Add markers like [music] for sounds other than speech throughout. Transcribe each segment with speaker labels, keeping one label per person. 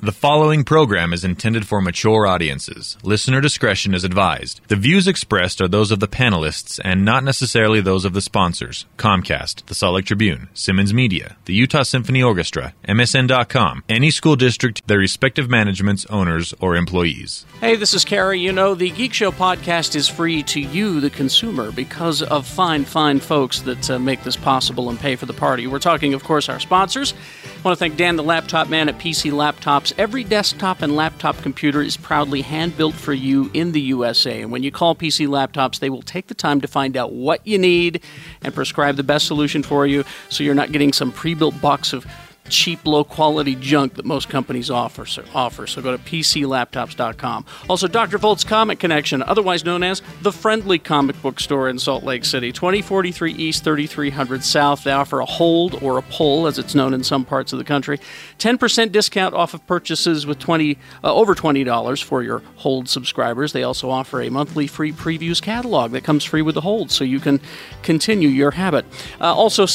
Speaker 1: The following program is intended for mature audiences. Listener discretion is advised. The views expressed are those of the panelists and not necessarily those of the sponsors Comcast, the Salt Lake Tribune, Simmons Media, the Utah Symphony Orchestra, MSN.com, any school district, their respective managements, owners, or employees.
Speaker 2: Hey, this is Carrie. You know, the Geek Show podcast is free to you, the consumer, because of fine, fine folks that uh, make this possible and pay for the party. We're talking, of course, our sponsors. I want to thank Dan, the laptop man at PC Laptops. Every desktop and laptop computer is proudly hand built for you in the USA. And when you call PC Laptops, they will take the time to find out what you need and prescribe the best solution for you so you're not getting some pre built box of cheap, low quality junk that most companies offer. So, offer. so go to PCLaptops.com. Also, Dr. Volt's Comic Connection, otherwise known as the Friendly Comic Book Store in Salt Lake City, 2043 East, 3300 South. They offer a hold or a pull, as it's known in some parts of the country, 10% discount off of purchases with 20 uh, over $20 for your hold subscribers. They also offer a monthly free previews catalog that comes free with the hold, so you can continue your habit. Uh, also,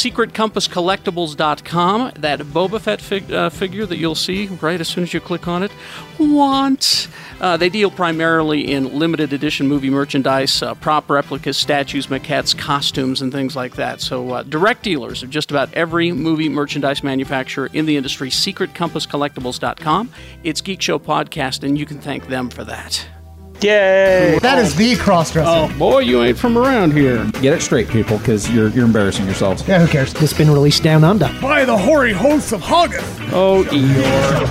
Speaker 2: SecretCompassCollectibles.com. That Boba Fett fig- uh, figure that you'll see right as soon as you click on it. Want. Uh, they deal primarily in limited edition movie merchandise, uh, prop replicas, statues, maquettes, costumes, and things like that. So, uh, direct dealers of just about every movie merchandise manufacturer in the industry, secretcompasscollectibles.com. It's Geek Show Podcast, and you can thank them for that.
Speaker 3: Yay!
Speaker 4: That is the crossdresser.
Speaker 2: Oh, Boy, you ain't from around here.
Speaker 5: Get it straight, people, because you're you're embarrassing yourselves.
Speaker 4: Yeah, who cares?
Speaker 6: It's been released down under.
Speaker 7: By the hoary hosts of Hoggoth,
Speaker 2: Oh, Eeyore.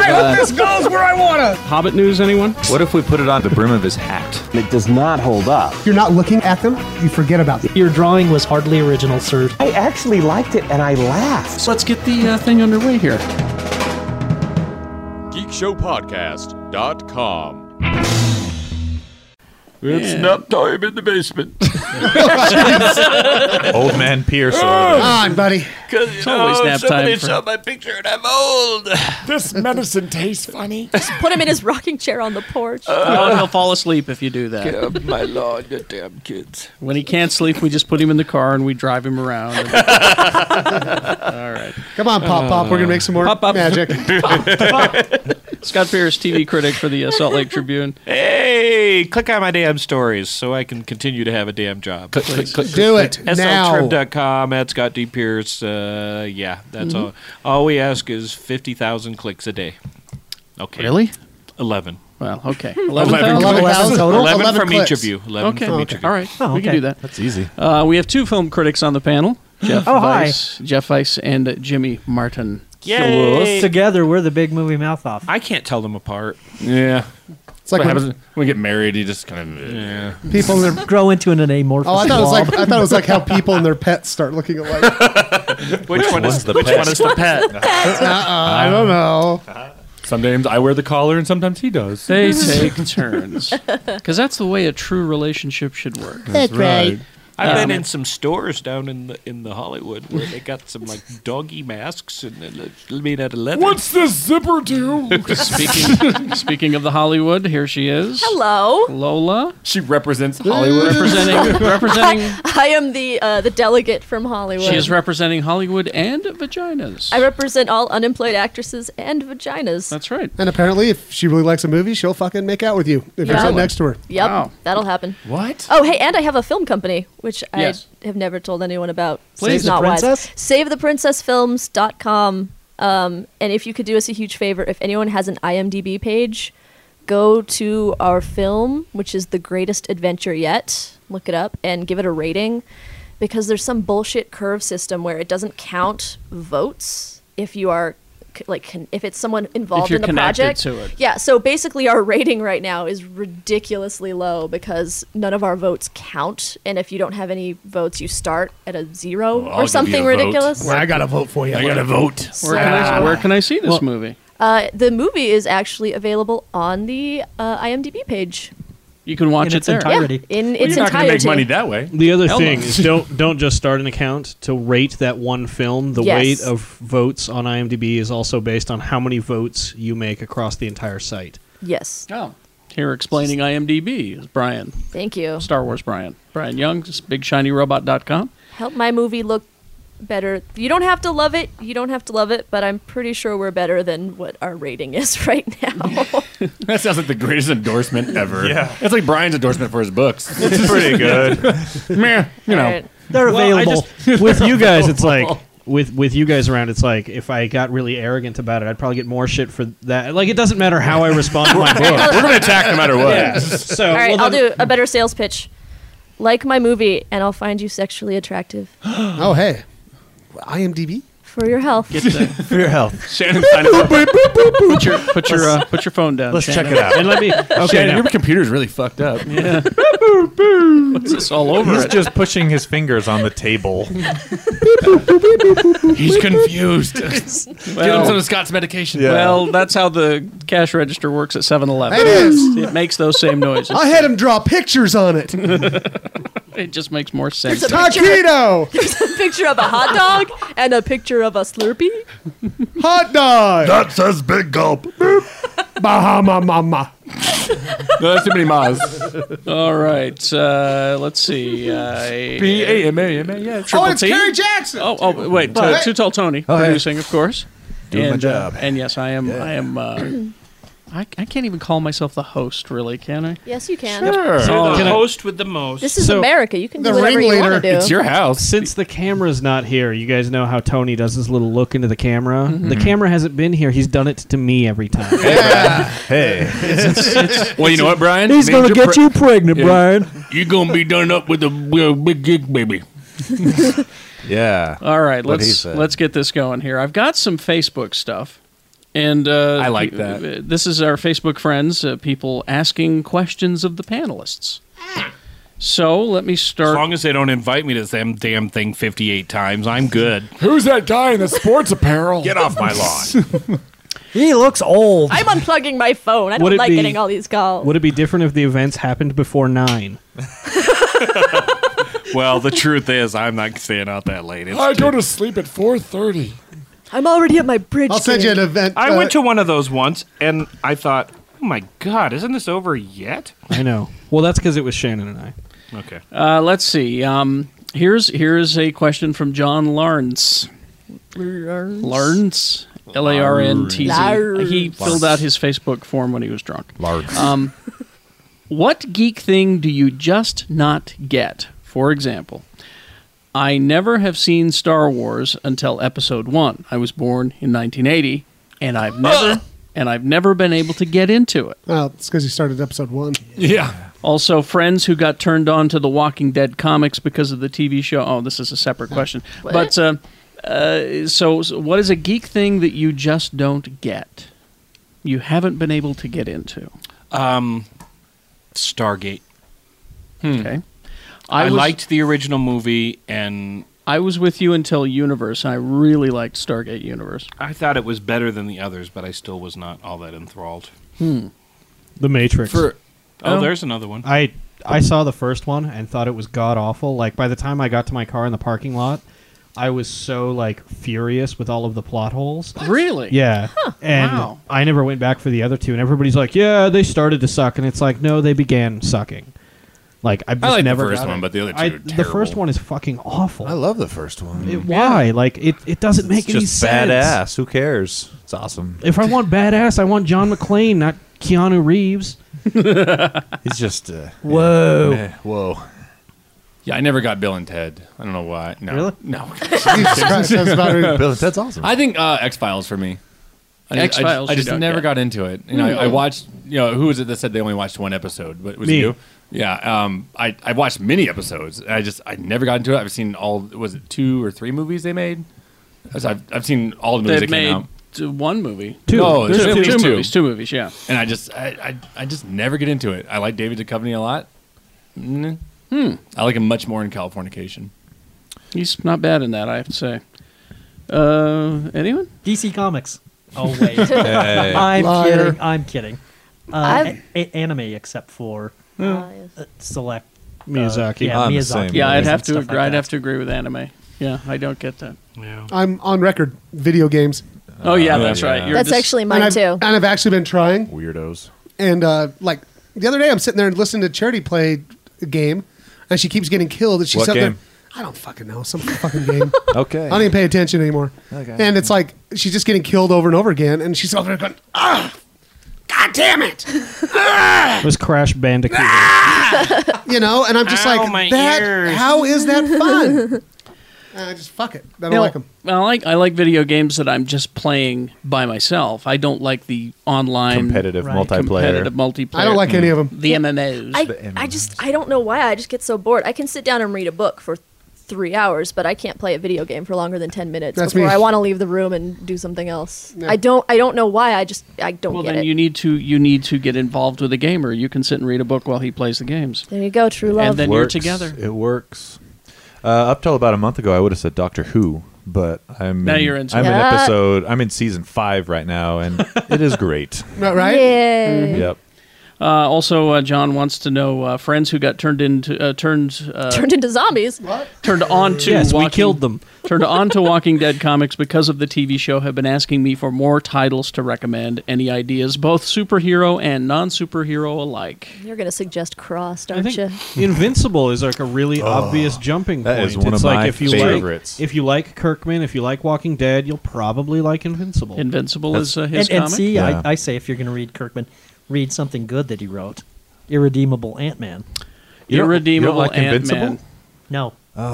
Speaker 7: I hope this goes where I wanna.
Speaker 2: Hobbit news, anyone?
Speaker 1: What if we put it on the brim of his hat?
Speaker 3: It does not hold up.
Speaker 4: If you're not looking at them, you forget about them.
Speaker 6: Your drawing was hardly original, sir.
Speaker 3: I actually liked it and I laughed.
Speaker 2: Let's get the uh, thing underway
Speaker 4: [laughs]
Speaker 2: here.
Speaker 8: GeekShowPodcast.com.
Speaker 9: It's nap time in the
Speaker 4: [laughs]
Speaker 9: basement.
Speaker 1: Old man Pierce. or whatever.
Speaker 4: on, buddy.
Speaker 9: It's
Speaker 2: always nap
Speaker 9: somebody
Speaker 2: time for-
Speaker 9: saw my picture and I'm old.
Speaker 7: This medicine tastes
Speaker 10: [laughs]
Speaker 7: funny.
Speaker 10: Put him in his rocking chair on the porch.
Speaker 9: Uh,
Speaker 2: Oh, he'll fall asleep if you do that.
Speaker 9: Oh, my lord, the damn
Speaker 4: [laughs]
Speaker 9: kids.
Speaker 2: When he can't sleep, we just put him in the car and we drive him around.
Speaker 4: Come
Speaker 1: Uh,
Speaker 4: on, Pop Pop. We're going to make some more
Speaker 2: Pop [laughs] Pop.
Speaker 4: magic.
Speaker 2: Scott Pierce, TV critic for the uh, Salt Lake Tribune.
Speaker 8: Hey, click on my damn stories so I can continue to have a damn job.
Speaker 4: Do it now.
Speaker 8: SLTrim.com at Scott D. Pierce. Uh, yeah, that's
Speaker 4: Mm-hmm.
Speaker 8: all. All we ask is 50,000 clicks a day. Okay. 11.
Speaker 2: Well,
Speaker 8: [laughs]
Speaker 2: okay.
Speaker 7: 11.
Speaker 4: 11,000 total?
Speaker 8: 11, from
Speaker 4: clicks.
Speaker 8: each of you. 11
Speaker 2: Okay.
Speaker 8: from each
Speaker 2: okay.
Speaker 8: of you.
Speaker 2: All right.
Speaker 4: Oh,
Speaker 2: We can do that.
Speaker 5: That's easy.
Speaker 2: Uh, we have two film critics on the panel.
Speaker 4: Hmm.
Speaker 2: Jeff
Speaker 11: Oh, hi.
Speaker 2: Weiss, Jeff Weiss and uh, Jimmy Martin.
Speaker 8: Yay.
Speaker 11: Together, we're the big movie mouth off.
Speaker 8: I can't tell them apart.
Speaker 9: Yeah.
Speaker 4: It's like
Speaker 9: what
Speaker 4: when
Speaker 9: happens when we get married? He just kind of. uh,
Speaker 8: Yeah.
Speaker 4: people
Speaker 6: [laughs]
Speaker 4: in
Speaker 11: [laughs]
Speaker 4: their.
Speaker 11: Grow into an amorphous
Speaker 4: Oh, I thought it was
Speaker 11: blob.
Speaker 4: like I thought it was
Speaker 11: [laughs]
Speaker 4: like how people and their pets start looking alike.
Speaker 8: [laughs] Which, one
Speaker 1: one's
Speaker 8: is
Speaker 1: the
Speaker 8: which
Speaker 1: pet?
Speaker 8: one is the pet?
Speaker 4: Uh-uh, [laughs] I don't know.
Speaker 9: Sometimes Uh-huh. I wear the collar and sometimes he does.
Speaker 2: They take turns. Because that's the way a true relationship should work.
Speaker 4: That's right.
Speaker 8: I've
Speaker 2: Um,
Speaker 8: been in some stores down in the in the Hollywood where they got some like doggy masks and uh, and it's made out of leather.
Speaker 9: What's this
Speaker 2: [laughs]
Speaker 9: zipper do?
Speaker 2: Speaking, speaking of the Hollywood, here she is.
Speaker 10: Hello,
Speaker 2: Lola,
Speaker 9: she represents
Speaker 4: [laughs]
Speaker 9: Hollywood.
Speaker 2: representing, representing
Speaker 10: [laughs] I am the uh, the delegate from Hollywood.
Speaker 2: she is representing Hollywood and vaginas.
Speaker 10: I represent all unemployed actresses and vaginas.
Speaker 2: that's right.
Speaker 4: And apparently, if she really likes a movie, she'll fucking make out with you if you're
Speaker 10: Yeah.
Speaker 4: sitting next to her.
Speaker 10: yep,
Speaker 2: Wow.
Speaker 10: that'll happen.
Speaker 9: What?
Speaker 10: Oh, hey, and I have a film company, which
Speaker 2: Yes.
Speaker 10: I have never told anyone about. so
Speaker 2: Please,
Speaker 10: it's
Speaker 2: the
Speaker 10: not
Speaker 11: princess?
Speaker 10: wise. SaveThePrincessFilms.com. Um, and if you could do us a huge favor, if anyone has an IMDb page, go to our film, which is The Greatest Adventure Yet. Look it up and give it a rating because there's some bullshit curve system where it doesn't count votes if you are c- like con- if it's someone involved
Speaker 2: you're
Speaker 10: in the
Speaker 2: connected
Speaker 10: project
Speaker 2: to it.
Speaker 10: yeah, so basically our rating right now is ridiculously low because none of our votes count, and if you don't have any votes, you start at a zero
Speaker 9: I'll give you
Speaker 10: or something
Speaker 9: a vote.
Speaker 10: ridiculous.
Speaker 4: I gotta vote for you.
Speaker 9: I gotta vote.
Speaker 2: Where can I, where can I see this movie?
Speaker 10: Uh, the movie is actually available on the uh, IMDb page.
Speaker 2: You can watch
Speaker 11: in
Speaker 2: it
Speaker 11: its
Speaker 2: there.
Speaker 11: entirety.
Speaker 10: Yeah, in its
Speaker 9: You're not going to
Speaker 10: entirety.
Speaker 9: make money that way.
Speaker 12: The other
Speaker 2: Hell
Speaker 12: thing
Speaker 2: no.
Speaker 12: is don't don't just start an account to rate that one film. The
Speaker 10: Yes.
Speaker 12: weight of votes on IMDb is also based on how many votes you make across the entire site.
Speaker 10: yes,
Speaker 2: Oh. Here explaining IMDb is Brian,
Speaker 10: thank you.
Speaker 2: Star Wars Brian. Brian Young, just bigshinyrobot.com.
Speaker 10: Help my movie look better. You don't have to love it. You don't have to love it, but I'm pretty sure we're better than what our rating is [laughs] right now.
Speaker 9: [laughs] That sounds like the greatest endorsement ever.
Speaker 13: Yeah.
Speaker 9: It's like Brian's endorsement for his books.
Speaker 13: It's
Speaker 10: [laughs]
Speaker 13: pretty good.
Speaker 9: [laughs] Meh, you know.
Speaker 10: Alright.
Speaker 12: They're
Speaker 10: Well, I
Speaker 12: available.
Speaker 10: just-
Speaker 12: [laughs] with you guys, it's like with with you guys around, it's like if I got really arrogant about it, I'd probably get more shit for that. Like it doesn't matter how I respond to
Speaker 9: [laughs]
Speaker 12: my book.
Speaker 9: We're gonna attack no matter what.
Speaker 12: Yeah. So
Speaker 10: All right,
Speaker 12: well,
Speaker 10: I'll
Speaker 12: then-
Speaker 10: do a better sales pitch. Like my movie, and I'll find you sexually attractive
Speaker 4: [gasps] oh, hey. IMDb?
Speaker 10: for your health.
Speaker 2: Get the,
Speaker 12: for your health.
Speaker 9: [laughs] Shannon,
Speaker 2: put your put
Speaker 13: [laughs]
Speaker 2: your uh, put your phone down.
Speaker 9: Let's check
Speaker 2: Shannon.
Speaker 9: it
Speaker 8: [laughs]
Speaker 9: out.
Speaker 12: And let me-
Speaker 9: Okay,
Speaker 12: okay, now-
Speaker 9: your computer's really fucked up.
Speaker 13: [laughs]
Speaker 2: Yeah. What's this all over?
Speaker 13: He's
Speaker 2: it?
Speaker 13: just pushing his fingers on the [laughs] table.
Speaker 9: [laughs] He's confused. Give him
Speaker 2: Well-
Speaker 9: some of Scott's medication.
Speaker 2: Well, that's how the cash register works at 7-Eleven.
Speaker 4: It is.
Speaker 2: It makes those same noises.
Speaker 4: I had him draw pictures on
Speaker 9: [laughs]
Speaker 4: it.
Speaker 2: it just makes more sense.
Speaker 10: There's a
Speaker 4: Taquito!
Speaker 10: There's a [laughs] picture of a hot dog and a picture of a Slurpee.
Speaker 4: Hot dog!
Speaker 9: That says big gulp.
Speaker 4: Bahama mama.
Speaker 9: No, that's too many mas.
Speaker 2: All right. Uh, let's see. Uh,
Speaker 9: B A M A M A. Yeah.
Speaker 2: Triple
Speaker 4: oh, it's
Speaker 2: T?
Speaker 4: Kerry Jackson.
Speaker 2: Oh, oh wait.
Speaker 4: But-
Speaker 2: Uh, Too Tall Tony
Speaker 9: Oh, hey.
Speaker 2: producing, of course.
Speaker 9: Doing my
Speaker 2: And, uh,
Speaker 9: job.
Speaker 2: and yes, I am. I am. Uh, I, I can't even call myself the host, really, can I? Oh,
Speaker 10: Yes, you can.
Speaker 9: Sure.
Speaker 8: You're the
Speaker 12: Can I-
Speaker 8: host with the most.
Speaker 10: This is
Speaker 12: So-
Speaker 10: America. You can do whatever you want to do.
Speaker 9: house.
Speaker 12: Since the camera's not here, you guys know how Tony does his little look into the camera.
Speaker 9: Mm-hmm.
Speaker 12: The camera hasn't been here. He's done it to me every time.
Speaker 13: Hey,
Speaker 9: Well, you know what, Brian?
Speaker 11: He's gonna
Speaker 9: Major
Speaker 11: get
Speaker 9: pre-
Speaker 11: you pregnant,
Speaker 9: Yeah.
Speaker 11: Brian.
Speaker 9: You're gonna be done up with a uh, big gig, baby.
Speaker 13: yeah.
Speaker 2: All right,
Speaker 13: What he
Speaker 2: let's
Speaker 13: said.
Speaker 2: let's get this going here. I've got some Facebook stuff, and uh,
Speaker 9: I like
Speaker 2: pe-
Speaker 9: that.
Speaker 2: This is our Facebook friends, uh, people asking questions of the panelists.
Speaker 10: Ah.
Speaker 2: So let me
Speaker 8: As
Speaker 2: start.
Speaker 8: long as they don't invite me to them damn thing 58 times, I'm [laughs] good.
Speaker 9: Who's that guy in the sports apparel?
Speaker 13: Get off my lawn.
Speaker 11: [laughs] He looks old.
Speaker 10: I'm unplugging my phone. I
Speaker 12: Would
Speaker 10: don't
Speaker 12: it
Speaker 10: like
Speaker 12: be-
Speaker 10: getting all these calls.
Speaker 12: Would it be different if the events happened before nine?
Speaker 8: Well, the truth is, I'm not staying out that late. It's
Speaker 9: I go to sleep at 4:30.
Speaker 10: I'm already at my bridge.
Speaker 4: I'll send you an
Speaker 10: gig.
Speaker 4: event.
Speaker 8: I
Speaker 4: uh,
Speaker 8: went to one of those once, and I thought, oh my god, isn't this over yet?
Speaker 12: I know. Well, that's because it was Shannon and I.
Speaker 8: Okay.
Speaker 2: Uh, let's see. Um, here's here's a question from John Lawrence. Lawrence, L A R N T Z.
Speaker 10: Lawrence.
Speaker 2: He filled out his Facebook form when he was drunk.
Speaker 13: Larks.
Speaker 2: Um, what geek thing do you just not get? For example, I never have seen Star Wars until Episode One. I was born in 1980, and I've never and I've never been able to get into it.
Speaker 4: Well, it's because you started episode one.
Speaker 9: Yeah.
Speaker 2: Also, friends who got turned on to the Walking Dead comics because of the TV show. Oh, this is a separate question. But uh, uh, so, so what is a geek thing that you just don't get? You haven't been able to get into.
Speaker 8: Um, Stargate.
Speaker 4: Hmm.
Speaker 2: Okay.
Speaker 8: I,
Speaker 2: was,
Speaker 8: liked the original movie,
Speaker 9: Mm.
Speaker 8: and
Speaker 2: I was with you until Universe. and I really liked Stargate Universe.
Speaker 8: I thought it was better than the others, but I still was not all that enthralled.
Speaker 12: The Matrix.
Speaker 9: Hmm. For um,
Speaker 8: Oh,
Speaker 2: Oh.
Speaker 8: there's another one.
Speaker 12: I I saw the first one and thought it was god awful. Like by the time I got to my car in the parking lot, I was so like furious with all of the plot holes.
Speaker 2: Really?
Speaker 12: Yeah. and
Speaker 2: Wow.
Speaker 12: I never went back for the other two and everybody's like, "Yeah, they started to suck." And it's like, "No, they began sucking." Like I just
Speaker 9: like the
Speaker 12: never
Speaker 9: first
Speaker 12: got
Speaker 9: one,
Speaker 12: it.
Speaker 9: but the other two
Speaker 12: I-
Speaker 9: are
Speaker 12: The first
Speaker 9: terrible.
Speaker 12: one is fucking awful.
Speaker 13: I love the first one.
Speaker 12: it, why? Like it, it doesn't make
Speaker 13: it's
Speaker 12: any
Speaker 13: just
Speaker 12: sense.
Speaker 13: badass. Who cares? It's awesome.
Speaker 12: If I want badass, I want John McClane, not Keanu
Speaker 9: [laughs]
Speaker 12: Reeves.
Speaker 13: He's just uh,
Speaker 12: Whoa.
Speaker 13: eh, whoa.
Speaker 9: yeah, I never got Bill and Ted. I don't know why. No.
Speaker 12: Really?
Speaker 2: [laughs]
Speaker 9: No. [laughs]
Speaker 4: Jesus Christ, that's about it.
Speaker 13: Bill, that's awesome.
Speaker 9: I think uh, X Files for me. I just- I
Speaker 2: X-Files
Speaker 9: just- I
Speaker 2: you
Speaker 9: just,
Speaker 2: don't
Speaker 9: never
Speaker 2: get.
Speaker 9: got into it. You know, I, I watched. You know, who was it that said they only watched one episode? But was
Speaker 12: Me.
Speaker 9: it you? Yeah. Um. I I watched many episodes. I just I never got into it. I've seen all. Was it two or three movies they made? As I've I've seen all the movies
Speaker 2: They've
Speaker 9: that came
Speaker 2: made
Speaker 9: out.
Speaker 2: t- one movie.
Speaker 12: Two.
Speaker 9: No, there's at least two.
Speaker 2: movies. Two movies, yeah.
Speaker 9: And I just I, I I just never get into it. I like David Duchovny a lot. Mm. I like him much more in Californication.
Speaker 2: He's not bad in that, I have to say. Uh, anyone?
Speaker 11: DC Comics. Oh
Speaker 13: [laughs]
Speaker 2: [laughs]
Speaker 11: wait, I'm
Speaker 4: Liar.
Speaker 11: kidding. I'm kidding. Uh,
Speaker 10: I've-
Speaker 11: a- anime, except for
Speaker 10: Ah, yes.
Speaker 11: uh, select uh,
Speaker 12: Miyazaki.
Speaker 11: yeah,
Speaker 13: I'm the
Speaker 11: Miyazaki.
Speaker 13: same
Speaker 11: movies
Speaker 2: Yeah, I'd
Speaker 11: and
Speaker 2: have to
Speaker 11: stuff
Speaker 2: agree.
Speaker 11: like
Speaker 2: I'd
Speaker 11: that.
Speaker 2: have to agree with anime. Yeah, I don't get that.
Speaker 8: Yeah.
Speaker 4: I'm on record. Video games.
Speaker 2: Oh yeah,
Speaker 13: yeah.
Speaker 2: that's right. You're
Speaker 10: That's
Speaker 2: just-
Speaker 10: actually
Speaker 4: and
Speaker 10: mine
Speaker 4: I've,
Speaker 10: too.
Speaker 4: And I've actually been trying.
Speaker 13: Weirdos.
Speaker 4: And uh, like the other day, I'm sitting there and listening to Charity play a game, and she keeps getting killed. And she's
Speaker 13: What
Speaker 4: up
Speaker 13: game?
Speaker 4: there. I don't fucking know. Some fucking game.
Speaker 13: [laughs] Okay.
Speaker 4: I don't even pay attention anymore.
Speaker 13: Okay.
Speaker 4: And it's like she's just getting killed over and over again, and she's over there going, "Ah, god damn it!"
Speaker 12: It was Crash Bandicoot.
Speaker 4: you know, and I'm just
Speaker 2: Ow,
Speaker 4: like,
Speaker 2: my
Speaker 4: "That?
Speaker 2: ears."
Speaker 4: How
Speaker 10: [laughs]
Speaker 4: is that fun?" I just fuck it. I don't
Speaker 2: No,
Speaker 4: like them.
Speaker 2: I like I like video games that I'm just playing by myself. I don't like the online
Speaker 13: Competitive Right. multiplayer.
Speaker 2: Competitive multiplayer.
Speaker 4: I don't like any of 'em.
Speaker 2: The MMOs.
Speaker 10: I, I just I don't know why I just get so bored. I can sit down and read a book for three hours, but I can't play a video game for longer than ten minutes
Speaker 2: That's
Speaker 10: before
Speaker 2: me.
Speaker 10: I want to leave the room and do something else. I don't I don't know why I just I don't
Speaker 2: well,
Speaker 10: get it.
Speaker 2: then you need to you need to get involved with a gamer. You can sit and read a book while he plays the games.
Speaker 10: there you go, true love.
Speaker 2: And then you're together.
Speaker 13: It works. Uh, up till about a month ago, I would have said Doctor Who, but I'm
Speaker 2: Now
Speaker 13: in,
Speaker 2: you're into
Speaker 13: I'm
Speaker 2: it.
Speaker 13: in
Speaker 2: Yeah. [laughs]
Speaker 13: episode. I'm in season five right now, and it is great.
Speaker 4: Not right? Mm-hmm.
Speaker 10: Yay.
Speaker 13: Yep.
Speaker 2: Uh, also, uh, John wants to know uh, friends who got turned into uh, turned
Speaker 10: [laughs] [laughs]
Speaker 2: uh,
Speaker 10: Turned into zombies. What?
Speaker 2: turned on to
Speaker 10: Yes, we
Speaker 2: walking,
Speaker 10: killed
Speaker 2: them [laughs] turned on to walking dead comics because of the tv show have been asking me for more titles to recommend any ideas both superhero and non-superhero alike
Speaker 10: You're gonna suggest crossed, aren't you?
Speaker 12: Invincible is like a really
Speaker 13: Oh,
Speaker 12: obvious jumping point.
Speaker 13: that is one
Speaker 12: it's
Speaker 13: of
Speaker 12: like
Speaker 13: my
Speaker 12: if you
Speaker 13: favorites.
Speaker 12: Like, if you like Kirkman, if you like Walking Dead, you'll probably like Invincible.
Speaker 2: Invincible
Speaker 12: is uh, his
Speaker 11: and, and
Speaker 12: comic?
Speaker 11: see,
Speaker 12: Yeah.
Speaker 11: I, I say if you're going to read Kirkman, read something good that he wrote. Irredeemable Ant Man.
Speaker 2: You don't- Irredeemable you don't like
Speaker 13: Invincible? Ant-Man?
Speaker 11: No.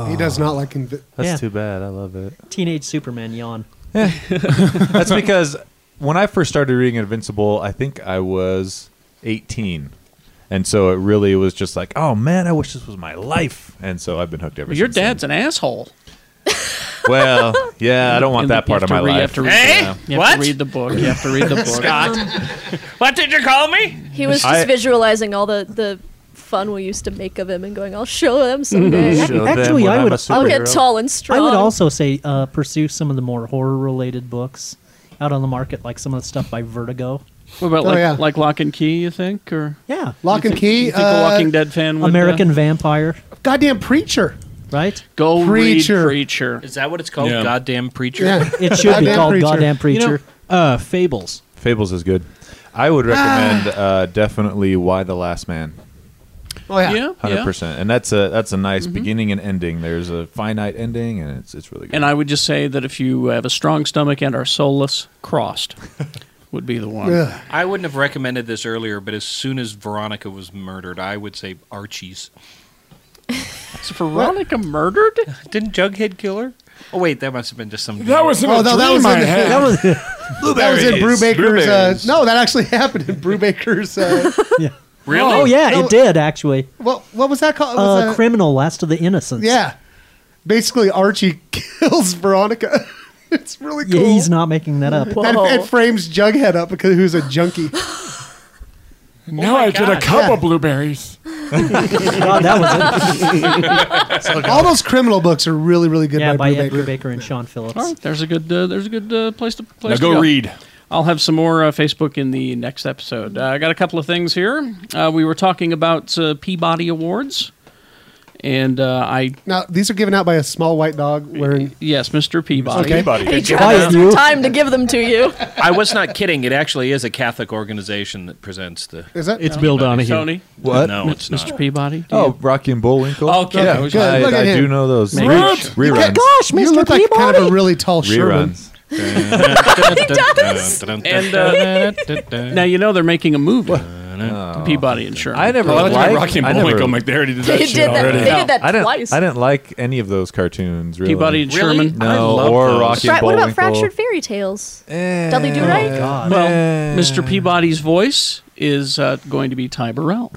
Speaker 4: He does not like invi-
Speaker 13: That's
Speaker 11: Yeah.
Speaker 13: too bad. I love it.
Speaker 11: Teenage Superman yawn.
Speaker 13: [laughs] That's
Speaker 2: [laughs]
Speaker 13: because when I first started reading Invincible, I think I was 18. And so it really was just like, oh man, I wish this was my life. And so I've been hooked ever
Speaker 2: your
Speaker 13: since.
Speaker 2: dad's an asshole [laughs]
Speaker 13: Well, yeah, I don't want
Speaker 2: And
Speaker 13: that
Speaker 2: you
Speaker 13: part
Speaker 2: have
Speaker 13: of
Speaker 2: to
Speaker 13: my
Speaker 2: read-
Speaker 13: life.
Speaker 2: you have to read,
Speaker 13: Yeah.
Speaker 2: the- you have to read the book you have to read
Speaker 13: [laughs]
Speaker 2: the book
Speaker 13: Scott.
Speaker 2: [laughs]
Speaker 8: What did you call me?
Speaker 10: Um, He was just
Speaker 13: I-
Speaker 10: visualizing all the, the fun we used to make of him and going, I'll show him
Speaker 13: [laughs]
Speaker 10: someday.
Speaker 6: [laughs]
Speaker 11: Show them Actually, when I I'm would- a
Speaker 10: I'll get
Speaker 11: superhero.
Speaker 10: tall and strong.
Speaker 11: I would also say uh, pursue some of the more horror related books out on the market, like some of the stuff by Vertigo.
Speaker 2: what about
Speaker 11: Oh,
Speaker 2: like,
Speaker 11: yeah.
Speaker 2: like lock and key you think or
Speaker 11: yeah
Speaker 4: Lock
Speaker 2: you
Speaker 4: and
Speaker 2: think-
Speaker 4: Key,
Speaker 2: you think a
Speaker 4: uh,
Speaker 2: walking dead fan would, uh,
Speaker 11: American Vampire,
Speaker 4: Goddamn preacher.
Speaker 11: right?
Speaker 2: Go
Speaker 4: Preacher.
Speaker 2: read Preacher.
Speaker 8: Is that what it's called?
Speaker 13: Yeah.
Speaker 8: Goddamn preacher. [laughs]
Speaker 4: Yeah.
Speaker 11: It should be
Speaker 4: Goddamn
Speaker 11: called
Speaker 4: Preacher.
Speaker 11: Goddamn
Speaker 12: You
Speaker 11: Preacher. Ah.
Speaker 12: know, uh, Fables.
Speaker 13: Fables is good. I would recommend uh, definitely Why the Last Man.
Speaker 4: Oh yeah.
Speaker 13: Hundred percent, and that's a that's a nice beginning and ending. There's a finite ending, and it's it's really good.
Speaker 2: And I would just say that if you have a strong stomach and are soulless, crossed would be the one.
Speaker 8: I wouldn't have recommended this earlier, but as soon as Veronica was murdered, I would say Archie's.
Speaker 2: Is Veronica murdered?
Speaker 8: [laughs] Didn't Jughead kill her? Oh wait, that must have been just some.
Speaker 7: That was in a dream I had.
Speaker 4: Oh, that was [laughs] that was in
Speaker 8: Blueberries.
Speaker 4: Brewbaker's. Uh,
Speaker 8: Blueberries.
Speaker 4: no, that actually [laughs] happened in Brewbaker's.
Speaker 11: [laughs]
Speaker 4: Uh,
Speaker 8: Really?
Speaker 11: Oh yeah,
Speaker 4: No.
Speaker 11: it did actually.
Speaker 4: what what was that called? Was
Speaker 11: Uh,
Speaker 4: that-
Speaker 11: Criminal, Last of the Innocents. [laughs]
Speaker 4: yeah, basically Archie [laughs] kills Veronica. [laughs] it's really
Speaker 11: Yeah,
Speaker 4: cool.
Speaker 11: he's not making that up.
Speaker 4: And, and frames Jughead up because who's a
Speaker 11: [gasps]
Speaker 4: junkie. [laughs]
Speaker 8: Oh
Speaker 7: Now I get a cup
Speaker 4: Yeah.
Speaker 7: of blueberries.
Speaker 11: [laughs] God, that was it.
Speaker 4: [laughs] All those criminal books are really, really good
Speaker 11: yeah, by,
Speaker 4: by,
Speaker 11: Ed
Speaker 4: Brubaker.
Speaker 11: Brubaker and Sean Phillips.
Speaker 2: All right, there's a good uh, there's a good uh, place to place.
Speaker 9: go
Speaker 2: to
Speaker 9: read.
Speaker 2: I'll have some more uh, Facebook in the next episode. Uh, I got a couple of things here. Uh, we were talking about uh, Peabody Awards, and uh, I
Speaker 4: Now these are given out by a small white dog wearing.
Speaker 2: yes, Mr. Peabody.
Speaker 4: Okay. Peabody.
Speaker 10: He tries through time to give them to you.
Speaker 8: I was not kidding. It actually is a Catholic organization that presents the.
Speaker 4: Is that
Speaker 12: It's Bill Donahue.
Speaker 2: Tony?
Speaker 13: What?
Speaker 8: No, it's not.
Speaker 2: Mr. Peabody. Do
Speaker 13: Oh,
Speaker 2: you-
Speaker 13: Rocky and Bullwinkle.
Speaker 2: Okay.
Speaker 13: yeah,
Speaker 2: Good.
Speaker 13: I,
Speaker 4: Look at
Speaker 13: I
Speaker 4: him.
Speaker 13: do know those
Speaker 2: Make
Speaker 13: Re-
Speaker 2: sure.
Speaker 13: reruns.
Speaker 4: Gosh, you look like kind of a really tall Sherman.
Speaker 13: reruns.
Speaker 2: And, now you know they're making a movie. Peabody and Sherman.
Speaker 13: Oh, I never
Speaker 9: Oh, that's right.
Speaker 13: liked
Speaker 9: Rocky and
Speaker 13: I never-
Speaker 9: Bullwinkle. Like, they already did that
Speaker 10: They
Speaker 9: shit
Speaker 10: did that-
Speaker 9: already.
Speaker 10: they did that
Speaker 13: I didn't,
Speaker 10: twice.
Speaker 13: I didn't like any of those cartoons. Really.
Speaker 2: Peabody and
Speaker 8: Really?
Speaker 2: Sherman.
Speaker 8: I
Speaker 13: No,
Speaker 8: love
Speaker 13: or
Speaker 8: those.
Speaker 13: Rocky
Speaker 10: Fra-
Speaker 13: and
Speaker 10: what
Speaker 13: Bullwinkle.
Speaker 10: about Fractured Fairy Tales? Dudley
Speaker 2: oh
Speaker 10: Do Right?
Speaker 12: God.
Speaker 2: Well, Mr. Peabody's voice is uh, going to be Ty Burrell.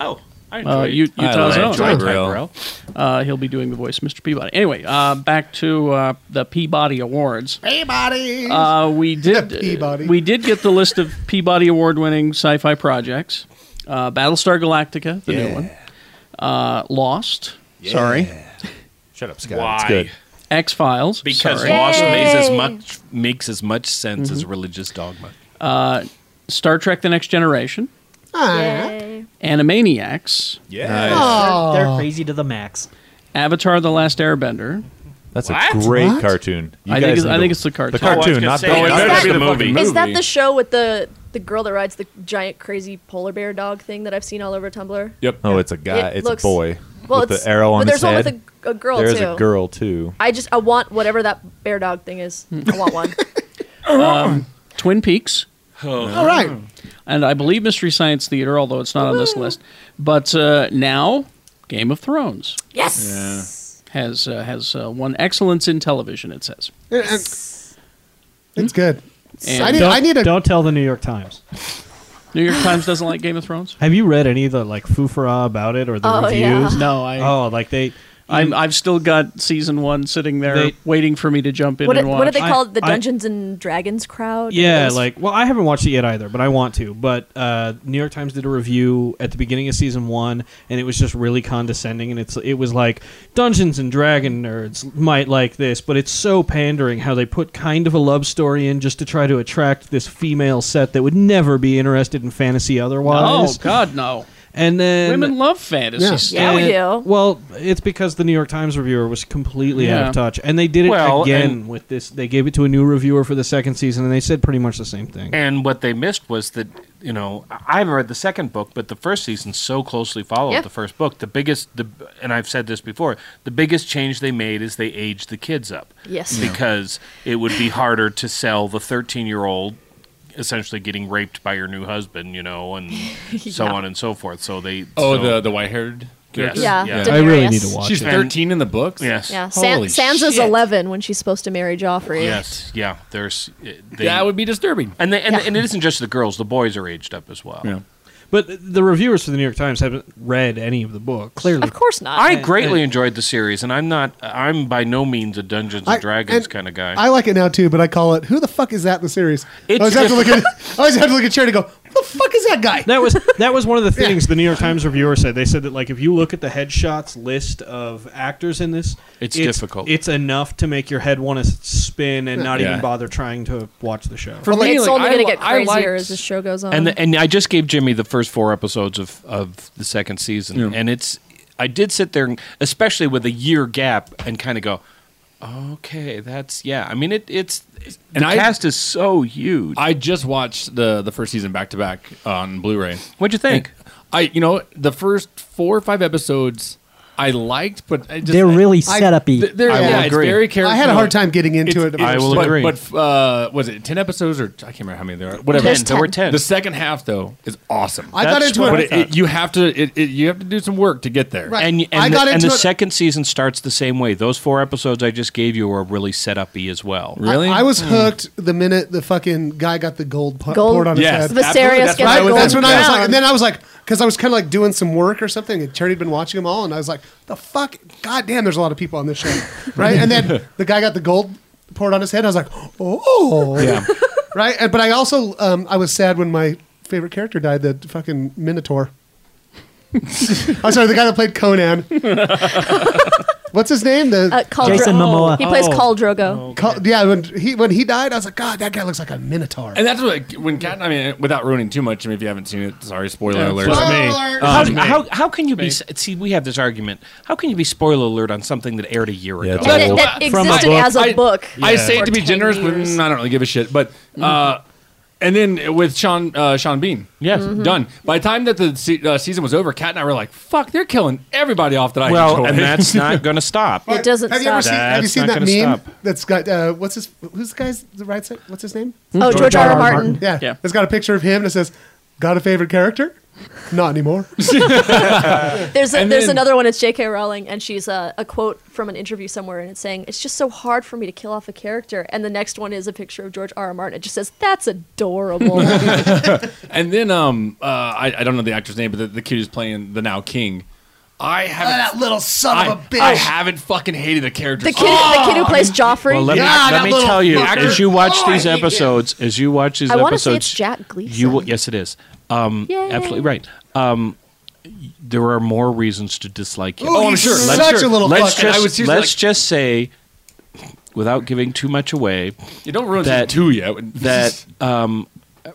Speaker 8: Oh, I
Speaker 2: Uh,
Speaker 8: enjoyed.
Speaker 2: U- Utah's
Speaker 13: like
Speaker 2: own.
Speaker 13: Ty
Speaker 2: Ty
Speaker 13: Burrell.
Speaker 2: Burrell. Uh, he'll be doing the voice, of Mr. Peabody. Anyway, uh, back to uh, the Peabody Awards.
Speaker 4: Peabody.
Speaker 13: [laughs]
Speaker 2: Uh, we did.
Speaker 4: Peabody.
Speaker 2: We did get the list of Peabody Award-winning sci-fi projects: uh, Battlestar Galactica, the new one, uh, Lost. Sorry,
Speaker 13: Shut up, Scott.
Speaker 8: Why?
Speaker 13: It's good.
Speaker 2: X Files.
Speaker 8: Because
Speaker 2: sorry.
Speaker 8: Lost makes as
Speaker 10: Yay.
Speaker 8: much makes as much sense
Speaker 10: Mm-hmm.
Speaker 8: as religious dogma.
Speaker 2: Uh, Star Trek: The Next Generation,
Speaker 10: Yay.
Speaker 2: Animaniacs,
Speaker 13: Ah. Yeah.
Speaker 11: They're- They're crazy to the max.
Speaker 2: Avatar: The Last Airbender.
Speaker 13: That's
Speaker 8: What?
Speaker 13: a great
Speaker 4: What?
Speaker 13: cartoon. You
Speaker 2: I think
Speaker 13: guys
Speaker 2: it's- I
Speaker 13: need
Speaker 2: think
Speaker 13: to-
Speaker 2: it's the cartoon.
Speaker 13: The
Speaker 2: Oh, I was
Speaker 13: cartoon,
Speaker 8: gonna
Speaker 13: not
Speaker 8: say,
Speaker 13: the
Speaker 8: it
Speaker 13: not
Speaker 8: better
Speaker 13: the
Speaker 8: be the
Speaker 13: movie.
Speaker 8: movie.
Speaker 10: Is that the show with the, the girl that rides the giant crazy polar bear dog thing that I've seen all over Tumblr?
Speaker 13: Yep. Oh, it's a guy.
Speaker 10: It
Speaker 13: it's
Speaker 10: looks-
Speaker 13: a boy.
Speaker 10: Well,
Speaker 13: with
Speaker 10: it's-
Speaker 13: the arrow on
Speaker 10: but
Speaker 13: his
Speaker 10: there's one with
Speaker 13: head.
Speaker 10: a- a girl,
Speaker 13: There's
Speaker 10: too.
Speaker 13: a girl too.
Speaker 10: I just I want whatever that bear dog thing is. I want
Speaker 12: [laughs]
Speaker 10: one.
Speaker 2: Um, Twin Peaks.
Speaker 8: Oh.
Speaker 10: All right.
Speaker 2: And I believe Mystery Science Theater, although it's not on this list. But uh, now, Game of Thrones.
Speaker 10: Yes.
Speaker 2: Has uh, has uh, won excellence in television. It says.
Speaker 4: And- and- it's good.
Speaker 2: And-
Speaker 4: I need,
Speaker 2: Don't-
Speaker 4: I need a.
Speaker 12: Don't tell the New York Times.
Speaker 2: New York Times doesn't like Game
Speaker 10: [laughs]
Speaker 2: of Thrones.
Speaker 12: Have you read any of the like foofara about it or the
Speaker 2: Oh,
Speaker 12: reviews?
Speaker 2: yeah.
Speaker 12: No, I. Oh, like they.
Speaker 2: I'm, I've still got season one sitting there
Speaker 12: They-
Speaker 2: waiting for me to jump in
Speaker 10: What,
Speaker 2: and
Speaker 10: are-
Speaker 2: watch.
Speaker 10: what are they
Speaker 12: I-
Speaker 10: called? The
Speaker 12: I-
Speaker 10: Dungeons and Dragons crowd?
Speaker 12: Yeah,
Speaker 10: Yes.
Speaker 12: like well, I haven't watched it yet either, but I want to. But uh, New York Times did a review at the beginning of season one, and it was just really condescending. And it's it was like Dungeons and Dragon nerds might like this, but it's so pandering how they put kind of a love story in just to try to attract this female set that would never be interested in fantasy
Speaker 2: Oh
Speaker 12: otherwise.
Speaker 2: God, no!
Speaker 12: And then
Speaker 2: Women love fantasy.
Speaker 12: And- Well, it's because the New York Times reviewer was completely out
Speaker 2: Yeah.
Speaker 12: of touch, and they did it
Speaker 8: Well,
Speaker 12: again
Speaker 8: and-
Speaker 12: with this. They gave it to a new reviewer for the second season, and they said pretty much the same thing.
Speaker 8: And what they missed was that you know I I haven't read the second book, but the first season so closely followed
Speaker 12: Yeah.
Speaker 8: the first book. The biggest, the and I've said this before, the biggest change they made is they aged the kids up.
Speaker 10: Yes. Yeah.
Speaker 8: because it would be harder to sell the thirteen-year-old essentially getting raped by your new husband, you
Speaker 10: [laughs]
Speaker 8: know, and so
Speaker 9: Yeah.
Speaker 8: on and so forth. So they
Speaker 9: Oh,
Speaker 8: so-
Speaker 9: the the white haired.
Speaker 8: Yes.
Speaker 10: Yeah,
Speaker 12: I really need to watch
Speaker 9: She's
Speaker 12: it.
Speaker 9: 13 in the books.
Speaker 8: Yes.
Speaker 10: Yeah, San- Sansa's eleven when she's supposed to marry Joffrey.
Speaker 8: Yes, yeah. There's
Speaker 9: That
Speaker 8: would
Speaker 9: be disturbing.
Speaker 8: And they, and,
Speaker 10: Yeah.
Speaker 8: and it isn't just the girls; the boys are aged up as well.
Speaker 12: But the reviewers for the New York Times haven't read any of the book. Clearly,
Speaker 10: Of course not.
Speaker 8: I greatly enjoyed the series, and I'm not. I'm by no means a Dungeons
Speaker 4: I-
Speaker 8: and Dragons
Speaker 4: and
Speaker 8: kind of guy.
Speaker 4: I like it now too, but I call it "Who the fuck is that?" in The series. I
Speaker 8: It's
Speaker 4: always have to look at. [laughs] I always have to look at Sharon and go, "Who the fuck is that guy?"
Speaker 12: That was that was one of the things the New York Times reviewer said. They said that like if you look at the headshots list of actors in this,
Speaker 8: It's difficult.
Speaker 12: It's enough to make your head want to spin and not
Speaker 8: Yeah.
Speaker 12: even bother trying to watch the show.
Speaker 10: And it's only going to get crazier as the show goes
Speaker 9: um,
Speaker 10: on.
Speaker 8: and the, and I just gave Jimmy the first four episodes of of the second season, and it's. I did sit there, and- especially with a year gap, and kind of go, okay, that's yeah. I mean, it it's
Speaker 9: And
Speaker 8: the
Speaker 9: I-
Speaker 8: cast is so huge.
Speaker 9: I just watched the the first season back to back on Blu-ray.
Speaker 8: What'd you think?
Speaker 9: I you know the first four or five episodes I liked, but I just,
Speaker 6: They're really
Speaker 9: I-
Speaker 6: setup-y.
Speaker 9: th- They're,
Speaker 6: I will
Speaker 9: yeah, it's
Speaker 6: agree.
Speaker 9: very character.
Speaker 4: I had a hard time getting into it.
Speaker 9: it's-
Speaker 4: I will
Speaker 9: but,
Speaker 4: agree.
Speaker 9: But uh, was it ten episodes or I can't remember how many there are. Whatever,
Speaker 4: There's 10. There were
Speaker 8: 10.
Speaker 9: The second half though is awesome.
Speaker 4: I got That's into it- what
Speaker 9: but
Speaker 4: I
Speaker 9: it, it- you have to it, it, you have to do some work to get there.
Speaker 4: Right.
Speaker 8: And, and
Speaker 4: I
Speaker 8: the,
Speaker 4: got
Speaker 8: and
Speaker 4: into
Speaker 8: the
Speaker 4: it-
Speaker 8: second season starts the same way. Those four episodes I just gave you are really set up y as well.
Speaker 4: I, I was
Speaker 9: Oh,
Speaker 8: Hmm.
Speaker 4: hooked the minute the fucking guy got the gold, pu-
Speaker 8: Gold-
Speaker 4: poured on his head.
Speaker 8: Yes, Viserys absolutely. That's gets
Speaker 4: Right?
Speaker 8: the gold
Speaker 4: That's when I was
Speaker 8: crown.
Speaker 4: like, and then I was like, because I was kind of like doing some work or something, and Charity had been watching them all, and I was like, the fuck, goddamn, there's a lot of people on this [laughs] show, right? and then the guy got the gold poured on his head. I was like, oh,
Speaker 9: Yeah.
Speaker 4: [laughs] right. And, but I also, um, I was sad when my favorite character died, the fucking [laughs] Minotaur. I'm sorry, the guy that played [laughs] Conan. What's his name? The
Speaker 10: Uh, Khal Jason Dro- Momoa. he
Speaker 12: Oh.
Speaker 10: plays Khal Drogo.
Speaker 4: Oh. Khal- yeah, when he when he died, I was like, God, that guy looks like a minotaur.
Speaker 9: And that's what when Cat. I mean, without ruining too much. I mean, if you haven't seen it, sorry, spoiler
Speaker 8: Yeah,
Speaker 9: alert.
Speaker 8: it's just
Speaker 4: me.
Speaker 9: Um,
Speaker 8: How, how, how can you be? See, we have this argument. How can you be spoiler alert on something that aired a year ago?
Speaker 9: it's That- awful.
Speaker 10: that existed as a
Speaker 9: I-
Speaker 10: book.
Speaker 9: I say it to be
Speaker 10: for 10
Speaker 9: generous, but
Speaker 10: years.
Speaker 9: mm, I don't really give a shit. But
Speaker 4: Mm-hmm.
Speaker 9: uh, and then with Sean uh, Sean Bean, yes,
Speaker 8: Mhm.
Speaker 9: done. By the time that the se- uh, season was over, Cat and I were like, "Fuck, they're killing everybody off that I
Speaker 8: Well,
Speaker 9: enjoy."
Speaker 8: and that's
Speaker 9: [laughs]
Speaker 8: not going to stop.
Speaker 4: But Have you ever seen, have you
Speaker 8: That's
Speaker 4: seen
Speaker 8: not
Speaker 4: that meme?
Speaker 8: gonna
Speaker 4: That's got uh, what's his? Who's the guy's the right side? What's his name?
Speaker 10: Oh, George George R. R. R. Martin. Martin.
Speaker 4: Yeah, yeah. It's got a picture of him and it says, "Got a favorite character? Not
Speaker 8: [laughs]
Speaker 4: anymore."
Speaker 10: There's a,
Speaker 4: And
Speaker 10: there's
Speaker 4: then-
Speaker 10: another one. It's J.K. Rowling, and she's a, a quote from an interview somewhere, and it's saying, "It's just so hard for me to kill off a character." And the next one is a picture of George R. R. Martin. It just says, "That's
Speaker 8: [laughs]
Speaker 10: adorable." [laughs]
Speaker 9: and then um, uh, I, I don't know the actor's name, but the, the kid who's playing the now king. I haven't.
Speaker 4: that little son
Speaker 9: I,
Speaker 4: of a bitch.
Speaker 8: Oh.
Speaker 9: I haven't fucking hated the Oh! character.
Speaker 10: the kid, the kid who plays Joffrey.
Speaker 8: Well, let me, let me tell you, as you watch these
Speaker 10: I hate him.
Speaker 8: episodes, as you watch these
Speaker 10: I want to
Speaker 8: episodes,
Speaker 10: say it's Jack Gleason.
Speaker 8: you will. Yes, it is. Um,
Speaker 10: Yay.
Speaker 8: absolutely right. Um, there are more reasons to dislike him.
Speaker 9: Ooh, Oh, I'm he's sure. such
Speaker 8: Let's-
Speaker 9: a little
Speaker 8: Let's
Speaker 9: fuck.
Speaker 8: just,
Speaker 9: I would seriously
Speaker 8: let's
Speaker 9: like-
Speaker 8: just say, without giving too much away,
Speaker 9: You don't ruin season two yet. [laughs]
Speaker 8: that um,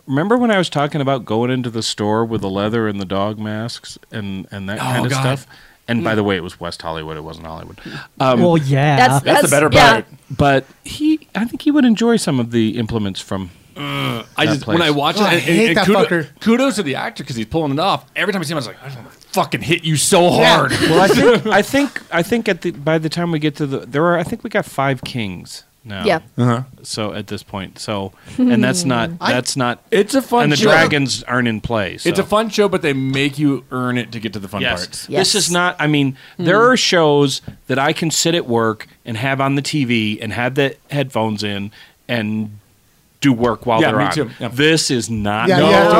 Speaker 8: remember when I was talking about going into the store with the leather and the dog masks and and that
Speaker 9: Oh,
Speaker 8: kind of
Speaker 9: God. Mm.
Speaker 8: stuff. And by the way, it was West Hollywood. It wasn't Hollywood. Um,
Speaker 6: Well, yeah. That's-
Speaker 9: That's the that's- better yeah. part.
Speaker 8: But he, I think he would enjoy some of the implements from
Speaker 9: Ugh. Uh, I
Speaker 8: That
Speaker 9: just
Speaker 8: place.
Speaker 9: when I watch
Speaker 8: Oh,
Speaker 9: it,
Speaker 8: I
Speaker 9: and, and-
Speaker 8: hate
Speaker 9: and
Speaker 8: that
Speaker 9: kudo-
Speaker 8: fucker.
Speaker 9: kudos to the actor because he's pulling it off. Every time I see him, I was like, I just want to fucking hit you so
Speaker 8: [laughs]
Speaker 9: hard.
Speaker 8: well, I think I think I think at the by the time we get to the there are I think we got five kings now.
Speaker 10: Yeah.
Speaker 9: Uh-huh.
Speaker 8: So at this point, so and that's not
Speaker 9: I-
Speaker 8: that's not.
Speaker 9: It's a fun
Speaker 8: And the
Speaker 9: show.
Speaker 8: dragons aren't in play. So.
Speaker 9: It's a fun show, but they make you earn it to get to the fun
Speaker 8: Yes.
Speaker 9: parts.
Speaker 8: This is not. I mean, there
Speaker 9: Hmm.
Speaker 8: are shows that I can sit at work and have on the TV and have the headphones in and do work while
Speaker 9: Yeah,
Speaker 8: they're
Speaker 9: me
Speaker 8: on.
Speaker 9: too. Yeah.
Speaker 8: This is not.
Speaker 4: Yeah,
Speaker 8: no.
Speaker 4: you have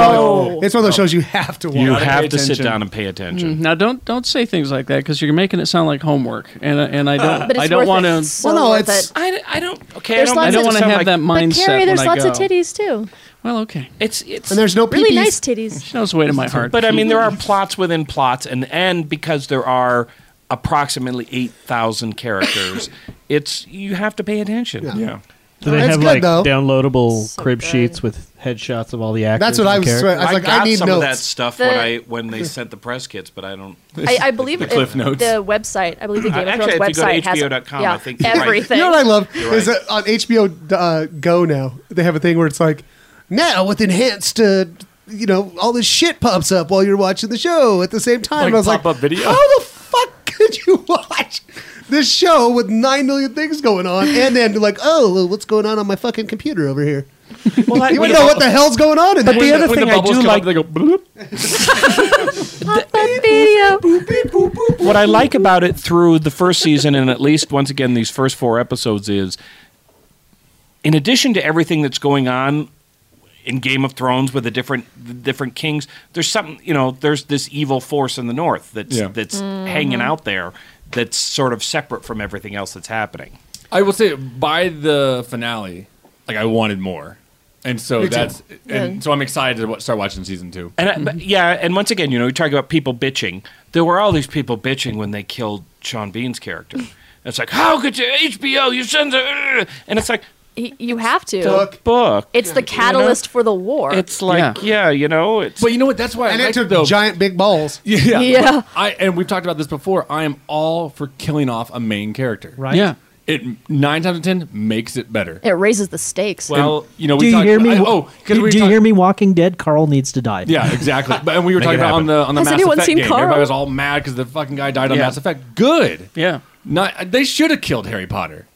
Speaker 4: to- it's one of those shows you have to watch.
Speaker 8: You have to sit down and pay attention.
Speaker 2: Mm, Now don't don't say things like that because you're making it sound like homework, and and I don't
Speaker 10: But it's
Speaker 2: I don't
Speaker 10: worth
Speaker 2: want
Speaker 10: it.
Speaker 2: to.
Speaker 10: It's so Well, no, worth it's- it.
Speaker 8: Oh, I, I don't. Okay,
Speaker 10: There's
Speaker 8: I don't,
Speaker 10: lots
Speaker 8: I don't
Speaker 10: of-
Speaker 8: want to
Speaker 2: But
Speaker 8: have that
Speaker 10: But
Speaker 8: mindset.
Speaker 10: Carrie,
Speaker 8: when
Speaker 10: there's
Speaker 8: I
Speaker 10: lots
Speaker 8: go.
Speaker 10: of titties too.
Speaker 2: Well, okay.
Speaker 8: It's it's
Speaker 4: And there's no
Speaker 10: really
Speaker 4: peepees.
Speaker 10: nice titties.
Speaker 2: She knows the way to my heart.
Speaker 8: But I
Speaker 10: [laughs]
Speaker 8: mean, there are plots within plots, and and because there are approximately eight thousand
Speaker 10: [coughs]
Speaker 8: characters, it's you have to pay attention.
Speaker 4: Yeah.
Speaker 12: Do they
Speaker 4: It's
Speaker 12: have
Speaker 4: good,
Speaker 12: like
Speaker 4: though.
Speaker 12: downloadable crib sheets with headshots of all the actors?
Speaker 4: That's what
Speaker 12: and
Speaker 4: I was
Speaker 12: characters?
Speaker 4: trying- I was like, I
Speaker 8: got
Speaker 4: need
Speaker 8: some
Speaker 4: notes.
Speaker 8: of that stuff
Speaker 10: The-
Speaker 8: when I when
Speaker 10: [laughs]
Speaker 8: they sent the press kits, but I don't.
Speaker 10: I,
Speaker 4: [laughs]
Speaker 10: I believe it- uh, the website. I believe the
Speaker 8: Uh,
Speaker 10: Game of
Speaker 8: actually,
Speaker 10: Thrones
Speaker 8: if you go to
Speaker 10: website has
Speaker 8: HBO.com,
Speaker 10: yeah,
Speaker 8: I think you're right.
Speaker 10: everything.
Speaker 4: You know what I love
Speaker 8: You're
Speaker 4: is
Speaker 8: right.
Speaker 4: that on HBO uh, Go now they have a thing where it's like now with enhanced. Uh, you know, all this shit pops up while you're watching the show at the same time.
Speaker 9: Like
Speaker 4: And I was like, "Oh,
Speaker 9: pop-up video?
Speaker 4: how the fuck could you [laughs] watch this show with nine million things going on, and then be like, oh, well, what's going on on my fucking computer over here?
Speaker 8: Well, I-
Speaker 4: you
Speaker 8: when
Speaker 4: wouldn't
Speaker 8: the
Speaker 4: know what
Speaker 8: bu-
Speaker 4: the hell's going on. In
Speaker 8: But
Speaker 4: there.
Speaker 8: the other When the thing I bubbles do come up, like-
Speaker 9: they go bloop.
Speaker 8: [laughs] what I like about it through the first season and at least once again these first four episodes is in addition to everything that's going on in Game of Thrones with the different the different kings, there's something you know, there's this evil force in the north that's
Speaker 9: Yeah.
Speaker 8: that's hanging out there that's sort of separate from everything else that's happening.
Speaker 9: [laughs] I will say by the finale, like I wanted more, and so
Speaker 8: Me too.
Speaker 9: that's and
Speaker 8: Yeah.
Speaker 9: so I'm excited to wa- start watching season two.
Speaker 8: And I, but yeah, and once again, you know, we talk about people bitching. There were all these people bitching when they killed Sean Bean's character. It's like, how could you HBO, you sons of, and it's like
Speaker 10: Y- You have to.
Speaker 8: the book.
Speaker 10: It's the catalyst for the war.
Speaker 8: It's like yeah, you know. It's
Speaker 9: but you know what? That's why
Speaker 4: And it
Speaker 9: I like
Speaker 4: took
Speaker 9: though.
Speaker 4: giant big
Speaker 8: [laughs]
Speaker 4: balls.
Speaker 9: yeah,
Speaker 10: Yeah.
Speaker 9: I and we've talked about this before. I am all for killing off a main character.
Speaker 10: Right. Yeah.
Speaker 9: It nine times out of ten makes it better.
Speaker 10: it raises the stakes.
Speaker 9: Well, you know,
Speaker 11: do
Speaker 9: we
Speaker 11: you
Speaker 9: talked-
Speaker 11: hear me?
Speaker 9: I- oh, 'cause
Speaker 11: do,
Speaker 9: we
Speaker 11: do you
Speaker 9: talk-
Speaker 11: hear me? Walking Dead. Carl needs to die.
Speaker 9: Yeah, exactly. But and we were
Speaker 11: Make
Speaker 9: talking
Speaker 11: it
Speaker 9: about on
Speaker 11: happen.
Speaker 9: the on the
Speaker 11: Has
Speaker 9: Mass
Speaker 11: anyone
Speaker 9: Effect
Speaker 11: seen
Speaker 9: game.
Speaker 11: Carl?
Speaker 9: Everybody was all mad because the fucking guy died on
Speaker 8: Yeah.
Speaker 9: Mass Effect. Good.
Speaker 8: Yeah.
Speaker 9: Not they should have killed Harry Potter.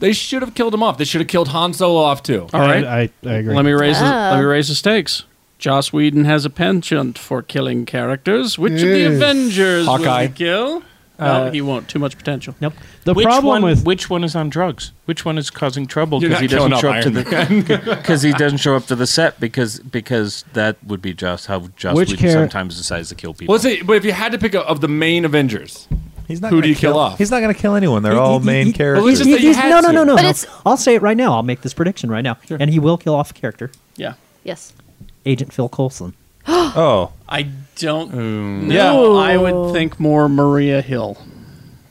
Speaker 9: They should have killed him off. They should have killed Han Solo off too.
Speaker 2: All right, Let me raise the, let me raise the stakes. Joss Whedon has a penchant for killing characters. Which of the
Speaker 12: Yes.
Speaker 2: Avengers
Speaker 12: Hawkeye.
Speaker 2: will he kill?
Speaker 12: Uh,
Speaker 2: no, he won't. Too much potential.
Speaker 11: Nope.
Speaker 2: The
Speaker 8: which
Speaker 2: problem
Speaker 8: one,
Speaker 2: with-
Speaker 8: which one is on drugs? Which one is causing trouble
Speaker 2: You're
Speaker 8: because
Speaker 2: not
Speaker 8: he doesn't
Speaker 2: killing
Speaker 8: show
Speaker 2: off
Speaker 8: up to
Speaker 2: Iron [laughs]
Speaker 9: [laughs]
Speaker 8: the [laughs] because he doesn't show up to the set because because that would be just how Joss
Speaker 9: Which
Speaker 8: Whedon
Speaker 9: char-
Speaker 8: sometimes decides to kill people.
Speaker 9: Well, say, but if you had to pick a, of the main Avengers,
Speaker 13: he's not
Speaker 9: who
Speaker 13: gonna
Speaker 9: do you kill,
Speaker 13: kill- [gasps]
Speaker 9: off?
Speaker 13: He's not going to kill anyone. They're
Speaker 11: He-
Speaker 13: all
Speaker 11: he-
Speaker 13: main
Speaker 11: he-
Speaker 13: characters.
Speaker 11: he- he's- no, no, no, no, no. I'll say it right now. I'll make this prediction right now, and he will kill off a character.
Speaker 2: Yeah.
Speaker 10: Yes.
Speaker 11: Agent Phil [gasps] Coulson.
Speaker 13: oh,
Speaker 2: I don't
Speaker 11: Yeah.
Speaker 2: know. I would think more Maria Hill.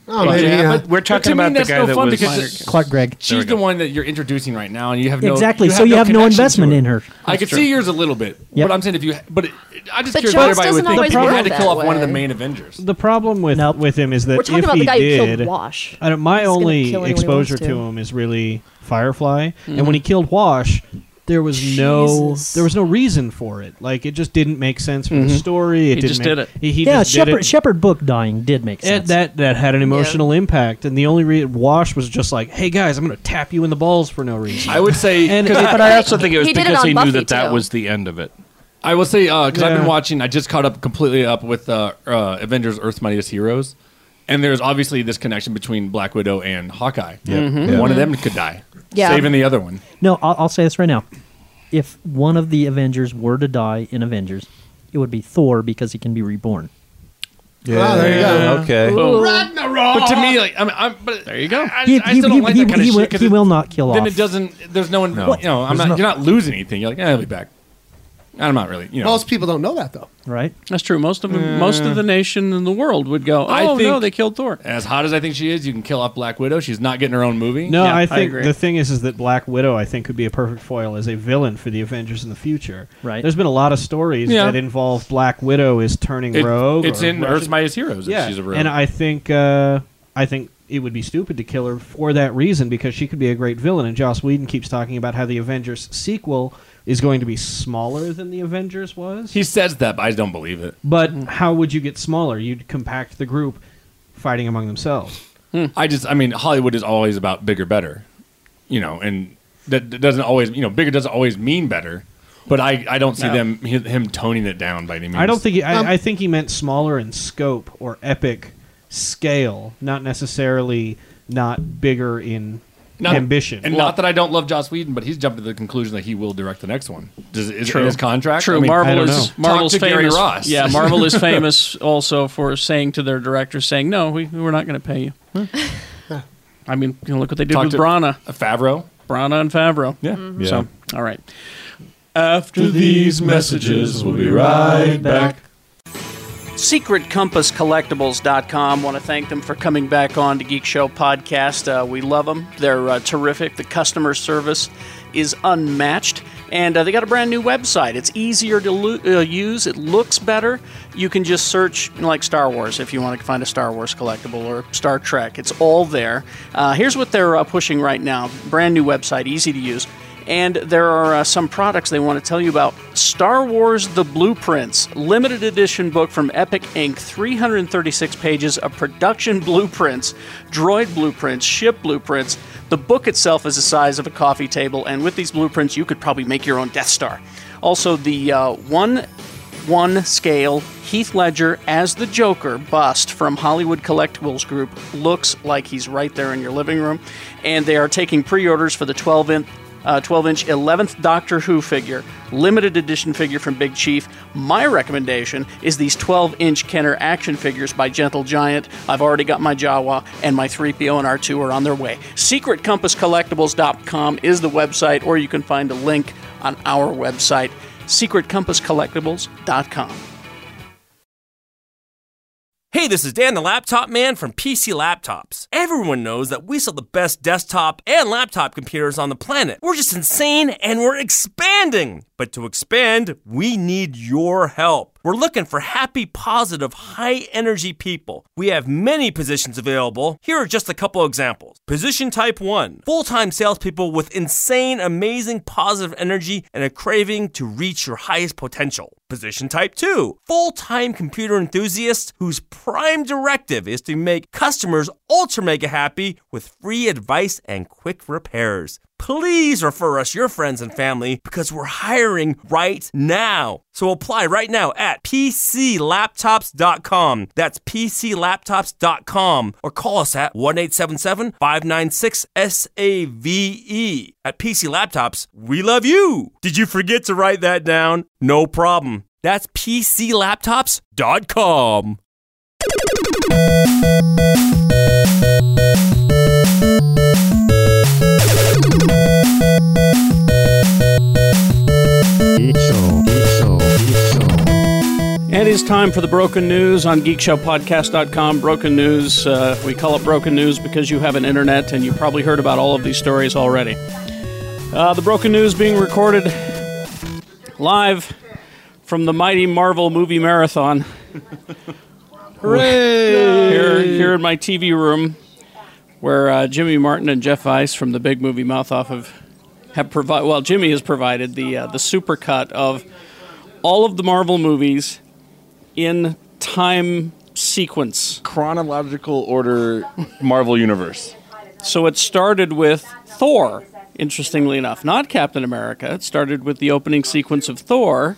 Speaker 9: Oh,
Speaker 2: But-
Speaker 9: maybe, yeah.
Speaker 2: but
Speaker 9: But to me, that's no fun because it's-
Speaker 11: Clark Gregg. There
Speaker 9: She's
Speaker 11: we
Speaker 9: the one that you're introducing right now, and you have no
Speaker 11: exactly. so
Speaker 9: have
Speaker 11: you have no
Speaker 9: connection to
Speaker 11: investment in her.
Speaker 9: I could see yours a little bit,
Speaker 11: Yep.
Speaker 9: but I'm saying if you, but it, I just
Speaker 10: But
Speaker 9: curious
Speaker 10: Joss
Speaker 9: what everybody would
Speaker 10: doesn't
Speaker 9: think if you
Speaker 10: always
Speaker 9: had to
Speaker 10: work
Speaker 9: kill
Speaker 10: that
Speaker 9: off one of the
Speaker 10: way.
Speaker 9: main Avengers.
Speaker 12: The problem with with him is that
Speaker 10: We're talking
Speaker 12: if
Speaker 10: about
Speaker 12: he
Speaker 10: the guy who killed
Speaker 12: did,
Speaker 10: Wash.
Speaker 12: I don't, my
Speaker 10: He's gonna
Speaker 12: only
Speaker 10: kill anyone he
Speaker 12: exposure
Speaker 10: wants
Speaker 12: to
Speaker 10: to. Mm-hmm.
Speaker 12: him is really Firefly, and when he killed Wash, there was no
Speaker 11: Jesus.
Speaker 12: there was no reason for it. Like it just didn't make sense
Speaker 9: Mm-hmm.
Speaker 12: for
Speaker 10: Mm-hmm.
Speaker 12: the
Speaker 11: Mhm.
Speaker 12: story. It
Speaker 11: He
Speaker 12: didn't
Speaker 11: just
Speaker 12: make-
Speaker 11: did it.
Speaker 12: He, he
Speaker 11: yeah,
Speaker 12: just did
Speaker 11: Shepherd
Speaker 12: it.
Speaker 11: Shepherd Book dying did make sense.
Speaker 12: It, that that had an emotional impact, and the only re- Wash was just like, "Hey guys, I'm going to tap you in the balls for no reason."
Speaker 9: I would say,
Speaker 12: and
Speaker 8: but I also think it was
Speaker 12: He did it
Speaker 8: because
Speaker 12: on
Speaker 8: he
Speaker 12: Buffy,
Speaker 8: knew that that
Speaker 12: too.
Speaker 8: was the end of it.
Speaker 9: I will say because I've
Speaker 8: Yeah.
Speaker 9: been watching. I just caught up completely up with uh, uh, Avengers: Earth's Mightiest Heroes, and there's obviously this connection between Black Widow and Hawkeye.
Speaker 11: Yep. Mhm. Yeah.
Speaker 9: One of them could die,
Speaker 11: Yeah.
Speaker 9: saving the other one.
Speaker 11: No, I'll, I'll say this right now. If one of the Avengers were to die in Avengers, it would be Thor because he can be reborn.
Speaker 6: Ah,
Speaker 9: Yeah. there you go.
Speaker 13: Okay.
Speaker 9: Boom.
Speaker 7: Ragnarok.
Speaker 9: But to me, like, I'm, I'm but there you go. I,
Speaker 11: He-
Speaker 9: I
Speaker 11: he-
Speaker 9: still don't
Speaker 11: he-
Speaker 9: like
Speaker 11: he-
Speaker 9: that kind
Speaker 11: he
Speaker 9: of
Speaker 11: will-
Speaker 9: shit. 'cause
Speaker 11: he
Speaker 9: it-
Speaker 11: will not kill
Speaker 9: Then
Speaker 11: off.
Speaker 9: it doesn't. There's no.
Speaker 13: No.
Speaker 9: You know, I'm
Speaker 13: There's
Speaker 9: not,
Speaker 13: no-
Speaker 9: You're not losing anything. You're like, eh, I'll be back. I'm not really. You know,
Speaker 4: Most people don't know that though.
Speaker 11: right?
Speaker 2: That's true. Most of them, most of the nation in the world would go. Oh
Speaker 9: I
Speaker 2: no,
Speaker 9: think-
Speaker 2: they killed Thor.
Speaker 9: As hot as I think she is, you can kill off Black Widow. She's not getting her own movie.
Speaker 12: No, I think the thing is, is that Black Widow, I think, could be a perfect foil as a villain for the Avengers in the future.
Speaker 11: Right.
Speaker 12: There's been a lot of stories
Speaker 9: Yeah.
Speaker 12: that involve Black Widow is turning
Speaker 9: It-
Speaker 12: rogue.
Speaker 9: it's
Speaker 12: or
Speaker 9: in
Speaker 12: Russian-
Speaker 9: Earth's Mightiest Heroes that
Speaker 12: Yeah.
Speaker 9: she's a rogue.
Speaker 12: And I think, uh, I think it would be stupid to kill her for that reason because she could be a great villain. And Joss Whedon keeps talking about how the Avengers sequel is going to be smaller than the Avengers was.
Speaker 9: He says that, but I don't believe it.
Speaker 12: But how would you get smaller? You'd compact the group fighting among themselves.
Speaker 9: Hmm. I just, I mean, Hollywood is always about bigger, better, you know, and that, that doesn't always, you know, bigger doesn't always mean better. But I, I don't see
Speaker 12: No.
Speaker 9: them hi- him toning it down by any means.
Speaker 12: I don't think he,
Speaker 2: Um,
Speaker 9: Um,
Speaker 12: I, I think he meant smaller in scope or epic scale, not necessarily not bigger in
Speaker 9: Not-
Speaker 12: ambition.
Speaker 9: And not that I don't love Joss Whedon, but he's jumped to the conclusion that he will direct the next one. Does, is it
Speaker 2: True.
Speaker 9: in his contract?
Speaker 2: True.
Speaker 9: I mean,
Speaker 2: Marvel
Speaker 9: talk
Speaker 2: is
Speaker 9: to
Speaker 2: Marvel's
Speaker 9: Gary
Speaker 2: famous.
Speaker 9: Ross.
Speaker 2: Yeah, Marvel
Speaker 9: [laughs]
Speaker 2: is famous also for saying to their directors, saying, "No, we, we're not going to pay you."
Speaker 9: Hmm.
Speaker 2: [laughs] I mean, you know, look what they did
Speaker 9: Talk
Speaker 2: with
Speaker 9: to
Speaker 2: Brana,
Speaker 9: Favreau,
Speaker 2: Brana and Favreau.
Speaker 9: Yeah.
Speaker 7: Mhm.
Speaker 2: So, all right. Uh,
Speaker 7: After these messages, we'll be right back.
Speaker 2: SecretCompassCollectibles.com. Want to thank them for coming back on to Geek Show Podcast. Uh, we love them. They're uh, terrific. The customer service is unmatched. And uh, they got a brand new website. It's easier to lo- uh, use, it looks better. You can just search you know, like Star Wars if you want to find a Star Wars collectible or Star Trek. It's all there. Uh, here's what they're uh, pushing right now brand new website, easy to use. And there are uh, some products they want to tell you about. Star Wars The Blueprints, limited edition book from Epic Inc., 336 pages of production blueprints, droid blueprints, ship blueprints. The book itself is the size of a coffee table, and with these blueprints, you could probably make your own Death Star. Also, the uh, one one scale Heath Ledger as the Joker bust from Hollywood Collectibles Group looks like he's right there in your living room. And they are taking pre orders for the 12 inch. Uh, 12 inch 11th Doctor Who figure, limited edition figure from Big Chief. My recommendation is these 12 inch Kenner action figures by Gentle Giant. I've already got my Jawa, and my 3PO and R2 are on their way. SecretCompassCollectibles.com is the website, or you can find a link on our website secretcompasscollectibles.com.
Speaker 14: Hey, this is Dan the Laptop Man from PC Laptops. Everyone knows that we sell the best desktop and laptop computers on the planet. We're just insane and we're expanding. But to expand, we need your help. We're looking for happy, positive, high energy people. We have many positions available. Here are just a couple examples. Position type 1 full time salespeople with insane, amazing, positive energy and a craving to reach your highest potential. Position type 2 full time computer enthusiasts whose prime directive is to make customers ultra mega happy with free advice and quick repairs. Please refer us your friends and family because we're hiring right now. So apply right now at pclaptops.com. That's pclaptops.com or call us at 1 877 596 SAVE. E. At PC Laptops, we love you. Did you forget to write that down? No problem. That's pclaptops.com.
Speaker 2: It is time for the broken news on geekshowpodcast.com. Broken news, uh, we call it broken news because you have an internet and you probably heard about all of these stories already. Uh, the broken news being recorded live from the mighty Marvel movie marathon.
Speaker 7: Hooray!
Speaker 2: Here, here in my TV room, where uh, Jimmy Martin and Jeff Ice from the Big Movie Mouth Off have, have provided. Well, Jimmy has provided the uh, the supercut of all of the Marvel movies in time sequence,
Speaker 9: chronological order, Marvel Universe.
Speaker 2: So it started with Thor. Interestingly enough, not Captain America. It started with the opening sequence of Thor.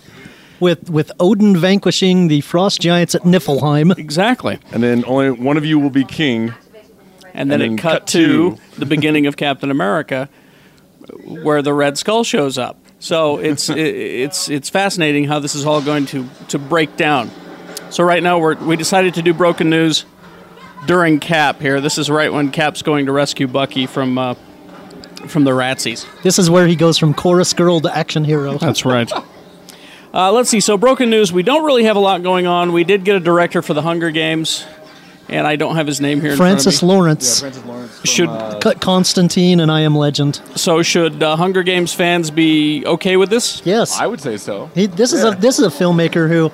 Speaker 6: With with Odin vanquishing the frost giants at Niflheim.
Speaker 2: Exactly.
Speaker 9: And then only one of you will be king.
Speaker 2: and then, it cut, to the beginning of Captain America, where the Red Skull shows up. So it's [laughs] i it's it's fascinating how this is all going to to break down. So right now we're we decided to do broken news during Cap here. This is right when Cap's going to rescue Bucky from uh, from the Ratsies.
Speaker 6: This is where he goes from chorus girl to action hero.
Speaker 2: right. Uh, let's see. So, broken news. We don't really have a lot going on. We did get a director for the Hunger Games, and I don't have his name here. in front
Speaker 6: [laughs]
Speaker 2: of
Speaker 6: Francis
Speaker 2: me.
Speaker 6: Lawrence.
Speaker 2: Should
Speaker 6: Cut Constantine and I Am Legend.
Speaker 2: So should uh, Hunger Games fans be okay with this?
Speaker 6: Yes, I
Speaker 9: would say so.
Speaker 6: He, this is a this is a filmmaker who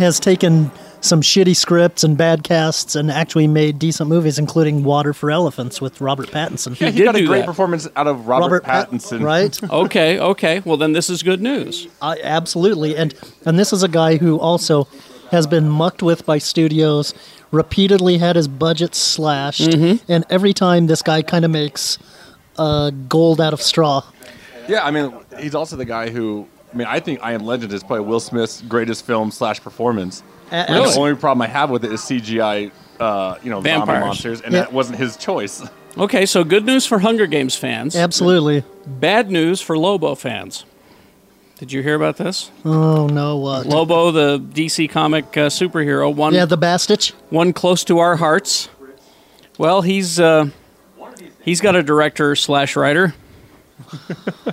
Speaker 6: has taken some shitty scripts and bad casts and actually made decent movies, including Water for Elephants with Robert Pattinson.
Speaker 2: He Yeah, he did got a do great that.
Speaker 9: performance out of
Speaker 6: Robert Pattinson. right?
Speaker 2: [laughs] okay, okay. Well, then this is good news.
Speaker 6: I, absolutely, and and this is a guy who also has been mucked with by studios, repeatedly had his budget slashed,
Speaker 2: Mm-hmm.
Speaker 6: and every time this guy kind of makes uh, gold out of straw.
Speaker 9: Yeah, I mean, he's also the guy who. I mean, I think I Am Legend is probably Will Smith's greatest film slash performance.
Speaker 6: A-
Speaker 9: And
Speaker 6: Really?
Speaker 9: The only problem I have with it is CGI, uh, you know,
Speaker 2: Vampires.
Speaker 9: zombie monsters, and
Speaker 2: Yeah.
Speaker 9: that wasn't his choice.
Speaker 2: Okay, so good news for Hunger Games fans.
Speaker 6: Absolutely.
Speaker 2: Bad news for Lobo fans. Did you hear about this?
Speaker 6: Oh no, what?
Speaker 2: Lobo, the DC comic uh, superhero, one
Speaker 6: yeah, the Bastich.
Speaker 2: one close to our hearts. Well, he's uh, he's got a director
Speaker 6: [laughs]
Speaker 2: slash writer.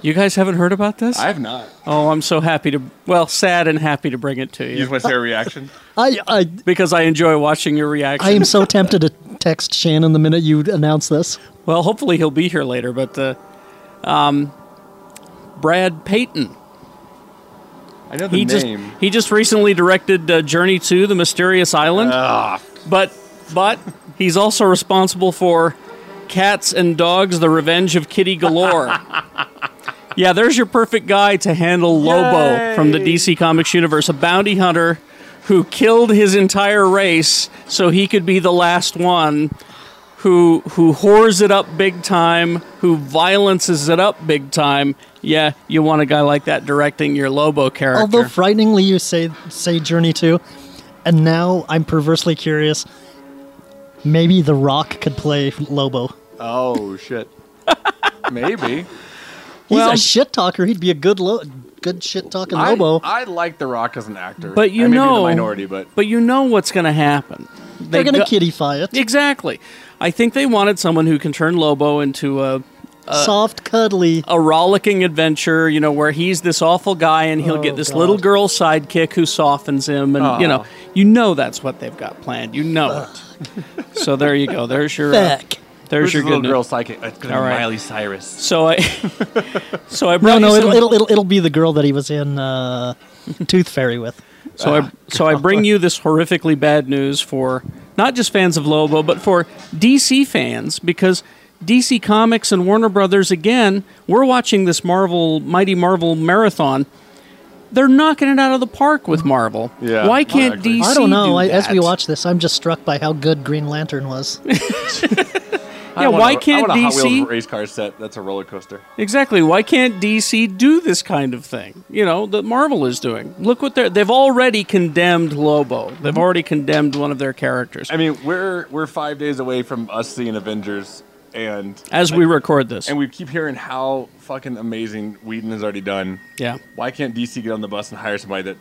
Speaker 2: you guys haven't heard about this?
Speaker 9: I have not.
Speaker 2: Oh, I'm so happy to well, sad and happy to bring it to you.
Speaker 9: You just want to see
Speaker 2: [laughs]
Speaker 9: a reaction?
Speaker 6: I, I
Speaker 2: because I enjoy watching your reaction.
Speaker 6: I am so tempted to text Shannon the minute you announce this.
Speaker 2: Well, hopefully he'll be here later, but uh, um, Brad Payton.
Speaker 9: I know the
Speaker 2: he
Speaker 9: name.
Speaker 2: Just, he just recently directed uh, Journey to the Mysterious Island, but but he's also responsible for Cats and Dogs: The Revenge of Kitty
Speaker 9: [laughs]
Speaker 2: Galore. yeah, there's your perfect guy to handle Lobo from the DC Comics universe, a bounty hunter who killed his entire race so he could be the last one who who whores it up big time, who violences it up big time. Yeah, you want a guy like that directing your Lobo character.
Speaker 6: Although frighteningly, you say say Journey to, and now I'm perversely curious. Maybe The Rock could play Lobo.
Speaker 9: Oh shit. Maybe.
Speaker 6: He's
Speaker 9: Well-
Speaker 6: a shit talker. He'd be a good lo- good shit talking
Speaker 9: I,
Speaker 6: Lobo.
Speaker 9: I like The Rock as an actor.
Speaker 2: But you
Speaker 9: I may be
Speaker 2: know,
Speaker 9: the minority, but
Speaker 2: you know what's going to happen.
Speaker 6: They're gonna kittyfy it.
Speaker 2: Exactly. I think they wanted someone who can turn Lobo into a, a
Speaker 6: Soft, cuddly,
Speaker 2: a rollicking adventure. You know, where he's this awful guy and he'll
Speaker 6: Oh,
Speaker 2: get this little girl sidekick who softens him, and you know,
Speaker 6: Aw.
Speaker 2: you know that's what they've got planned. You know it. so there you go. There's your uh,
Speaker 6: Fuck.
Speaker 2: there's
Speaker 9: Who's
Speaker 2: your
Speaker 9: the
Speaker 2: good
Speaker 9: little
Speaker 2: news.
Speaker 9: girl sidekick? It's gonna be
Speaker 2: All right.
Speaker 9: Miley Cyrus.
Speaker 2: So I, [laughs] so I
Speaker 6: No,
Speaker 2: brought
Speaker 6: no,
Speaker 2: you
Speaker 6: it'll,
Speaker 2: some-
Speaker 6: it'll, it'll it'll be the girl that he was in
Speaker 9: [laughs]
Speaker 6: uh, Tooth Fairy with.
Speaker 2: So I so I bring you this horrifically bad news for not just fans of Lobo, but for DC fans because DC Comics and Warner Brothers again, we're watching this Marvel Mighty Marvel marathon. They're knocking it out of the park
Speaker 6: Mm-hmm.
Speaker 2: with Marvel. Why can't DC?
Speaker 6: I don't know.
Speaker 2: do
Speaker 6: I, as we
Speaker 2: that?
Speaker 6: watch this, I'm just struck by how good Green Lantern was.
Speaker 2: yeah,
Speaker 9: want
Speaker 2: why
Speaker 9: a-
Speaker 2: can't
Speaker 9: I want a Hot
Speaker 2: DC?
Speaker 9: Wheels race car set. That's a roller coaster.
Speaker 2: Exactly. Why can't DC do this kind of thing? You know that Marvel is doing. Look what they're they've already condemned Lobo.
Speaker 6: Mm-hmm.
Speaker 2: They've already condemned one of their characters.
Speaker 9: I mean, we're we're five days away from us seeing Avengers, and
Speaker 2: As we record this.
Speaker 9: and we keep hearing how fucking amazing Whedon has already done.
Speaker 2: Yeah.
Speaker 9: Why can't DC get on the bus and hire somebody that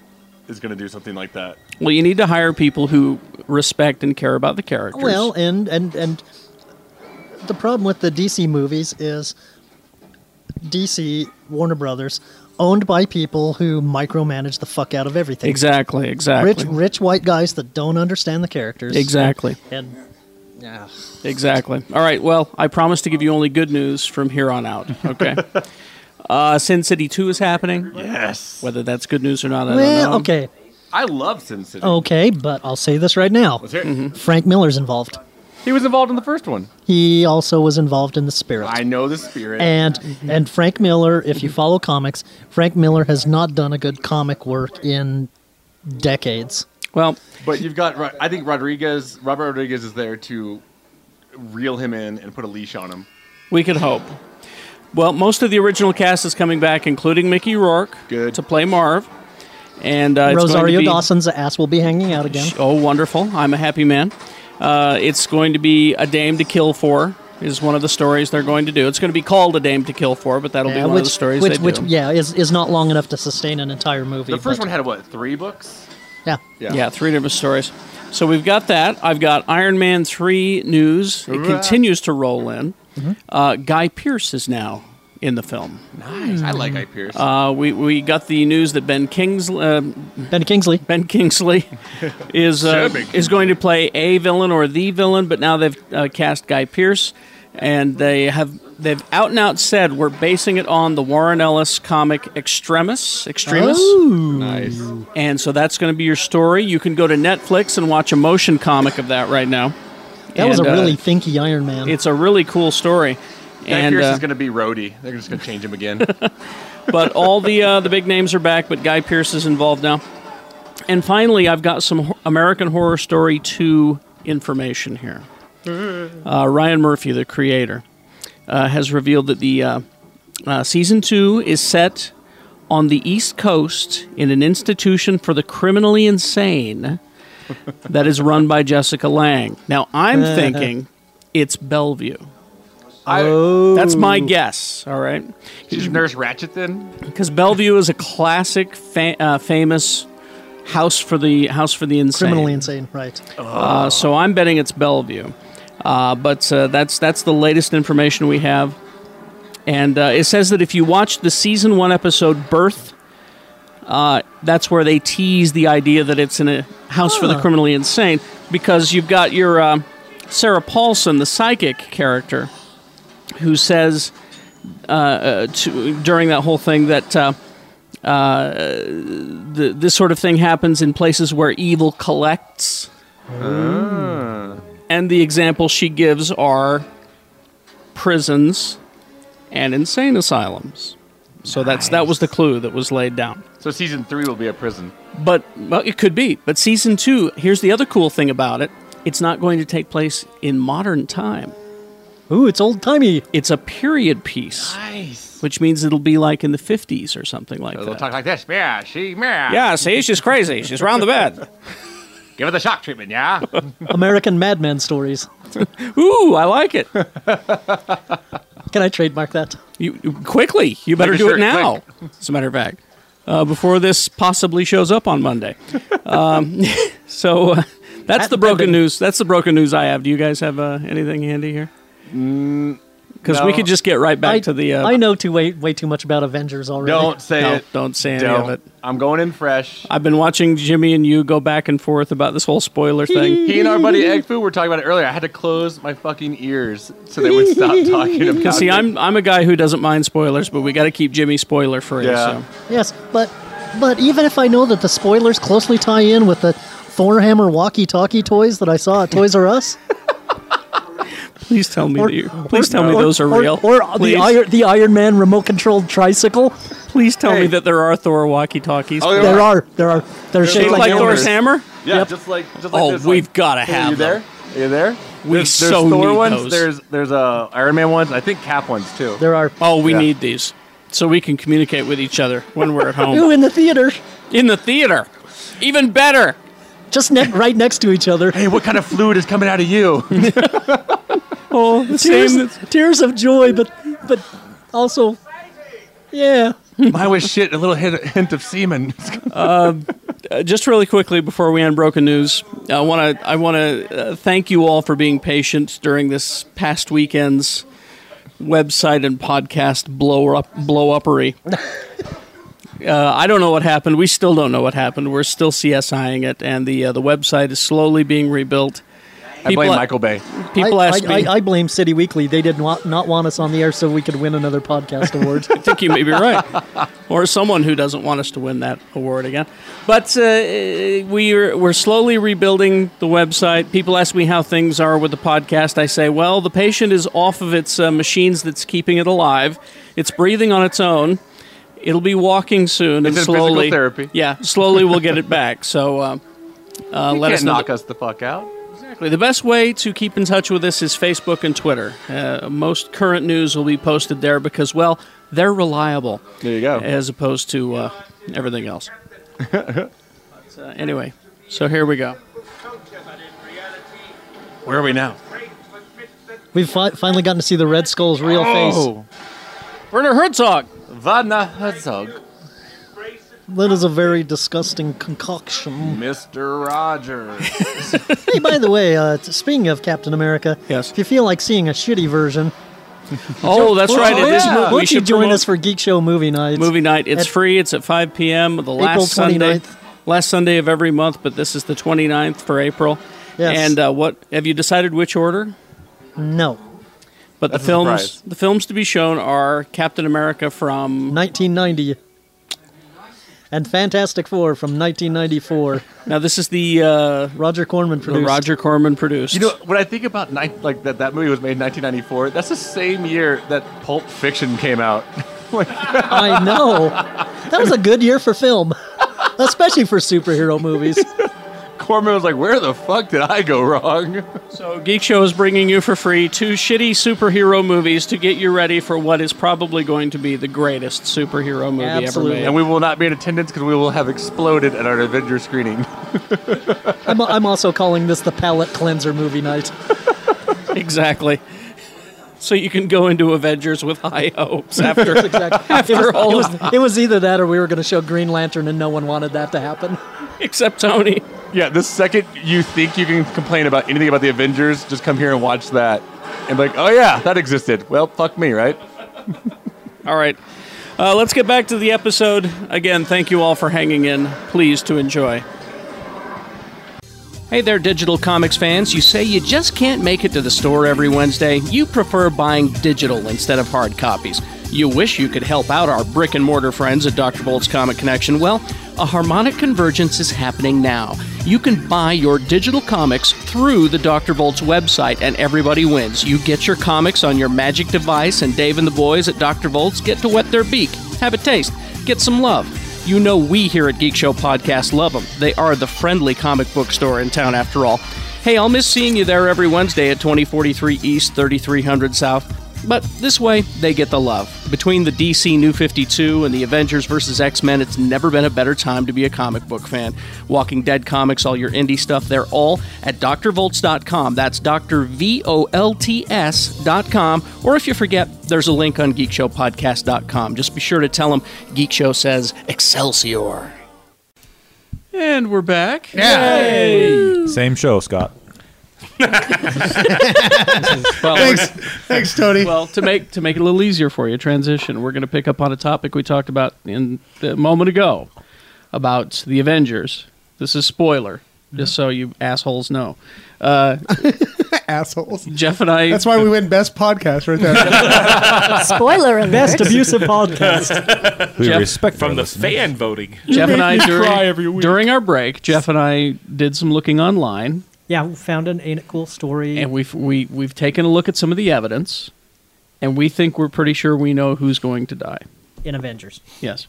Speaker 9: is going to do something like that?
Speaker 2: Well, you need to hire people who respect and care about the characters.
Speaker 6: Well, and and and the problem with the DC movies is DC Warner Brothers owned by people who micromanage the fuck out of everything.
Speaker 2: Exactly,
Speaker 6: Rich
Speaker 2: exactly.
Speaker 6: rich white guys that don't understand the characters.
Speaker 2: Exactly.
Speaker 6: And yeah.
Speaker 2: exactly. All right. Well, I promise to give you only good news from here on out.
Speaker 6: [laughs]
Speaker 2: Okay. uh, Sin City Two is happening.
Speaker 9: Yes.
Speaker 2: Whether that's good news or not, I
Speaker 6: Well,
Speaker 2: don't know.
Speaker 6: okay.
Speaker 9: I love Sin City.
Speaker 2: Oh.
Speaker 6: Okay, but I'll say this right now.
Speaker 9: Let's hear it.
Speaker 2: Mm-hmm.
Speaker 9: Mhm.
Speaker 6: Frank Miller's involved.
Speaker 9: He was involved in the first one.
Speaker 6: He also was involved in the spirit.
Speaker 9: I know the spirit.
Speaker 6: and and Frank Miller, if you follow comics, Frank Miller has not done a good comic work in decades.
Speaker 2: Well,
Speaker 9: but you've got. Ro- I think Rodriguez, Robert Rodriguez, is there to reel him in and put a leash on him.
Speaker 2: We could hope. Well, most of the original cast is coming back, including Mickey Rourke to play Marv, and uh, it's going to
Speaker 6: Rosario
Speaker 2: be-
Speaker 6: Dawson's ass will be hanging out again.
Speaker 2: Oh, wonderful! I'm a happy man. Uh, it's going to be a dame to kill for is one of the stories they're going to do. It's going to be called a dame to kill for, but that'll
Speaker 6: Yeah,
Speaker 2: be one
Speaker 6: which,
Speaker 2: of the stories
Speaker 6: which,
Speaker 2: they
Speaker 6: which
Speaker 2: do.
Speaker 6: yeah, is, is not long enough to sustain an entire movie.
Speaker 9: The first
Speaker 6: but-
Speaker 9: one had what? Three books.
Speaker 6: yeah,
Speaker 2: Yeah. three different stories. So we've got that. I've got Iron Man 3 news. It
Speaker 9: Hurrah.
Speaker 2: continues to roll in. Uh, Guy Pierce is now in the film.
Speaker 9: Nice. I like Guy Pearce.
Speaker 2: Uh, we, we got the news that Ben Kingsley, uh,
Speaker 6: Ben Kingsley,
Speaker 2: Ben
Speaker 9: [laughs]
Speaker 2: Kingsley, is uh,
Speaker 9: Sure, Ben
Speaker 2: is going to play a villain or the villain, but now they've uh, cast Guy Pierce, and they have they've out and out said we're basing it on the Warren Ellis comic Extremis, Extremis,
Speaker 6: Oh. Nice.
Speaker 2: And so that's going to be your story. You can go to Netflix and watch a motion comic of that right now.
Speaker 6: That was a
Speaker 2: And, uh,
Speaker 6: really thinky Iron Man.
Speaker 2: It's a really cool story.
Speaker 9: Guy
Speaker 2: and
Speaker 9: Pierce
Speaker 2: uh,
Speaker 9: is going to be Rhodey. They're just going to change him again.
Speaker 2: [laughs]
Speaker 9: [laughs]
Speaker 2: but all the uh, the big names are back, but Guy Pierce is involved now. And finally, I've got some Ho- American Horror Story 2 information here.
Speaker 4: Mm.
Speaker 2: Uh, Ryan Murphy, the creator, uh, has revealed that the uh, uh, season two is set on the East Coast in an institution for the criminally insane that is run by Jessica Lang. Now, I'm thinking it's Bellevue. Oh. That's my
Speaker 9: Oh.
Speaker 2: guess. All right,
Speaker 9: She's Nurse Ratchet then.
Speaker 2: because Bellevue is a classic, fa- uh, famous house for the house for the insane.
Speaker 6: criminally insane, right?
Speaker 2: Uh, so I'm betting it's Bellevue. Uh, but uh, that's that's the latest information we have, and uh, it says that if you watch the season one episode "Birth," uh, that's where they tease the idea that it's in a house for the
Speaker 6: Ah.
Speaker 2: criminally insane because you've got your uh, Sarah Paulson, the psychic character, who says uh, uh, to, during that whole thing that. Uh, uh, the, this sort of thing happens in places where evil collects. And the examples she gives are prisons and insane asylums. So that's that was the clue that was laid down.
Speaker 9: So season three will be a prison.
Speaker 2: But well, it could be. But season two, here's the other cool thing about it: it's not going to take place in modern time.
Speaker 6: Ooh, it's old timey.
Speaker 2: It's a period piece,
Speaker 9: Nice.
Speaker 2: which means it'll be like in the '50s or something like
Speaker 9: They'll
Speaker 2: that.
Speaker 9: talk like this. Yeah, she, yeah.
Speaker 2: Yeah, see, she's crazy. She's round the bed.
Speaker 9: Give her the shock treatment, [laughs] yeah.
Speaker 6: [laughs] American madman stories.
Speaker 2: [laughs] Ooh, I like it.
Speaker 6: Can I trademark that?
Speaker 2: You you- quickly. You better
Speaker 6: Make
Speaker 2: do
Speaker 6: it
Speaker 2: it
Speaker 6: sure,
Speaker 2: now. As a matter of fact, uh, before this possibly shows up on Monday. Um, [laughs] so uh, that's the broken news. That's the broken news I have. Do you guys have uh, anything handy here?
Speaker 9: Mm,
Speaker 2: Because we
Speaker 6: no.
Speaker 2: could just get right back
Speaker 6: I,
Speaker 2: to the. Uh,
Speaker 6: I know too way way too much about Avengers already.
Speaker 2: Don't say No, it. don't say any of
Speaker 9: Don't.
Speaker 2: it.
Speaker 9: I'm going in fresh.
Speaker 2: I've been watching Jimmy and you go back and forth about this whole spoiler thing.
Speaker 9: He and our buddy Egg Foo were talking about it earlier. I had to close my fucking ears so they
Speaker 2: [laughs]
Speaker 9: would [laughs] stop talking about
Speaker 2: Because see,
Speaker 9: it.
Speaker 2: I'm I'm a guy who doesn't mind spoilers, but we got to keep Jimmy spoiler free.
Speaker 9: Yeah.
Speaker 2: So.
Speaker 6: Yes, but but even if I know that the spoilers closely tie in with the Thor hammer walkie-talkie toys that I saw at Toys R Us,
Speaker 2: Please tell me.
Speaker 6: Or-
Speaker 2: that you, please tell me
Speaker 6: or-
Speaker 2: those are
Speaker 6: or-
Speaker 2: real.
Speaker 6: or
Speaker 2: Please.
Speaker 6: the Iron the Iron Man remote-controlled tricycle.
Speaker 2: Please tell me that there are Thor walkie talkies.
Speaker 9: Oh,
Speaker 6: there are there are they're shaped
Speaker 2: shaped like, Thor's hammer.
Speaker 9: Yeah, just like just like
Speaker 2: Oh,
Speaker 9: this,
Speaker 2: we've
Speaker 9: like-
Speaker 2: gotta
Speaker 9: Hey, you
Speaker 2: have
Speaker 9: there.
Speaker 2: them.
Speaker 9: Are you there?
Speaker 2: We
Speaker 9: there's, there's
Speaker 2: so
Speaker 9: Thor
Speaker 2: need
Speaker 9: ones.
Speaker 2: those.
Speaker 9: There's there's uh, Iron Man ones. I think Cap ones too.
Speaker 6: There are.
Speaker 2: Oh, we
Speaker 9: Yeah.
Speaker 2: need these so we can communicate with each other
Speaker 6: [laughs]
Speaker 2: when we're at
Speaker 6: Ooh,
Speaker 2: home
Speaker 6: in the theater,
Speaker 2: in the theater. Even better.
Speaker 6: just [laughs] ne- right next to each other. Hey,
Speaker 9: what kind of fluid is coming out of you?
Speaker 6: [laughs]
Speaker 2: oh, the
Speaker 6: tears,
Speaker 2: same-
Speaker 6: tears of joy, but but also, yeah.
Speaker 9: Mine was shit. A little hint, hint of semen.
Speaker 2: Uh, uh, just really quickly before we end broken news, I want to I want to uh, thank you all for being patient during this past weekend's website and podcast blow up blow
Speaker 6: [laughs]
Speaker 2: uppery. Uh, I don't know what happened. We still don't know what happened. We're still CSIing it, and the uh, the website is slowly being rebuilt.
Speaker 9: I blame Michael Bay.
Speaker 2: People
Speaker 6: I,
Speaker 2: ask
Speaker 6: I,
Speaker 2: me.
Speaker 6: I, I blame City Weekly. They did not not want us on the air so we could win another podcast
Speaker 9: [laughs]
Speaker 6: award.
Speaker 2: I think you may be right, or someone who doesn't want us to win that award again. But uh, we're we're slowly rebuilding the website. People ask me how things are with the podcast. I say, well, the patient is off of its uh, machines that's keeping it alive. It's breathing on its own. It'll be walking soon,
Speaker 9: It's
Speaker 2: and
Speaker 9: in physical
Speaker 2: slowly,
Speaker 9: therapy.
Speaker 2: yeah, slowly we'll get it back. So. Uh, uh,
Speaker 9: you
Speaker 2: let
Speaker 9: can't
Speaker 2: us know.
Speaker 9: knock us the fuck out.
Speaker 2: Exactly. The best way to keep in touch with us is Facebook and Twitter. Uh, most current news will be posted there because, well, they're reliable.
Speaker 9: There you go.
Speaker 2: As opposed to uh, everything else. [laughs] But, uh, anyway, so here we go.
Speaker 9: Where are we now?
Speaker 6: We've fi- finally gotten to see the Red Skull's real
Speaker 9: Oh.
Speaker 6: face.
Speaker 2: Werner Herzog.
Speaker 9: Vanna Herzog.
Speaker 6: That is a very disgusting concoction. [laughs]
Speaker 9: Mr. Rogers.
Speaker 2: [laughs]
Speaker 6: hey, by the way, uh, t- speaking of Captain America,
Speaker 2: yes.
Speaker 6: if you feel like seeing a shitty [laughs] version,
Speaker 2: Oh, that's
Speaker 6: won't-
Speaker 2: right.
Speaker 6: Won't,
Speaker 2: It is
Speaker 6: you-
Speaker 2: movie- we
Speaker 6: won't you
Speaker 2: should
Speaker 6: join
Speaker 2: promote-
Speaker 6: us for Geek Show movie night?
Speaker 2: Movie night. It's
Speaker 6: At-
Speaker 2: free. It's at 5 p.m. The
Speaker 6: April
Speaker 2: last Sunday.
Speaker 6: 29th.
Speaker 2: Last Sunday of every month, but this is the 29th for April.
Speaker 6: Yes.
Speaker 2: And uh, what have you decided which order?
Speaker 6: No,
Speaker 2: But
Speaker 6: That's
Speaker 2: the
Speaker 6: a
Speaker 2: films
Speaker 6: surprise.
Speaker 2: the films to be shown are Captain America from
Speaker 6: 1990. and Fantastic Four from 1994.
Speaker 2: Now this is the uh,
Speaker 6: Roger Corman produced.
Speaker 2: Roger Corman produced.
Speaker 9: You know, when I think about ni- like that, that movie was made in 1994. That's the same year that Pulp Fiction came out.
Speaker 6: [laughs] I know. That was a good year for film, [laughs] especially for superhero
Speaker 2: [laughs]
Speaker 6: movies.
Speaker 9: Corman was like, "Where the fuck did I go wrong?" [laughs]
Speaker 2: So Geek Show is bringing you for free two shitty superhero movies to get you ready for what is probably going to be the greatest superhero movie ever made.
Speaker 9: And we will not be in attendance because we will have exploded at our Avenger screening.
Speaker 6: I'm, I'm also calling this the palate cleanser movie night.
Speaker 2: [laughs] exactly. So you can go into Avengers with high hopes after
Speaker 9: [laughs]
Speaker 6: Exactly.
Speaker 2: after
Speaker 6: it was,
Speaker 2: all
Speaker 6: it
Speaker 2: of
Speaker 6: was, it was either that or we were going to show Green Lantern, and no one wanted that to happen.
Speaker 2: [laughs] Except Tony.
Speaker 9: Yeah, the second you think you can complain about anything about the Avengers, just come here and watch that, and be like, "Oh yeah, that existed." Well, fuck me, right?
Speaker 2: [laughs] All right. Uh, let's get back to the episode. Again, thank you all for hanging in. Please to enjoy. Hey there, digital comics fans. You say you just can't make it to the store every Wednesday. You prefer buying digital instead of hard copies. You wish you could help out our brick and mortar friends at Dr. Bolt's Comic Connection. Well, a harmonic convergence is happening now. You can buy your digital comics through the Dr. Bolt's website, and everybody wins. You get your comics on your magic device, and Dave and the boys at Dr. Bolt's get to wet their beak, have a taste, get some love. You know we here at Geek Show Podcast love them. They are the friendly comic book store in town after all. Hey, I'll miss seeing you there every Wednesday at 2043 East, 3300 South. But this way, they get the love. Between the DC New 52 and the Avengers vs. X Men, it's never been a better time to be a comic book fan. Walking Dead comics, all your indie stuff, they're all at drvolts.com. That's drvolts.com. Or if you forget, there's a link on geekshowpodcast.com. Just be sure to tell them Geek Show says Excelsior. And we're back.
Speaker 13: Same show, Scott.
Speaker 4: Thanks. Thanks, Tony.
Speaker 2: Well, to make to make it a little easier for you, transition. We're going to pick up on a topic we talked about in the moment ago about the Avengers. This is spoiler, just so you assholes know. Uh,
Speaker 4: [laughs] assholes.
Speaker 2: Jeff and I.
Speaker 4: That's why we win best podcast right
Speaker 10: [laughs]
Speaker 4: there.
Speaker 10: Spoiler alert.
Speaker 4: Best abusive
Speaker 2: podcast.
Speaker 13: We
Speaker 2: Jeff-
Speaker 13: respect
Speaker 8: from the
Speaker 13: our listeners.
Speaker 8: fan voting.
Speaker 2: Jeff and I during,
Speaker 8: every week.
Speaker 2: during our break, Jeff and I did some looking online,
Speaker 11: Yeah, we found an ain't it cool story.
Speaker 2: and we've we, we've taken a look at some of the evidence, and we think we're pretty sure we know who's going to die.
Speaker 11: in Avengers.
Speaker 2: Yes.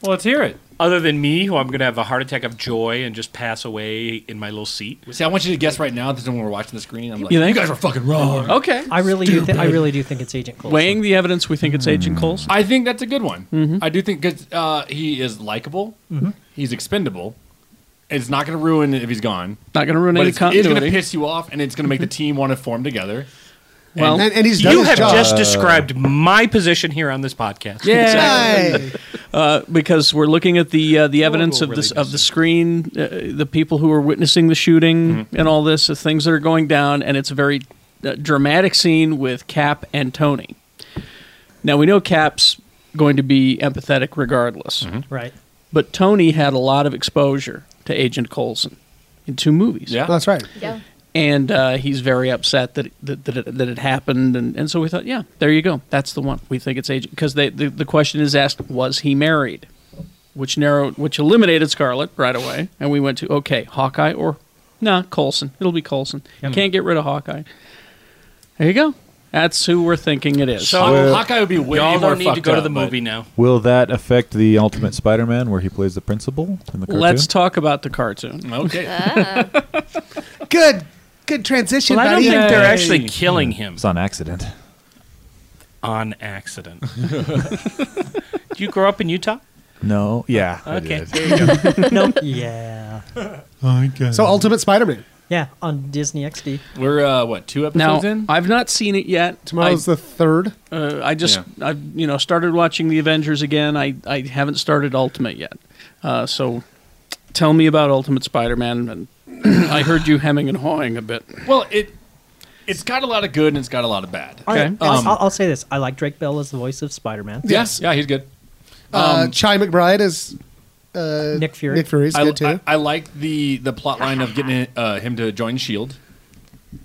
Speaker 8: Well, let's hear it. Other than me, who I'm going to have a heart attack of joy and just pass away in my little seat.
Speaker 9: See, I want you to guess right now. This is when we're watching the screening. I'm like,
Speaker 2: You think?
Speaker 9: guys were fucking wrong."
Speaker 2: Okay.
Speaker 11: I really do. Th- I really do think it's Agent Coulson.
Speaker 2: Weighing the evidence, we think it's Agent Coulson.
Speaker 9: I think that's a good one.
Speaker 2: Mm-hmm.
Speaker 9: I do think because uh, he is likable, he's expendable. It's not going to ruin it if he's gone.
Speaker 2: Not going to ruin
Speaker 9: but
Speaker 2: any
Speaker 9: it's, it's going to
Speaker 2: continuity. Mm-hmm.
Speaker 9: piss you off, and it's going to make the team want to form together.
Speaker 2: Well, And- and he's
Speaker 8: you have just described my position here on this podcast.
Speaker 2: Exactly. uh, because we're looking at the uh, the evidence of this of the screen, uh, the people who are witnessing the shooting
Speaker 8: Mm-hmm.
Speaker 2: and all this, the things that are going down, and it's a very uh, dramatic scene with Cap and Tony. Now we know Cap's going to be empathetic regardless,
Speaker 8: Mm-hmm.
Speaker 11: Right.
Speaker 2: but Tony had a lot of exposure to Agent Coulson in two movies. Yeah,
Speaker 4: that's right.
Speaker 10: Yeah.
Speaker 2: And uh, he's very upset that it, that that it, that it happened, and, and so we thought, yeah, there you go, that's the one. We think it's agent because the the question is asked, was he married? Which narrowed, which eliminated Scarlett right away, and we went to okay, Hawkeye or nah, Colson. It'll be Colson. Can't get rid of Hawkeye. There you go. That's who we're thinking it is.
Speaker 8: So
Speaker 13: Well-
Speaker 8: Hawkeye would be way
Speaker 9: Y'all
Speaker 8: more
Speaker 9: don't need to
Speaker 8: fucked
Speaker 9: go to
Speaker 8: up,
Speaker 9: the
Speaker 8: but-
Speaker 9: movie
Speaker 8: now.
Speaker 13: Will that affect the Ultimate Spider-Man, where he plays the principal in the cartoon?
Speaker 2: Let's talk about the cartoon.
Speaker 9: Okay.
Speaker 4: [laughs] Good. Good transition.
Speaker 8: Well, I don't
Speaker 4: buddy.
Speaker 8: think they're actually killing him
Speaker 13: It's on accident.
Speaker 8: on accident. [laughs] Did you grow up in Utah?
Speaker 13: No. Oh, Yeah. I
Speaker 8: [laughs] Okay.
Speaker 13: did. [laughs]
Speaker 8: There you go.
Speaker 11: Nope. Yeah.
Speaker 4: So Oh, Ultimate Spider-Man.
Speaker 11: Yeah, on Disney XD.
Speaker 9: We're uh, what two
Speaker 2: Now
Speaker 9: episodes in?
Speaker 2: I've not seen it yet.
Speaker 4: Tomorrow's
Speaker 2: I,
Speaker 4: the third.
Speaker 2: Uh, I just I you know started watching the Avengers again. I I haven't started Ultimate yet. Uh, so tell me about Ultimate Spider-Man. [clears throat] And I heard you hemming and hawing a bit.
Speaker 9: Well, it it's got a lot of good and it's got a lot of bad.
Speaker 11: I,
Speaker 9: Um,
Speaker 11: I'll, I'll- I'll say this: I like Drake Bell as the voice of Spider-Man.
Speaker 9: yes, yeah, he's good.
Speaker 4: Uh,
Speaker 9: Um,
Speaker 4: Chai McBride is uh,
Speaker 11: Nick Fury.
Speaker 4: Nick Fury's
Speaker 9: I,
Speaker 4: good too.
Speaker 9: I, I like the the plot line of getting uh, him to join Shield.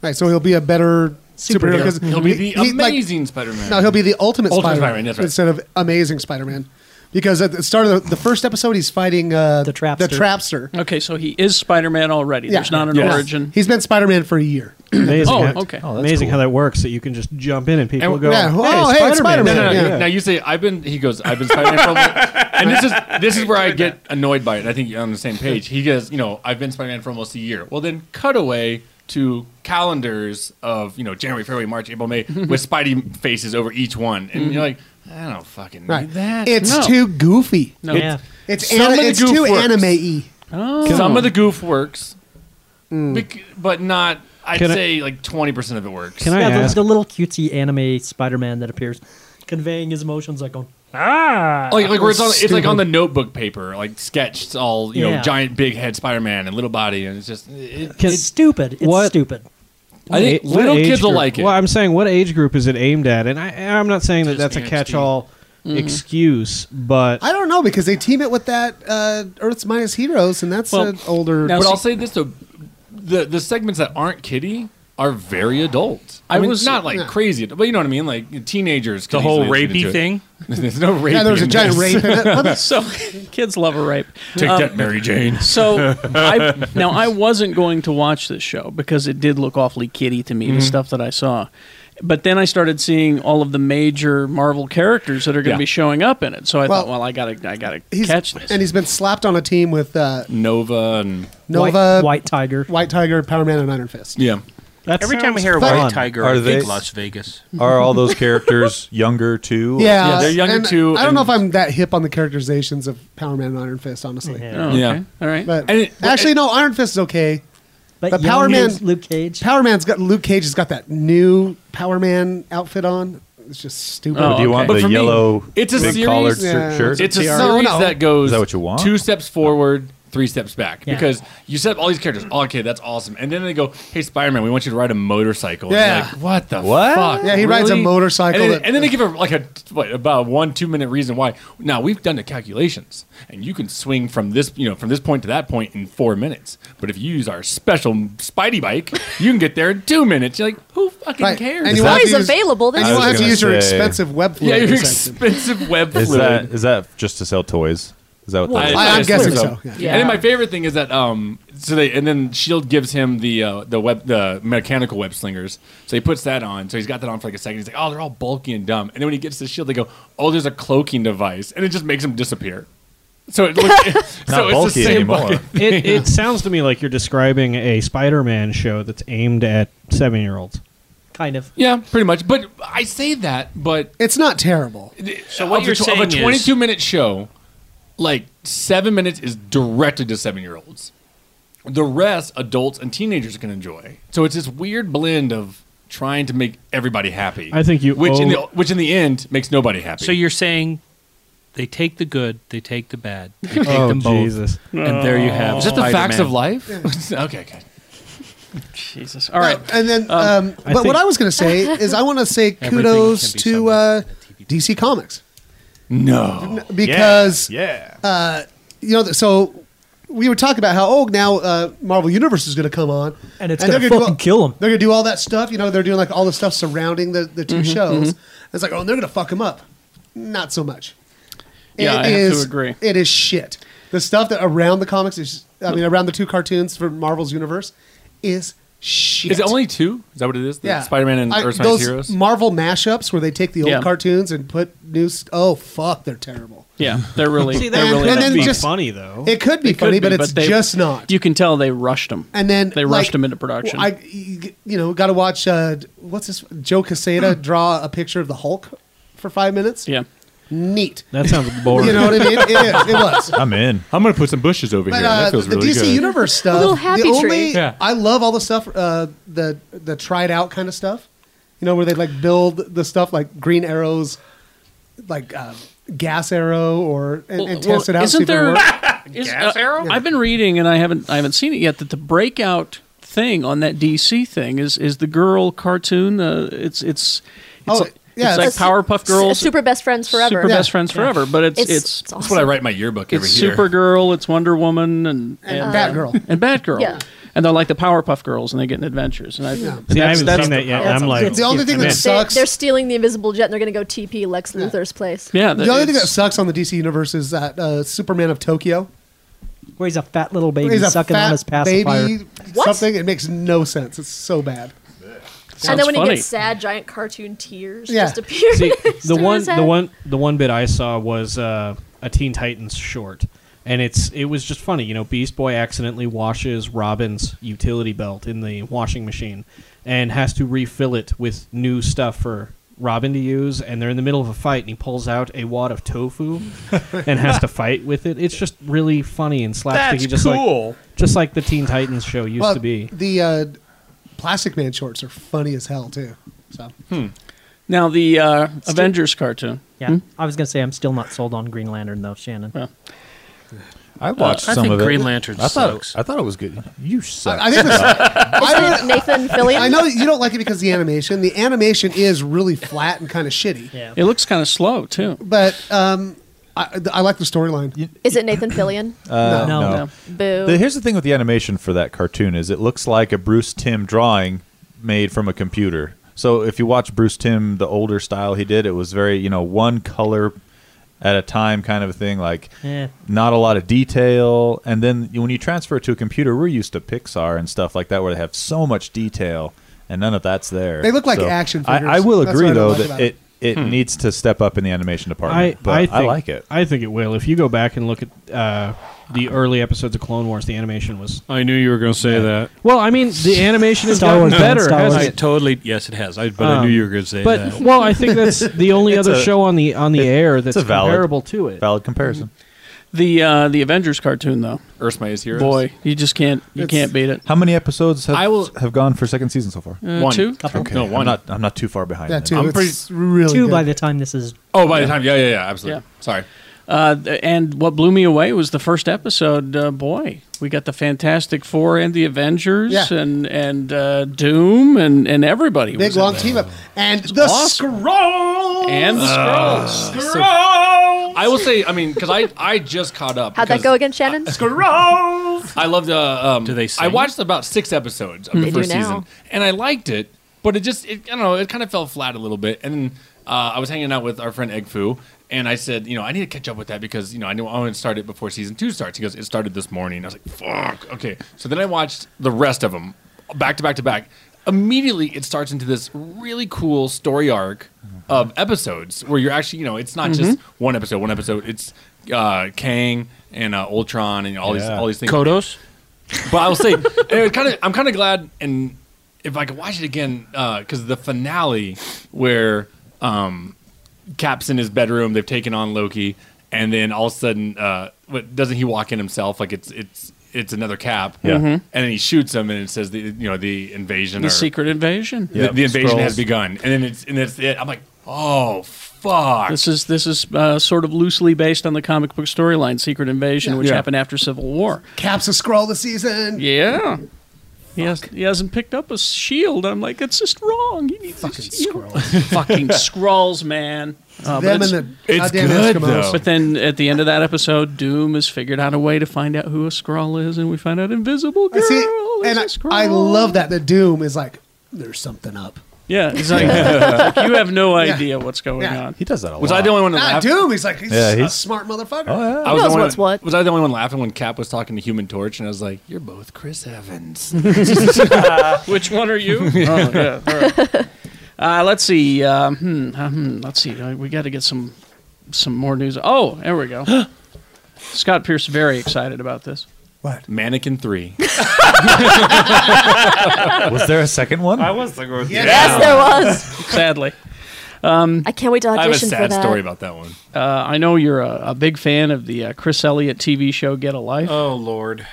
Speaker 4: right, so he'll be a better superhero
Speaker 9: Superhero.
Speaker 4: 'cause
Speaker 9: He'll be the
Speaker 4: he- like-
Speaker 9: amazing Spider-Man.
Speaker 4: No, he'll be the ultimate
Speaker 9: Ultimate
Speaker 4: Spider-Man,
Speaker 9: Spider-Man, that's right.
Speaker 4: instead of amazing Spider-Man. because at the start of the, the first episode, he's fighting uh, the
Speaker 6: trapster.
Speaker 4: The trapster.
Speaker 2: Okay, so he is Spider-Man already. There's not an
Speaker 12: Yes.
Speaker 2: origin.
Speaker 4: He's been Spider Man for a year.
Speaker 12: Amazing
Speaker 2: Oh,
Speaker 12: how,
Speaker 2: okay. Oh, that's
Speaker 12: amazing
Speaker 2: cool.
Speaker 12: how that works. That you can just jump in and people
Speaker 9: And-
Speaker 12: go,
Speaker 9: yeah,
Speaker 12: "Hey,
Speaker 9: oh,
Speaker 11: [laughs]
Speaker 12: Spider-Man.
Speaker 9: No, no, no, Now you say I've been. He goes, I've been Spider-Man for a little. And this is this is where I get annoyed by it. I think you're on the same page. He goes, you know, I've been Spider-Man for almost a year. Well, then cut away to calendars of you know January, February, March,
Speaker 11: [laughs]
Speaker 9: April, May with Spidey faces over each one,
Speaker 11: Mm-hmm.
Speaker 9: and you're like, I don't fucking need
Speaker 4: Right.
Speaker 9: that.
Speaker 4: It's
Speaker 9: No.
Speaker 4: too goofy.
Speaker 9: No. Yeah.
Speaker 4: It's,
Speaker 9: Some
Speaker 4: ana-
Speaker 9: of the
Speaker 4: it's
Speaker 9: goof
Speaker 4: too
Speaker 9: works.
Speaker 4: anime y.
Speaker 2: Oh.
Speaker 9: Some of the goof works,
Speaker 4: Mm.
Speaker 9: bec- but not. I'd
Speaker 11: Can I-
Speaker 9: say like twenty percent of it works.
Speaker 11: yeah, The, the little cutesy anime Spider-Man that appears, conveying his emotions like going ah,
Speaker 9: Oh, like like where it's on it's like on the
Speaker 11: Stupid.
Speaker 9: notebook paper, like sketched all you
Speaker 11: Yeah.
Speaker 9: know, giant big head Spider Man and little body, and it's just eh. it,
Speaker 11: it's stupid. It's stupid.
Speaker 9: I think
Speaker 12: What
Speaker 9: little
Speaker 12: age
Speaker 9: kids will
Speaker 12: group-
Speaker 9: like it.
Speaker 12: Well, I'm saying what age group is it aimed at? And I, I'm not saying that that's a
Speaker 4: AMC.
Speaker 12: catch-all
Speaker 9: Mm-hmm.
Speaker 4: Mhm.
Speaker 12: excuse, but
Speaker 4: I don't know because they team it with that uh, Earth's Minus Heroes, and that's an older.
Speaker 9: but I'll say this though, the the segments that aren't kiddie are very adult. I,
Speaker 4: I
Speaker 9: mean,
Speaker 4: was-
Speaker 9: not like
Speaker 4: yeah.
Speaker 9: crazy, but you know what I mean, like teenagers.
Speaker 8: The
Speaker 9: could
Speaker 8: whole
Speaker 9: easily listen
Speaker 8: rapey
Speaker 9: to it.
Speaker 8: thing?
Speaker 9: [laughs] There's no rape. in this. [laughs]
Speaker 2: so [laughs] kids love a rape. Um,
Speaker 9: Take that, Mary
Speaker 2: [laughs]
Speaker 9: Jane. [laughs]
Speaker 2: so I, now I wasn't going to watch this show because it did look awfully kiddie to me, the
Speaker 9: Mhm.
Speaker 2: stuff that I saw. But then I started seeing all of the major Marvel characters that are going to
Speaker 4: Yeah.
Speaker 2: be showing up in it. So I
Speaker 4: Well,
Speaker 2: thought, well, I gotta, I gotta
Speaker 4: He's,
Speaker 2: catch this.
Speaker 4: And he's been slapped on a team with uh,
Speaker 9: Nova and
Speaker 4: Nova,
Speaker 11: White Tiger,
Speaker 4: White Tiger, Power Man, and Iron Fist.
Speaker 9: Yeah.
Speaker 12: That
Speaker 4: Every time I hear
Speaker 12: fun.
Speaker 4: White Tiger,
Speaker 13: Are
Speaker 4: I think
Speaker 13: they-
Speaker 4: Las Vegas.
Speaker 13: [laughs] Are all those characters younger too?
Speaker 4: [laughs] Yeah, and
Speaker 13: And-
Speaker 4: I don't know if I'm that hip on the characterizations of Power Man and Iron Fist, honestly.
Speaker 13: Oh, okay. Yeah.
Speaker 2: all right.
Speaker 4: But
Speaker 9: And it-
Speaker 4: actually, no, Iron Fist is okay.
Speaker 11: But
Speaker 4: But
Speaker 11: young
Speaker 4: Power Man,
Speaker 11: is Luke Cage.
Speaker 4: Power Man's got Luke Cage has got that new Power Man outfit on. It's just stupid.
Speaker 13: Oh, Do you want
Speaker 9: But
Speaker 13: the
Speaker 9: for me,
Speaker 13: yellow
Speaker 9: it's a
Speaker 13: big
Speaker 9: series,
Speaker 13: collared shirt- shirt?
Speaker 9: It's a
Speaker 13: No,
Speaker 9: series
Speaker 13: no.
Speaker 9: that goes
Speaker 13: Is that what you want? Oh.
Speaker 9: two steps forward, three steps back.
Speaker 13: Yeah.
Speaker 9: Because you set up all these characters. Oh, okay, that's awesome. And then they go, hey, Spider Man, we want you to ride a motorcycle. And you're
Speaker 4: Yeah.
Speaker 9: like, what the
Speaker 4: What?
Speaker 9: fuck?
Speaker 4: Yeah, he rides a
Speaker 9: Really?
Speaker 4: motorcycle
Speaker 9: And then,
Speaker 4: that-
Speaker 9: and then they give a, like a what, about a one, two minute reason why. Now, we've done the calculations, and you can swing from this, you know, from this point to that point in four minutes. But if you use our special Spidey bike, you can get there in two minutes. You're like, who fucking
Speaker 4: Right.
Speaker 9: cares?
Speaker 4: And you won't have to use- And
Speaker 13: I
Speaker 4: you
Speaker 13: was
Speaker 4: won't have to
Speaker 13: gonna
Speaker 4: use your
Speaker 13: say-
Speaker 4: expensive web
Speaker 9: Yeah,
Speaker 4: fluid.
Speaker 9: your
Speaker 4: section.
Speaker 9: expensive web
Speaker 13: Is
Speaker 9: fluid.
Speaker 13: that is that just to sell toys? Is that what that is?
Speaker 9: I-
Speaker 4: I'm guessing so.
Speaker 9: And
Speaker 4: Yeah.
Speaker 9: then my favorite thing is that um, so they and then Shield E gives him the uh, the web the mechanical web slingers. So he puts that on. So he's got that on for like a second. He's like, oh, they're all bulky and dumb. And then when he gets to Shield, they go, oh, there's a cloaking device, and it just makes him disappear. So it looks [laughs] [laughs] so it's the same bucket.
Speaker 12: [laughs] It,
Speaker 9: [laughs]
Speaker 12: it sounds to me like you're describing a Spider-Man show that's aimed at seven-year-olds.
Speaker 11: Kind of.
Speaker 9: Yeah, pretty much. But I say that, but
Speaker 4: it's not terrible.
Speaker 9: So
Speaker 8: what you're saying
Speaker 9: of
Speaker 8: is-
Speaker 9: a 22 minute show, like seven minutes is directed to seven year olds. The rest, adults and teenagers can enjoy. So it's this weird blend of trying to make everybody happy.
Speaker 12: I think you
Speaker 9: which in the
Speaker 12: owe-
Speaker 9: which in the end makes nobody happy.
Speaker 8: So you're saying they take the good, they take the bad, they take
Speaker 12: Oh,
Speaker 8: them both, Oh.
Speaker 12: Jesus.
Speaker 8: and there you have.
Speaker 9: Is that the facts
Speaker 8: Spider-Man.
Speaker 9: of
Speaker 8: [laughs]
Speaker 9: life? okay, good.
Speaker 2: Jesus. All right.
Speaker 4: and then, um, but what I was going to
Speaker 2: [laughs]
Speaker 4: say is, I want to say
Speaker 2: Everything
Speaker 4: kudos to uh, DC Comics.
Speaker 9: No.
Speaker 4: because
Speaker 13: yeah,
Speaker 4: Uh, you know, th- so we were talking about how oh now uh, Marvel Universe is going to come on
Speaker 11: And it's
Speaker 4: they're
Speaker 11: gonna
Speaker 4: gonna do
Speaker 11: fucking
Speaker 4: all-
Speaker 11: kill 'em.
Speaker 4: They're going to do all that stuff. You know, they're doing like all the stuff surrounding the the 2
Speaker 9: Mm-hmm,
Speaker 2: Mhm,
Speaker 4: shows.
Speaker 2: mhm.
Speaker 4: It's like oh, they're going to fuck them up. Not so much.
Speaker 2: Yeah, I have to agree.
Speaker 4: It is shit. The stuff that around the comics is, I mean, around the two cartoons for Marvel's universe is shit.
Speaker 9: Is it only two? Is that what it is? The
Speaker 4: Yeah,
Speaker 9: Spider-Man and
Speaker 4: I-
Speaker 9: Earth's
Speaker 4: those
Speaker 9: Mightiest Heroes.
Speaker 4: Marvel mashups where they take the old
Speaker 9: Yeah.
Speaker 4: cartoons and put new. St- oh fuck, they're terrible.
Speaker 2: Yeah, they're really.
Speaker 4: See,
Speaker 2: they're
Speaker 4: that-
Speaker 2: really
Speaker 4: and
Speaker 2: upbeat.
Speaker 4: then just- funny, though. it could be funny, but it's just not.
Speaker 2: You can tell they rushed them,
Speaker 4: And then
Speaker 2: they
Speaker 4: like,
Speaker 2: rushed them into production.
Speaker 4: I, you know, got to watch uh, what's this? Joe
Speaker 2: [clears throat]
Speaker 4: Casada draw a picture of the Hulk for five minutes.
Speaker 2: yeah,
Speaker 4: neat.
Speaker 12: That sounds boring.
Speaker 4: You know what I mean? It is. It was.
Speaker 13: [laughs] I'm in.
Speaker 9: I'm gonna put some bushes over
Speaker 4: But uh, the DC Universe stuff.
Speaker 10: little happy
Speaker 4: the
Speaker 10: tree.
Speaker 4: only,
Speaker 10: Yeah.
Speaker 4: I love all the stuff, uh, the the tried out kind of stuff. You know, where they like build the stuff like green arrows, like uh, gas arrow, or and, and
Speaker 2: Well,
Speaker 4: test it out.
Speaker 2: Isn't
Speaker 4: see if it
Speaker 2: there?
Speaker 4: works.
Speaker 10: [laughs]
Speaker 2: is- uh, I've been reading and I haven't I haven't seen it yet. That the breakout thing on that DC thing is is the girl cartoon. Uh, it's it's. It's,
Speaker 10: Oh,
Speaker 2: like-
Speaker 10: yeah,
Speaker 2: it's like
Speaker 10: it's-
Speaker 2: Powerpuff Girls,
Speaker 10: S- super best friends forever.
Speaker 2: super
Speaker 10: Yeah.
Speaker 2: best friends
Speaker 10: Yeah.
Speaker 2: forever. But it's
Speaker 10: It's- it's
Speaker 2: it's,
Speaker 10: That's what awesome. I
Speaker 9: write my yearbook
Speaker 2: It's
Speaker 9: every year.
Speaker 2: Supergirl, it's Wonder Woman, and,
Speaker 10: And
Speaker 2: uh,
Speaker 10: Batgirl.
Speaker 2: and Batgirl.
Speaker 10: Yeah.
Speaker 2: and they're like the Powerpuff Girls, and they get in adventures. And I,
Speaker 12: Yeah. See, I haven't seen that yet, and I'm like, It's the only thing that
Speaker 10: They,
Speaker 2: sucks.
Speaker 10: They're stealing the invisible jet and they're going to go TP Lex Luthor's place.
Speaker 4: the only thing that sucks on the DC universe is that uh, Superman of Tokyo.
Speaker 11: Where he's a fat little baby
Speaker 4: He's a
Speaker 11: sucking
Speaker 4: fat
Speaker 11: on his pacifier.
Speaker 4: Baby, Something. It makes no sense. It's so bad.
Speaker 10: and then when
Speaker 12: funny.
Speaker 10: he gets sad, giant cartoon tears
Speaker 4: Yeah.
Speaker 10: just appear.
Speaker 12: [laughs] See,
Speaker 10: next
Speaker 12: the
Speaker 10: to
Speaker 12: one,
Speaker 10: his
Speaker 12: the
Speaker 10: head.
Speaker 12: one, the one bit I saw was uh, a Teen Titans short, and it's it was just funny. You know, Beast Boy accidentally washes Robin's utility belt in the washing machine, and has to refill it with new stuff for Robin to use. And they're in the middle of a fight, and he pulls out a wad of tofu, and has to fight with it. It's just really funny and slapsticky,
Speaker 4: That's
Speaker 12: just
Speaker 4: cool.
Speaker 12: like just like the Teen Titans show used
Speaker 4: Well,
Speaker 12: to be.
Speaker 4: The uh, Plastic Man shorts are funny as hell too. So
Speaker 9: Hmm.
Speaker 2: Now the uh, Avengers cartoon. Hmm?
Speaker 11: Yeah, I was gonna say I'm still not sold on Green Lantern though, Shannon.
Speaker 13: I watched
Speaker 11: Uh, I
Speaker 13: some
Speaker 11: think
Speaker 13: of it.
Speaker 11: Green Lantern
Speaker 13: I thought
Speaker 11: sucks.
Speaker 13: I thought it was good. You suck.
Speaker 4: I think
Speaker 13: [laughs]
Speaker 4: it's- [laughs] I
Speaker 10: Isn't it Nathan Fillion?
Speaker 4: I know you don't like it because the animation. The animation is really flat and kind of shitty. Yeah.
Speaker 2: It looks kind of slow too.
Speaker 4: But um, I, I like the storyline.
Speaker 10: Is it Nathan Fillion?
Speaker 13: Uh, no,
Speaker 10: Boo.
Speaker 13: The- here's the thing with the animation for that cartoon is it looks like a Bruce Tim drawing made from a computer. So if you watch Bruce Tim, the older style he did, it was very you know one color at a time kind of a thing, like
Speaker 11: Yeah.
Speaker 13: not a lot of detail. And then when you transfer it to a computer, we're used to Pixar and stuff like that, where they have so much detail and none of that's there.
Speaker 4: They look like action
Speaker 13: I- I,
Speaker 4: figures.
Speaker 13: will
Speaker 4: That's
Speaker 13: agree
Speaker 4: what I don't
Speaker 13: though
Speaker 4: like
Speaker 13: that
Speaker 4: about it.
Speaker 13: it it
Speaker 4: Hmm.
Speaker 13: needs to step up in the animation department. but I, like it.
Speaker 12: I think it will. If you go back and look at uh, the early episodes of Clone Wars, the animation was.
Speaker 9: I knew you were going to say that.
Speaker 12: Well, I mean, the animation has
Speaker 9: Star
Speaker 12: gotten
Speaker 9: Wars, man,
Speaker 12: better.
Speaker 9: Star
Speaker 12: hasn't it?
Speaker 9: Wars.
Speaker 12: Um,
Speaker 9: I [laughs] totally- yes, it has. I- but I knew you were gonna say
Speaker 12: but, [laughs]
Speaker 9: that.
Speaker 12: Well, I think that's the only
Speaker 9: It's
Speaker 12: other
Speaker 9: a-
Speaker 12: show on the on the air that's
Speaker 9: a valid-
Speaker 12: comparable to it.
Speaker 13: Valid comparison.
Speaker 2: The uh, the Avengers cartoon though.
Speaker 9: Earth's Mightiest Heroes.
Speaker 2: Boy, you just can't you
Speaker 13: It's-
Speaker 2: can't beat it.
Speaker 13: How many episodes have, have gone for second season so far?
Speaker 2: Uh, One. two? Couple.
Speaker 13: Okay.
Speaker 2: No,
Speaker 13: I'm
Speaker 2: one.
Speaker 13: not, I'm not too far behind.
Speaker 2: Yeah,
Speaker 13: then.
Speaker 2: two.
Speaker 13: I'm
Speaker 2: It's
Speaker 13: pretty.
Speaker 4: really
Speaker 11: two
Speaker 2: good.
Speaker 11: by the time this is.
Speaker 9: Oh, by the time, yeah, yeah, yeah, [laughs] absolutely. Sorry.
Speaker 2: Uh, th- and what blew me away was the first episode. Uh, boy, we got the Fantastic Four and the Avengers
Speaker 4: Yeah.
Speaker 2: and and uh, Doom and and everybody.
Speaker 4: Big
Speaker 2: was in
Speaker 4: long
Speaker 2: there.
Speaker 4: team up and the
Speaker 2: awesome.
Speaker 4: scroll
Speaker 2: And the Skrulls.
Speaker 9: I will say, I mean, because I, I just caught up.
Speaker 10: How'd that
Speaker 9: because
Speaker 10: go again,
Speaker 12: [laughs]
Speaker 10: Shannon?
Speaker 6: [laughs]
Speaker 9: Scrolls. I loved. Uh, um, Do they? I watched about six episodes of
Speaker 10: They
Speaker 9: the
Speaker 10: do
Speaker 9: first
Speaker 10: now.
Speaker 9: season, and I liked it, but it just, it, I don't know, it kind of fell flat a little bit. And uh, I was hanging out with our friend Egg Foo, and I said, you know, I need to catch up with that because you know I knew I wanted to start it before season two starts. He goes, it started this morning. I was like, fuck, okay. So then I watched the rest of them, back to back to back. Immediately, it starts into this really cool story arc of episodes where you're actually, you know, it's not just
Speaker 8: Mhm.
Speaker 10: Mm-hmm.
Speaker 9: one episode, one episode. It's uh, Kang and uh, Ultron and all these
Speaker 8: Yeah.
Speaker 9: all these things.
Speaker 8: Kodos?
Speaker 9: But I'll say, [laughs] it kind of I'm kind of glad, and if I could watch it again, because the finale where um, Cap's in his bedroom, they've taken on Loki, and then all of a sudden, uh, what doesn't he walk in himself? Like it's it's it's another Cap,
Speaker 2: Yeah. Mhm.
Speaker 9: And then he shoots him, and it says the you know the invasion,
Speaker 2: The
Speaker 9: or,
Speaker 2: secret invasion.
Speaker 9: the, the invasion has begun, and then it's and that's it. I'm like, oh fuck,
Speaker 2: This is this is uh, sort of loosely based on the comic book storyline Secret Invasion, which
Speaker 9: Yeah.
Speaker 2: happened after Civil War.
Speaker 4: Caps a scroll the season.
Speaker 2: Yeah. He, has, he hasn't picked up a shield. I'm like, it's just wrong. He needs
Speaker 4: fucking
Speaker 2: a shield. [laughs] fucking scrolls, man.
Speaker 9: Oh,
Speaker 2: Uh, but
Speaker 4: Them
Speaker 2: it's-
Speaker 4: and the It's goddamn good, Eskimos. though.
Speaker 2: But then at the end of that episode, Doom has figured out a way to find out who a Skrull is, and we find out Invisible Girl.
Speaker 4: I see,
Speaker 2: is
Speaker 4: and
Speaker 2: a
Speaker 4: I,
Speaker 2: Skrull.
Speaker 4: I love that the Doom is like there's something up.
Speaker 2: Yeah,
Speaker 4: [laughs]
Speaker 2: he's like, like, you have no idea what's going
Speaker 4: Yeah.
Speaker 2: on.
Speaker 13: He does that a
Speaker 9: Was I the only one that
Speaker 4: Ah,
Speaker 9: laughed?
Speaker 4: Doom. He's like he's
Speaker 9: Yeah,
Speaker 4: a
Speaker 9: he's- Oh,
Speaker 4: smart motherfucker.
Speaker 8: Oh,
Speaker 9: I was the one, Was I the only one laughing when Cap was talking to Human Torch, and I was like,
Speaker 8: [laughs]
Speaker 9: "You're both Chris Evans."
Speaker 12: [laughs]
Speaker 2: Which one are you?
Speaker 9: [laughs] Yeah.
Speaker 2: Oh, yeah, all right. uh, let's see. Um, hmm, uh, hmm, let's see. Uh, we got to get some some more news. Oh, there we go. [gasps] Scott Pierce very excited about this.
Speaker 4: What?
Speaker 8: [laughs]
Speaker 9: Mannequin Three.
Speaker 13: [laughs] was there a second one? I was
Speaker 9: like, with
Speaker 13: Yes,
Speaker 10: Yes, there was.
Speaker 2: Sadly, um,
Speaker 10: I can't wait to
Speaker 2: I have a
Speaker 10: audition for
Speaker 2: sad
Speaker 10: that.
Speaker 2: story
Speaker 9: about that one.
Speaker 2: uh, I know you're a, a big fan of the uh, Chris Elliott TV show Get a Life.
Speaker 9: Oh Lord.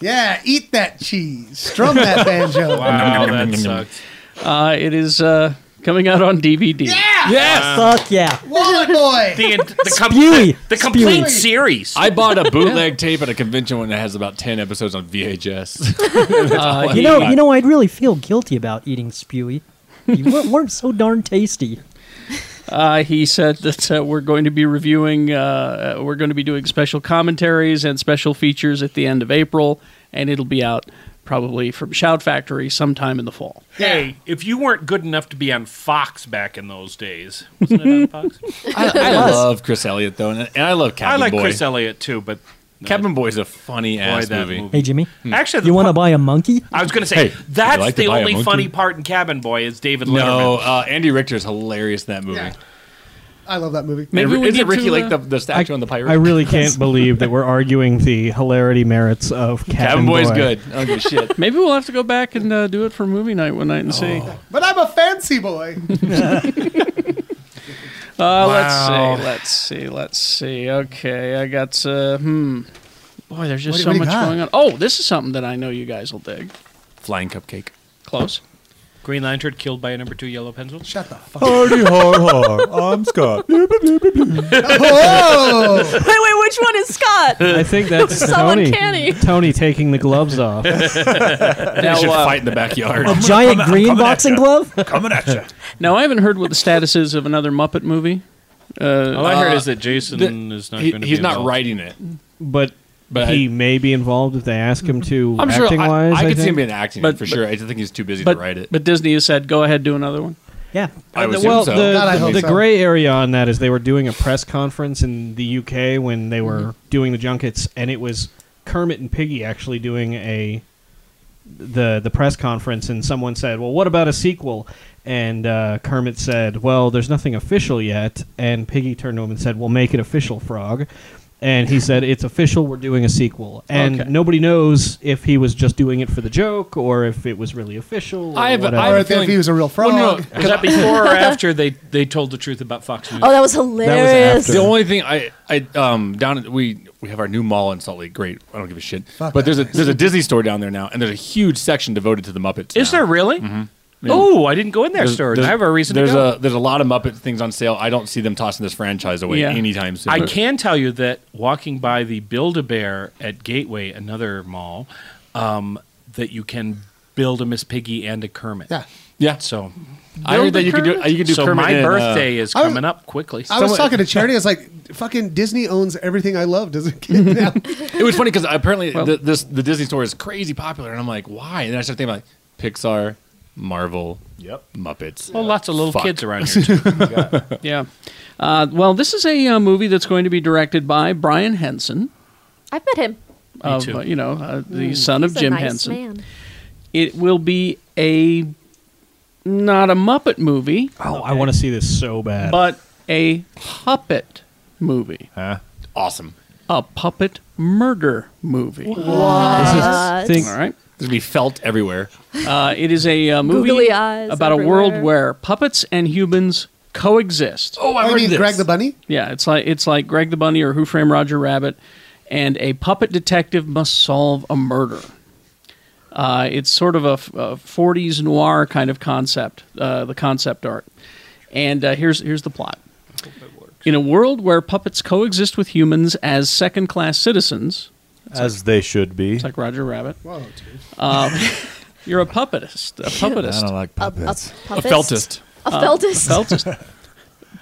Speaker 4: Yeah, eat that cheese. Strum that banjo.
Speaker 13: [laughs]
Speaker 2: Wow, that
Speaker 9: sucks.
Speaker 2: Uh, it is uh, coming out on DVD. Yeah.
Speaker 9: Yes!
Speaker 11: Fuck yeah.
Speaker 4: Wallet boy.
Speaker 14: The, the, com-
Speaker 11: Spewy.
Speaker 14: the, the complete
Speaker 11: Spewy.
Speaker 14: series.
Speaker 9: I bought
Speaker 8: [laughs]
Speaker 9: a bootleg tape at a convention when it has about ten episodes on [laughs] VHS.
Speaker 11: [laughs] Uh, you know, you know, I'd really feel guilty about eating spewy.
Speaker 2: [laughs]
Speaker 11: You weren't, weren't so darn tasty.
Speaker 2: Uh, he said that uh, we're going to be reviewing, uh, uh, we're going to be doing special commentaries and special features at the end of April, and it'll be out probably from Shout Factory sometime in the fall.
Speaker 8: Hey, if you weren't good enough to be on Fox back in those days, wasn't it on
Speaker 12: [laughs]
Speaker 8: Fox?
Speaker 9: I, I love Chris Elliott though, and, and I love Captain
Speaker 8: I like
Speaker 9: Boy.
Speaker 8: Chris Elliott too, but
Speaker 9: Captain Boy is a funny ass
Speaker 8: that
Speaker 9: movie.
Speaker 11: Hey, Jimmy.
Speaker 9: Hmm.
Speaker 8: Actually,
Speaker 11: you want to buy a monkey?
Speaker 8: I was going to say
Speaker 9: Hey, would you
Speaker 8: that's
Speaker 9: like to
Speaker 8: the
Speaker 9: buy a
Speaker 8: only
Speaker 9: monkey?
Speaker 8: funny part in Cabin Boy is David Letterman.
Speaker 9: No, uh, Andy Richter is hilarious in that movie.
Speaker 4: I love that movie.
Speaker 9: Maybe Isn't we get Ricky to, like uh, the- the statue
Speaker 12: I,
Speaker 9: on the pirate?
Speaker 12: I really can't believe that we're arguing the hilarity merits of Cabin,
Speaker 9: Cabin Boy's
Speaker 12: Boy.
Speaker 9: good. I don't give a shit.
Speaker 2: [laughs] Maybe we'll have to go back and uh, do it for movie night one night and see.
Speaker 9: Oh.
Speaker 4: But I'm a fancy boy.
Speaker 2: Uh,
Speaker 4: Wow.
Speaker 2: Let's see. Let's see. Let's see. Okay, I got. Uh, hmm. Boy, there's just
Speaker 9: What do- what do
Speaker 2: so
Speaker 9: you
Speaker 2: much
Speaker 9: got?
Speaker 2: going on. Oh, this is something that I know you guys will dig.
Speaker 9: [laughs] Flying cupcake.
Speaker 2: Close.
Speaker 8: Green Lantern killed by a number two yellow pencil.
Speaker 4: Shut the fuck
Speaker 13: Hardy har har. I'm
Speaker 10: [laughs]
Speaker 13: Scott.
Speaker 10: wait, wait, which one is Scott?
Speaker 12: [laughs] I
Speaker 9: [laughs]
Speaker 12: think that's
Speaker 10: so
Speaker 12: Tony.
Speaker 10: uncanny.
Speaker 12: Tony taking the gloves
Speaker 2: [laughs]
Speaker 12: off.
Speaker 2: Now,
Speaker 9: should
Speaker 2: uh,
Speaker 9: fight in the backyard.
Speaker 12: A giant green
Speaker 2: boxing
Speaker 11: glove?
Speaker 9: Coming at you.
Speaker 2: [laughs] Now I haven't heard what the status is of another Muppet movie. Uh,
Speaker 8: All I heard is that Jason is not going to. be involved.
Speaker 9: it,
Speaker 12: but,
Speaker 9: But
Speaker 12: he may be involved if they ask him to.
Speaker 9: I'm sure.
Speaker 12: acting
Speaker 9: I,
Speaker 12: wise,
Speaker 9: I, could see
Speaker 12: think.
Speaker 9: him being acting
Speaker 2: But-
Speaker 9: for
Speaker 2: but-
Speaker 9: sure. I just think he's too busy
Speaker 2: but,
Speaker 9: to write it.
Speaker 2: but Disney has said, go ahead, do another one.
Speaker 11: Yeah.
Speaker 9: I would assume
Speaker 12: well,
Speaker 9: so.
Speaker 12: the,
Speaker 9: God, I
Speaker 12: the-
Speaker 9: hope
Speaker 12: the
Speaker 9: so.
Speaker 12: gray area on that is they were doing a press conference in the UK when they were doing the junkets, and it was Kermit and Piggy actually doing a the the press conference, and someone said, "Well, what about a sequel?" And uh, Kermit said, "Well, there's nothing official yet." And Piggy turned to him and said, "Well, make it official, Frog." And he said, "It's official. We're doing a sequel." And
Speaker 9: Okay.
Speaker 12: nobody knows if he was just doing it for the joke or if it was really official. or
Speaker 8: I have a-
Speaker 12: whatever.
Speaker 8: I have a Or if feeling- he was
Speaker 4: a real
Speaker 8: Well, no, was that before or after they, they told the truth about Fox News?
Speaker 10: Oh, that was hilarious.
Speaker 9: The only thing I, I um down at, we we have our new mall in Salt Lake. Great, I don't give a shit.
Speaker 8: Fuck
Speaker 9: but there's a there's a Disney store down there now, and there's a huge section devoted to the Muppets. Mm-hmm.
Speaker 8: Is there really?
Speaker 9: Yeah.
Speaker 8: Oh, I didn't go in that
Speaker 9: There's-
Speaker 8: store.
Speaker 9: there's-
Speaker 8: I have a reason.
Speaker 9: There's
Speaker 8: to go.
Speaker 9: a there's a lot of Muppet things on sale. I don't see them tossing this franchise away anytime soon.
Speaker 8: I can tell you that walking by the Build a Bear at Gateway, another mall, um, that you can build a Miss Piggy and a Kermit. Yeah,
Speaker 9: yeah.
Speaker 8: So
Speaker 9: I heard that you could do- you could do
Speaker 8: So
Speaker 9: Kermit
Speaker 8: my
Speaker 9: and, uh,
Speaker 8: birthday is
Speaker 4: I was-
Speaker 8: coming up quickly.
Speaker 4: I was talking to charity. I was like, fucking Disney owns everything I loved as a kid now.
Speaker 9: It was funny because apparently
Speaker 4: Well-
Speaker 9: the, this the Disney store is crazy popular, and I'm like, why? And then I started thinking like Pixar, Marvel, yep, Muppets.
Speaker 8: Well, lots of little
Speaker 9: Fuck.
Speaker 8: kids
Speaker 9: [laughs]
Speaker 8: around here. Too.
Speaker 2: Yeah. Uh, well, this is a uh, movie that's going to be directed by Brian Henson.
Speaker 10: I've met him.
Speaker 2: Of, uh, you know, uh, the son of
Speaker 10: Hmm. He's a
Speaker 2: Jim
Speaker 10: nice
Speaker 2: Henson.
Speaker 10: man.
Speaker 2: It will be a not a Muppet movie,
Speaker 12: Oh, I want to see this so bad.
Speaker 2: but a puppet movie.
Speaker 9: Awesome.
Speaker 2: A puppet murder movie.
Speaker 9: What? This is-
Speaker 2: All right.
Speaker 9: There's gonna be felt everywhere.
Speaker 2: Uh, it is a uh, movie
Speaker 10: Googly eyes
Speaker 2: about
Speaker 10: everywhere.
Speaker 2: a world where puppets and humans coexist.
Speaker 9: Oh,
Speaker 4: I mean, Greg the Bunny.
Speaker 2: Yeah, it's like it's like Greg the Bunny or Who Framed Roger Rabbit, and a puppet detective must solve a murder. Uh, it's sort of a, f- a 40s noir kind of concept, uh, the concept art. And uh, here's here's the plot. In a world where puppets coexist with humans as second-class citizens, it's
Speaker 13: As they should be.
Speaker 2: like Roger Rabbit. Um, [laughs] you're a puppetist. A puppetist.
Speaker 13: I don't like puppets.
Speaker 10: A- a puppetist? A feltist.
Speaker 2: a feltist.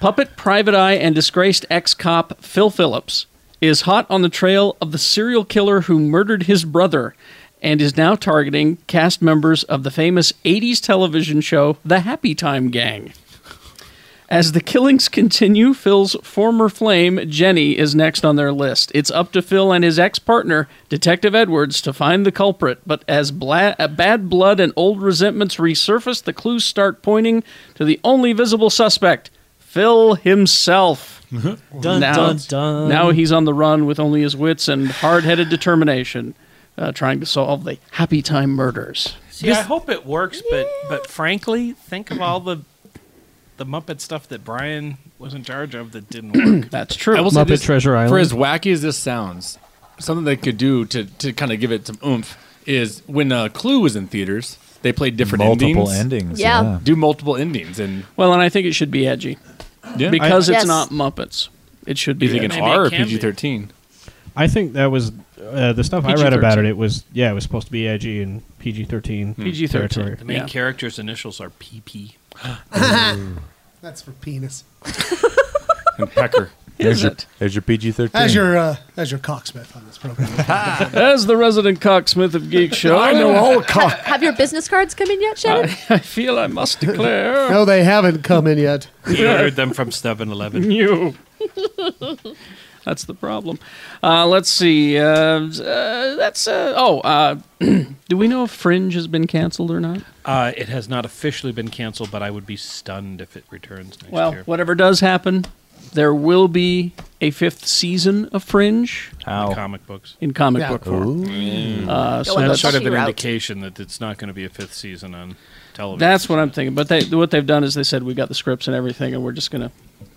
Speaker 2: Puppet, private eye, and disgraced ex cop Phil Phillips is hot on the trail of the serial killer who murdered his brother and is now targeting cast members of the famous 80s television show The Happy Time Gang. As the killings continue, Phil's former flame, Jenny, is next on their list. It's up to Phil and his ex partner, Detective Edwards, to find the culprit, but as bla- uh, bad blood and old resentments resurface, the clues start pointing to the only visible suspect, Phil himself.
Speaker 9: [laughs]
Speaker 2: dun,
Speaker 11: Dun, dun, dun.
Speaker 2: Now he's on the run with only his wits and hard headed determination, uh, trying to solve the Happy Time murders.
Speaker 8: See, I hope it works, but but frankly, think of all the the Muppet stuff that Brian was in charge of that didn't work.
Speaker 2: That's true.
Speaker 9: I will say
Speaker 12: Muppet Treasure
Speaker 9: For
Speaker 12: Island.
Speaker 9: as wacky as this sounds, something they could do to, to kind of give it some oomph is when uh, Clue was in theaters, they played different
Speaker 13: Multiple
Speaker 9: endings.
Speaker 13: endings, Yeah. yeah.
Speaker 9: Do multiple endings. and
Speaker 2: Well, and I think it should be edgy.
Speaker 9: Yeah.
Speaker 2: Because
Speaker 9: I-
Speaker 2: it's
Speaker 9: Yes.
Speaker 2: not Muppets. It should be
Speaker 9: You think
Speaker 2: edgy.
Speaker 9: it's R or PG 13?
Speaker 12: I think that was uh, the stuff I read
Speaker 2: PG-13.
Speaker 12: about it. It was yeah, it was supposed to be edgy and PG thirteen.
Speaker 8: The main character's initials are PP.
Speaker 4: That's for penis.
Speaker 9: And Pecker.
Speaker 13: There's
Speaker 2: Is
Speaker 13: your,
Speaker 2: it?
Speaker 13: there's your PG thirteen.
Speaker 4: As your uh, as your cocksmith on this program. [laughs]
Speaker 2: As the resident cocksmith of Geek Show,
Speaker 4: I know
Speaker 2: [laughs]
Speaker 4: all
Speaker 2: cock.
Speaker 10: Have your business cards come in yet,
Speaker 12: Uh,
Speaker 10: Shannon?
Speaker 2: I feel I must declare. [laughs]
Speaker 4: no, they haven't come in yet.
Speaker 8: You ordered [laughs] them from 7 Eleven.
Speaker 2: You.
Speaker 12: [laughs]
Speaker 2: That's the problem. Uh, let's see. Uh, uh, that's uh, oh. Uh, [clears throat] do we know if Fringe has been canceled or not?
Speaker 8: Uh, it has not officially been canceled, but I would be stunned if it returns next
Speaker 2: Well,
Speaker 8: year.
Speaker 2: whatever does happen, there will be a fifth season of Fringe.
Speaker 8: How? In comic books.
Speaker 2: In comic
Speaker 8: Yeah.
Speaker 2: book form.
Speaker 8: Mm.
Speaker 2: Uh, so
Speaker 8: that's
Speaker 2: that's,
Speaker 8: sort of an indication that it's not going to be a fifth season on television.
Speaker 2: that's what I'm thinking. But they, what they've done is they said we got the scripts and everything, and we're just going to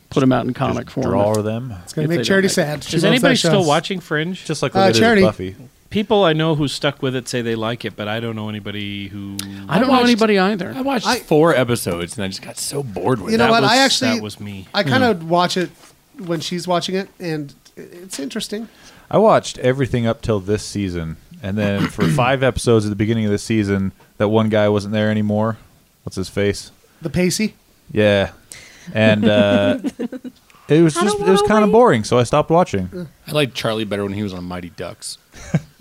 Speaker 2: put them out in comic form.
Speaker 13: draw them. It's
Speaker 4: gonna make
Speaker 2: if they don't
Speaker 4: Charity
Speaker 2: it.
Speaker 4: sad. She
Speaker 8: Is anybody still watching Fringe?
Speaker 13: Just like we Uh, did with Charity. Buffy.
Speaker 8: People I know who stuck with it say they like it, but I don't know anybody who.
Speaker 2: I don't know anybody either.
Speaker 9: I watched four episodes and I just got so bored with
Speaker 4: You
Speaker 9: it.
Speaker 4: know
Speaker 9: That
Speaker 4: what?
Speaker 9: was-
Speaker 4: I actually
Speaker 9: that was me.
Speaker 4: I kind of watch it when she's watching it, and it's interesting.
Speaker 13: I watched everything up till this season, and then for five episodes at the beginning of the season, that one guy wasn't there anymore. What's his face?
Speaker 4: The Pacey.
Speaker 13: Yeah, and uh, it was just it was kind of boring, so I stopped watching.
Speaker 9: I liked Charlie better when he was on Mighty Ducks.
Speaker 8: [laughs]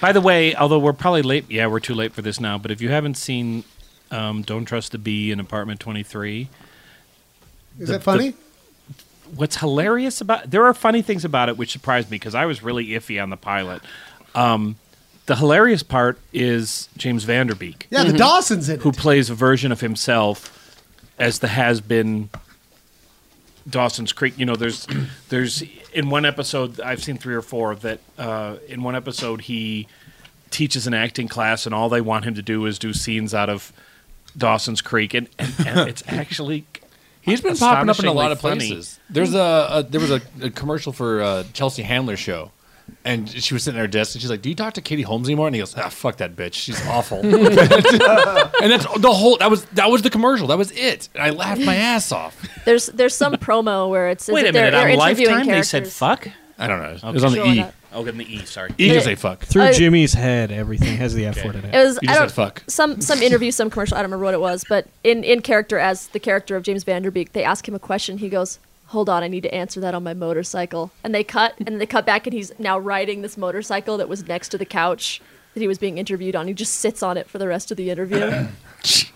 Speaker 8: By the way, although we're probably late, yeah, we're too late for this now. But if you haven't seen um, "Don't Trust the Bee" in Apartment Twenty Three,
Speaker 4: Is it funny?
Speaker 8: what's hilarious about there are funny things about it which surprised me because I was really iffy on the pilot. Um, the hilarious part is James Vanderbeek.
Speaker 4: Yeah, the Mhm. Dawson's in it.
Speaker 8: Who plays a version of himself as the has been Dawson's Creek. You know, there's [clears throat] there's in one episode I've seen three or four that uh, in one episode he teaches an acting class and all they want him to do is do scenes out of Dawson's Creek and, and,
Speaker 4: [laughs]
Speaker 8: and it's actually
Speaker 9: He's been popping up in a lot of
Speaker 8: astonishingly funny.
Speaker 9: places. There's a, a there was a, a commercial for uh, Chelsea Handler show, and she was sitting at her desk, and she's like, "Do you talk to Katie Holmes anymore?" And he goes, "Ah, fuck that bitch. She's [laughs] awful." and that's the whole. That was that was the commercial. That was it. And I laughed my ass off.
Speaker 10: There's there's
Speaker 8: [laughs]
Speaker 10: some promo where it says
Speaker 8: Wait a
Speaker 10: that they're,
Speaker 8: minute,
Speaker 10: they're
Speaker 8: on
Speaker 10: interviewing
Speaker 8: Lifetime they
Speaker 10: characters.
Speaker 8: said fuck?
Speaker 9: I don't know.
Speaker 8: It
Speaker 9: was on the
Speaker 10: Sure E. not.
Speaker 8: Oh, on the E, sorry.
Speaker 9: E
Speaker 10: can
Speaker 9: say fuck.
Speaker 12: Through
Speaker 10: I-
Speaker 12: Jimmy's head, everything has the F word in it.
Speaker 10: It was I don't, some some interview, some commercial. I don't remember what it was, but in in character as the character of James Vanderbeek, they ask him a question. He goes, "Hold on, I need to answer that on my motorcycle." And they cut, and they cut back, and he's now riding this motorcycle that was next to the couch that he was being interviewed on. He just sits on it for the rest of the interview.
Speaker 4: [laughs] He's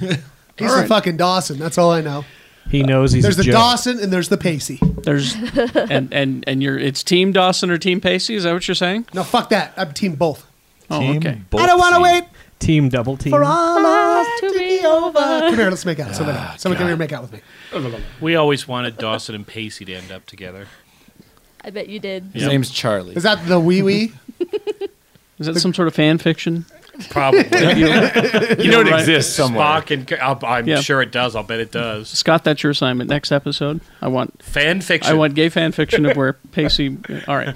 Speaker 4: the fucking Dawson. That's all I know.
Speaker 12: He knows he's
Speaker 4: there's
Speaker 12: a
Speaker 4: the
Speaker 12: joke.
Speaker 4: Dawson and there's the Pacey. [laughs]
Speaker 2: There's [laughs] and and and you're it's Team Dawson or Team Pacey. Is that what you're saying?
Speaker 4: No, fuck that. I'm team both.
Speaker 2: Oh,
Speaker 12: Team
Speaker 2: okay.
Speaker 12: both I don't wanna team.
Speaker 4: wait
Speaker 12: Team double team.
Speaker 4: for all us
Speaker 10: to be
Speaker 4: over. Come here, let's make out. Somebody,
Speaker 8: Ah,
Speaker 4: someone come
Speaker 8: God.
Speaker 4: here, and make out with me.
Speaker 8: We always wanted Dawson and Pacey to end up
Speaker 9: [laughs]
Speaker 8: together.
Speaker 10: I bet you did.
Speaker 8: His name's
Speaker 9: Charlie.
Speaker 4: Is that the wee wee?
Speaker 2: [laughs] Is that some sort of fan fiction?
Speaker 8: Probably.
Speaker 2: [laughs] You know-
Speaker 8: you
Speaker 2: [laughs] you know, right?
Speaker 8: Spock and I'll, I'm
Speaker 2: Yeah.
Speaker 8: sure it does. I'll bet it does.
Speaker 2: Scott, that's your assignment. Next episode, I want
Speaker 8: Fan fiction.
Speaker 2: I want gay fan fiction of where Pacey. [laughs] All right,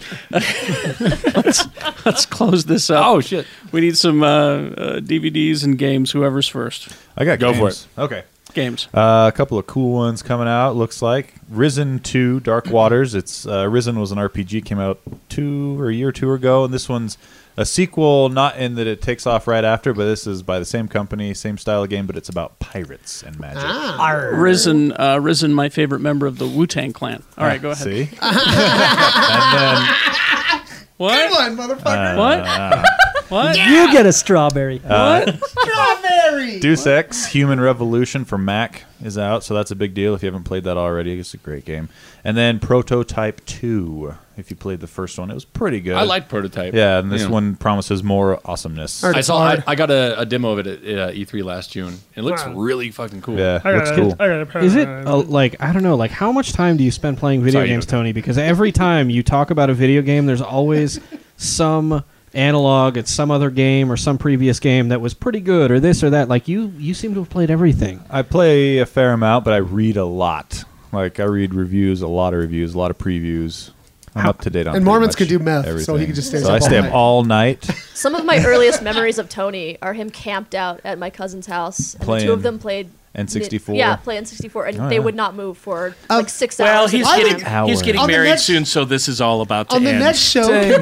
Speaker 2: let's let's close this up. Oh
Speaker 9: shit,
Speaker 2: we need some uh, uh, DVDs and games. Whoever's first.
Speaker 13: I got
Speaker 2: Go for
Speaker 13: games. Okay.
Speaker 2: Games.
Speaker 13: Uh, a couple of cool ones coming out. Looks like Risen Two: Dark Waters. It's uh, Risen was an RPG came out two or a year or two ago, and this one's a sequel. Not in that it takes off right after, but this is by the same company, same style of game, but it's about pirates and magic.
Speaker 4: Ah.
Speaker 2: Risen, uh, Risen, my favorite member of the Wu Tang Clan. All right, go
Speaker 4: [laughs]
Speaker 13: [laughs]
Speaker 2: ahead.
Speaker 13: See? and then
Speaker 2: What?
Speaker 4: Good one, motherfucker.
Speaker 13: Uh,
Speaker 2: what?
Speaker 13: [laughs]
Speaker 2: What?
Speaker 11: You get a strawberry.
Speaker 13: Uh,
Speaker 4: Strawberry.
Speaker 13: Deus Ex Human Revolution for Mac is out, so that's a big deal if you haven't played that already. It's a great game. And then Prototype 2, if you played the first one, it was pretty good.
Speaker 9: I liked Prototype.
Speaker 13: Yeah, and this
Speaker 9: Yeah.
Speaker 13: one promises more awesomeness.
Speaker 9: I saw. I, I got a, a demo of it at uh, E3 last June. It looks
Speaker 13: Wow.
Speaker 9: really fucking cool.
Speaker 13: Yeah,
Speaker 12: I
Speaker 13: looks
Speaker 12: gotta-
Speaker 13: cool.
Speaker 12: Is it uh, like I don't know? Like how much time do you spend playing video
Speaker 9: Sorry,
Speaker 12: games, Tony? Because every time you talk about a video game, there's [laughs] always some analog at some other game or some previous game that was pretty good or this or that. Like you, you seem to have played everything.
Speaker 13: I play a fair amount, but I read a lot. Like I read reviews, a lot of reviews, a lot of previews. I'm up to date
Speaker 4: And
Speaker 13: on. pretty
Speaker 4: Mormons
Speaker 13: much
Speaker 4: could do meth, so
Speaker 13: everything.
Speaker 4: he could just stay
Speaker 13: So
Speaker 4: up
Speaker 13: I
Speaker 4: all
Speaker 13: stay
Speaker 4: night.
Speaker 13: up all night. [laughs]
Speaker 10: Some of my earliest memories of Tony are him camped out at my cousin's house, and the two
Speaker 13: Playing
Speaker 10: of them played mid-
Speaker 13: N64.
Speaker 10: yeah, play N64, and
Speaker 13: Oh,
Speaker 10: they
Speaker 13: yeah.
Speaker 10: would not move for like six
Speaker 8: well,
Speaker 10: hours. at
Speaker 8: he's
Speaker 10: a time.
Speaker 8: getting, he's getting
Speaker 4: On the
Speaker 8: married
Speaker 4: next-
Speaker 8: soon, so this is all about to
Speaker 4: on the
Speaker 8: end.
Speaker 4: next show, [laughs]
Speaker 13: Dang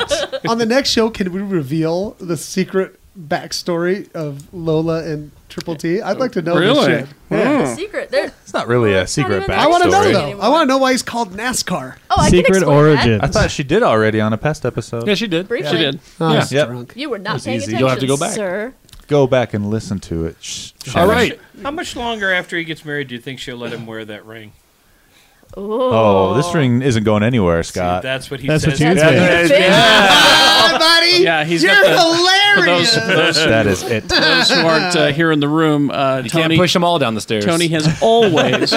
Speaker 13: it.
Speaker 4: on the next show, can we reveal the secret backstory of Lola and Triple T? I'd like to know this
Speaker 13: Really?
Speaker 4: shit. Yeah.
Speaker 13: Hmm.
Speaker 10: Secret. There.
Speaker 13: It's not really a secret backstory.
Speaker 4: I want to know though. I want to know why he's called NASCAR.
Speaker 10: Oh, I
Speaker 13: Secret
Speaker 10: origin.
Speaker 13: I thought she did already on a past episode.
Speaker 4: Yeah, she did.
Speaker 10: Briefly. She did.
Speaker 4: Oh,
Speaker 13: yeah.
Speaker 4: she's drunk.
Speaker 10: You were not
Speaker 13: It was
Speaker 10: paying
Speaker 13: easy. You'll have to go
Speaker 10: attention,
Speaker 13: back.
Speaker 10: sir.
Speaker 13: Go back and listen to it. Shh,
Speaker 8: All
Speaker 13: Shannon.
Speaker 8: right. How much longer after he gets married do you think she'll let him wear that ring?
Speaker 13: Oh, this ring isn't going anywhere, Scott.
Speaker 8: That's what he
Speaker 13: That's
Speaker 8: says.
Speaker 13: what you That's think. what you think.
Speaker 8: [laughs]
Speaker 2: Yeah.
Speaker 4: buddy.
Speaker 8: Yeah, he's
Speaker 2: You're
Speaker 8: got the,
Speaker 12: [laughs]
Speaker 2: hilarious.
Speaker 8: for Those, those,
Speaker 13: That is it.
Speaker 2: Those who aren't uh, here in the room, uh,
Speaker 9: You
Speaker 2: Tony
Speaker 9: can't push them all down the stairs.
Speaker 2: Tony
Speaker 13: [laughs]
Speaker 2: has always,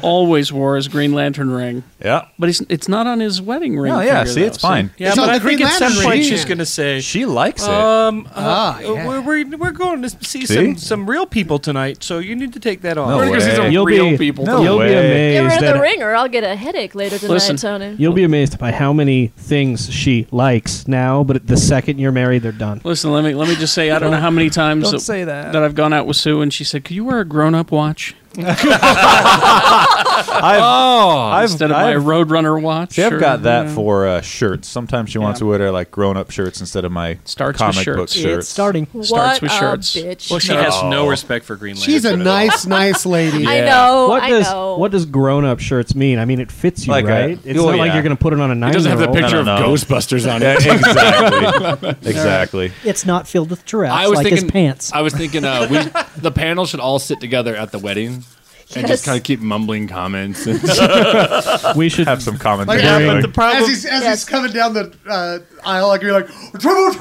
Speaker 2: always wore his Green Lantern ring.
Speaker 13: Yeah,
Speaker 2: but he's, it's not on his wedding ring.
Speaker 13: No, yeah,
Speaker 2: figure,
Speaker 13: see,
Speaker 2: though,
Speaker 13: it's
Speaker 2: so-
Speaker 13: fine.
Speaker 2: Yeah,
Speaker 13: It's
Speaker 2: but
Speaker 13: on
Speaker 2: I
Speaker 13: the
Speaker 2: think
Speaker 13: Green
Speaker 2: at some
Speaker 13: Lantern
Speaker 2: point
Speaker 13: ring.
Speaker 2: she's
Speaker 13: Yeah.
Speaker 2: going to
Speaker 8: say
Speaker 13: she likes it.
Speaker 8: Um, uh,
Speaker 13: Ah,
Speaker 8: uh, we're, we're, we're going to
Speaker 13: See?
Speaker 8: see, Some, some real people tonight, so you need to take that off.
Speaker 13: No We're gonna see way. some
Speaker 12: You'll
Speaker 8: real
Speaker 12: be-
Speaker 8: people.
Speaker 12: no You'll be way. amazed.
Speaker 10: Get rid of
Speaker 12: that-
Speaker 10: the ring, or I'll get a headache later tonight,
Speaker 12: Listen,
Speaker 10: Tony.
Speaker 12: You'll be amazed by how many things she likes now, but the second you're married, they're done.
Speaker 2: Listen, let me let me just say I don't know how many times
Speaker 12: Don't
Speaker 2: that,
Speaker 12: say that.
Speaker 2: I've gone out with Sue and she said, "Could you wear a
Speaker 13: [laughs]
Speaker 2: grown-up watch?"
Speaker 13: I've, I've,
Speaker 2: Oh, instead of my
Speaker 13: I've-
Speaker 2: Roadrunner watch.
Speaker 13: See, I've
Speaker 2: or,
Speaker 13: got that
Speaker 2: you know.
Speaker 13: for uh, shirts. Sometimes she wants to wear like grown-up shirts instead of my
Speaker 2: Starts with
Speaker 13: comic
Speaker 2: shirts.
Speaker 13: book
Speaker 2: It's
Speaker 13: shirts. Oh.
Speaker 2: starting. Starts What with a shirts. bitch.
Speaker 8: Well, she
Speaker 2: No.
Speaker 8: has no respect for Green Lantern.
Speaker 4: She's a
Speaker 8: at all.
Speaker 4: nice, nice lady.
Speaker 8: [laughs] I Yeah. know,
Speaker 12: What
Speaker 8: I
Speaker 12: does
Speaker 8: know.
Speaker 12: what does grown up shirts mean? I mean, it fits you,
Speaker 13: Like a-
Speaker 12: right? it's
Speaker 13: oh,
Speaker 12: not like
Speaker 13: yeah.
Speaker 12: you're going to put it on a nine.
Speaker 9: It doesn't have the
Speaker 13: No,
Speaker 9: picture
Speaker 13: no,
Speaker 9: of
Speaker 13: no.
Speaker 9: Ghostbusters
Speaker 13: [laughs]
Speaker 9: on
Speaker 13: Yeah,
Speaker 9: it.
Speaker 13: exactly.
Speaker 9: [laughs]
Speaker 13: exactly.
Speaker 11: It's not filled with giraffes
Speaker 9: I was
Speaker 11: like
Speaker 9: thinking
Speaker 11: his pants.
Speaker 9: I was thinking uh, we
Speaker 11: [laughs]
Speaker 9: the panel should all sit together at the wedding and just
Speaker 11: Yes.
Speaker 9: kind of keep mumbling comments.
Speaker 12: we should
Speaker 13: have some comments.
Speaker 4: Like,
Speaker 9: Yeah,
Speaker 4: uh,
Speaker 9: but the problem-
Speaker 4: as he's, as he's coming down the uh, aisle, like you're like, Triple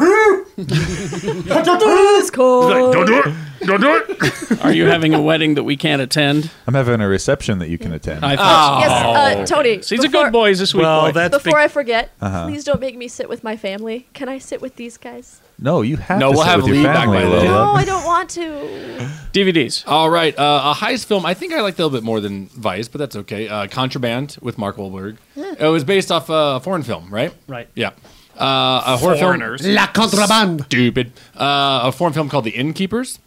Speaker 4: [laughs] T!
Speaker 10: It's cold.
Speaker 2: Don't
Speaker 4: do it! Don't do it!
Speaker 2: Are you having a wedding that we can't attend?
Speaker 13: I'm having a reception that you can attend.
Speaker 2: I
Speaker 10: Yes, uh, Tony.
Speaker 2: He's a good boy. He's a sweet
Speaker 13: Well,
Speaker 2: boy.
Speaker 13: that's
Speaker 10: Before I forget,
Speaker 13: Uh-huh.
Speaker 10: please don't make me sit with my family. Can I sit with these guys?
Speaker 13: no, you have to
Speaker 9: No, we'll
Speaker 13: sit
Speaker 9: have
Speaker 13: with your
Speaker 9: Lee back
Speaker 13: family,
Speaker 9: by then.
Speaker 13: Lola.
Speaker 10: No, I don't want to.
Speaker 2: DVDs.
Speaker 9: All right, uh, a heist film. I think I liked it a little bit more than Vice, but that's okay. Uh, Contraband with Mark Wahlberg.
Speaker 10: Yeah.
Speaker 9: It was based off uh, a foreign film, right?
Speaker 11: Right.
Speaker 9: Yeah. Uh, a horror
Speaker 4: Foreigners.
Speaker 9: film.
Speaker 4: La Contraband.
Speaker 9: Stupid. Uh, a foreign film called The Innkeepers.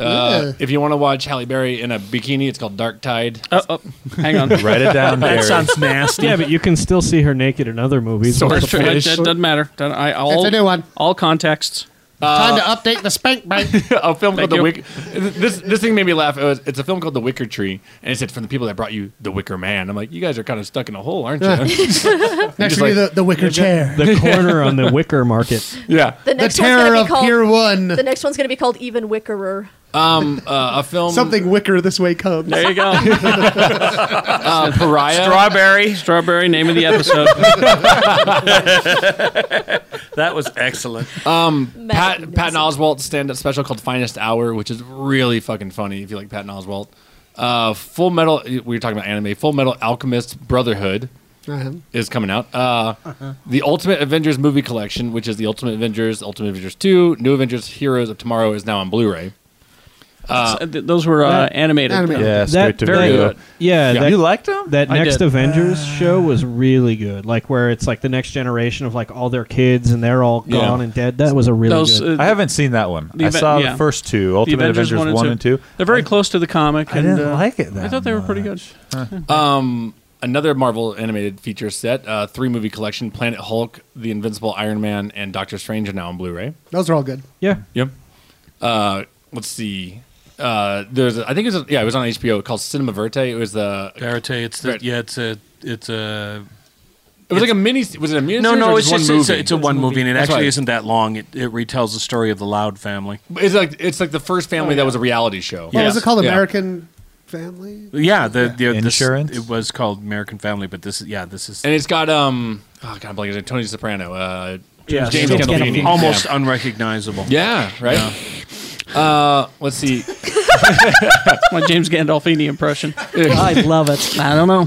Speaker 9: Uh,
Speaker 2: Yeah.
Speaker 9: If you want to watch Halle Berry in a bikini, it's called Dark Tide.
Speaker 2: Oh, oh, hang
Speaker 12: [laughs]
Speaker 2: on.
Speaker 9: [laughs]
Speaker 12: Yeah, but you can still see her naked in other movies.
Speaker 2: So
Speaker 12: What's
Speaker 2: it's
Speaker 12: the
Speaker 2: true. It,
Speaker 12: point?
Speaker 2: it doesn't matter. Doesn't- I, all,
Speaker 12: It's a new one.
Speaker 2: All Uh, contexts.
Speaker 4: [laughs] Time to update the spank [laughs] bank.
Speaker 9: [laughs] a
Speaker 2: Thank
Speaker 9: film called The
Speaker 2: you.
Speaker 9: Wicker. This this thing made me laugh. It was, it's a film called The Wicker Tree, and it said from the people that brought you The Wicker Man. I'm like, you guys are kind of stuck in a hole, aren't you?
Speaker 4: Next
Speaker 9: Just
Speaker 4: will be the,
Speaker 9: like-
Speaker 4: the wicker chair.
Speaker 12: The corner
Speaker 4: [laughs]
Speaker 12: on the wicker market.
Speaker 9: [laughs] Yeah.
Speaker 10: The next one's
Speaker 4: terror
Speaker 10: gonna be
Speaker 4: of
Speaker 10: called,
Speaker 4: Pier One.
Speaker 10: The next one's going to be called Even Wickerer.
Speaker 9: Um, uh, a film.
Speaker 4: Something wicker this way comes.
Speaker 2: There
Speaker 9: [laughs]
Speaker 2: you go.
Speaker 9: uh, Pariah.
Speaker 2: Strawberry. Strawberry, name of
Speaker 4: [laughs]
Speaker 2: the episode.
Speaker 8: [laughs] That was excellent.
Speaker 9: Um, Pat Patton Oswalt stand-up special called Finest Hour, which is really fucking funny if you like Patton Oswalt. Uh, Full Metal. We were talking about anime. Full Metal Alchemist Brotherhood
Speaker 4: Uh-huh.
Speaker 9: is coming out. Uh, The Ultimate Avengers movie collection, which is the Ultimate Avengers, Ultimate Avengers Two, New Avengers Heroes of Tomorrow, is now on Blu-ray.
Speaker 2: Uh, th- those were uh, animated. Animated.
Speaker 13: Yeah,
Speaker 12: That-
Speaker 13: straight to
Speaker 12: very
Speaker 13: video.
Speaker 12: good. Yeah, that-
Speaker 13: you liked Ah. them?
Speaker 12: That
Speaker 13: I
Speaker 12: next
Speaker 13: did.
Speaker 12: Avengers show was really good. Like where it's like the next generation of like all their kids and they're all
Speaker 13: Yeah.
Speaker 12: gone and dead. That was a really good.
Speaker 13: I haven't seen that one.
Speaker 12: the
Speaker 13: I
Speaker 12: Aven-
Speaker 13: saw
Speaker 12: yeah.
Speaker 13: the first two, Ultimate Avengers, one and 2
Speaker 2: They're very close to the comic.
Speaker 13: I
Speaker 2: and,
Speaker 13: didn't
Speaker 2: uh,
Speaker 13: like it
Speaker 2: I
Speaker 13: that
Speaker 2: thought they
Speaker 13: [laughs]
Speaker 2: were pretty good.
Speaker 9: Um, another Marvel animated feature set, uh, three movie collection: Planet Hulk, The Invincible Iron Man, and Doctor Strange are now on Blu-ray.
Speaker 4: Those are all good.
Speaker 12: Yeah.
Speaker 9: Yep. Uh, let's see. Uh, there's, a, I think it's, a, yeah, it was on HBO called Cinema Verte. It was the,
Speaker 15: Verite, it's the, yeah, it's a, it's a.
Speaker 9: it was like a mini. Was it a mini?
Speaker 15: No,
Speaker 9: series
Speaker 15: no,
Speaker 9: or
Speaker 15: it's
Speaker 9: one
Speaker 15: just
Speaker 9: movie?
Speaker 15: It's, a, it's a one movie, and it
Speaker 9: That's
Speaker 15: actually
Speaker 9: right.
Speaker 15: isn't that long. It, it retells the story of the Loud family.
Speaker 9: It's like it's like the first family
Speaker 4: Oh,
Speaker 9: that was a reality show.
Speaker 4: What was it called?
Speaker 15: Yeah.
Speaker 4: American Family?
Speaker 15: Yeah, the, the
Speaker 9: Insurance?
Speaker 15: This, it was called American Family, but this, is yeah, this is
Speaker 9: And it's got um, oh god, I'm blanking. on it. Tony Soprano. Uh,
Speaker 15: yeah,
Speaker 9: James
Speaker 15: so-
Speaker 9: Gandolfini.
Speaker 15: almost
Speaker 9: Yeah.
Speaker 15: unrecognizable.
Speaker 9: Yeah, right. Uh, let's see.
Speaker 2: [laughs] My James Gandolfini impression.
Speaker 9: I
Speaker 2: love it. I don't know.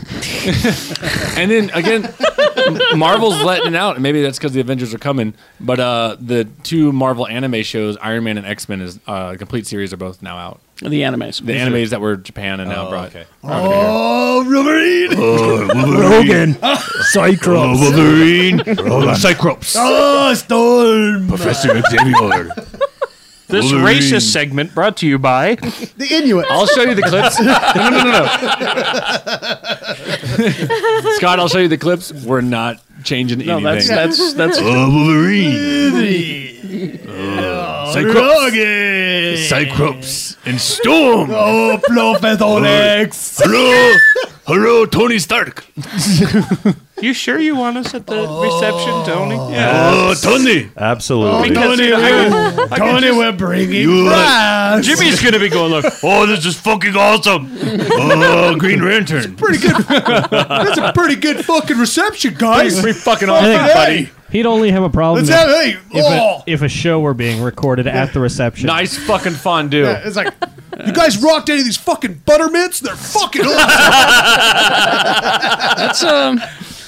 Speaker 9: and then again, M- Marvel's letting it out, and maybe that's because the Avengers are coming. But uh, the two Marvel anime shows, Iron Man and X Men, is uh, a complete series are both now out.
Speaker 2: The animes.
Speaker 9: the animes that were Japan and now
Speaker 2: Oh,
Speaker 9: brought.
Speaker 2: okay.
Speaker 4: Oh, Wolverine!
Speaker 9: Oh,
Speaker 4: [laughs]
Speaker 16: Logan.
Speaker 4: Cyclops.
Speaker 16: Wolverine.
Speaker 4: Roland.
Speaker 16: Cyclops.
Speaker 4: Oh, Storm.
Speaker 16: Professor Xavier.
Speaker 15: This
Speaker 16: Wolverine.
Speaker 15: racist segment brought to you by.
Speaker 4: The Inuit.
Speaker 9: I'll show you
Speaker 8: [laughs]
Speaker 9: the
Speaker 4: [laughs]
Speaker 9: clips. No, no, no, no. [laughs] Scott, I'll show you the clips. We're not changing
Speaker 2: No,
Speaker 9: anything.
Speaker 2: that's- that's- that's-
Speaker 16: Oh, Wolverine.
Speaker 9: Oh,
Speaker 16: Cyclops. Cyclops and Storm. Oh, blow feather legs. Hello, hello, Tony Stark.
Speaker 8: You sure you want us at the reception, Tony?
Speaker 16: Oh,
Speaker 8: Uh,
Speaker 16: Tony.
Speaker 13: Absolutely.
Speaker 8: Because,
Speaker 16: Tony,
Speaker 8: you know, I
Speaker 16: we're-
Speaker 8: I could
Speaker 16: Tony,
Speaker 8: just-
Speaker 16: we're bringing
Speaker 8: You-
Speaker 16: fries.
Speaker 8: Jimmy's gonna be going like,
Speaker 16: "Oh, this is fucking awesome!
Speaker 8: Uh,
Speaker 16: Oh, Green Lantern."
Speaker 4: Pretty good. that's a pretty good fucking reception, guys.
Speaker 12: Pretty-
Speaker 16: fucking
Speaker 12: I think-
Speaker 4: Hey,
Speaker 12: He'd only have a problem
Speaker 4: Let's
Speaker 12: if,
Speaker 4: have- hey,
Speaker 12: if,
Speaker 4: oh.
Speaker 12: a, if a show were being recorded at the reception.
Speaker 9: Nice fucking fondue.
Speaker 4: Yeah, it's like, you guys rocked any of these fucking buttermints? They're
Speaker 16: [laughs]
Speaker 4: fucking awesome.
Speaker 2: That's um,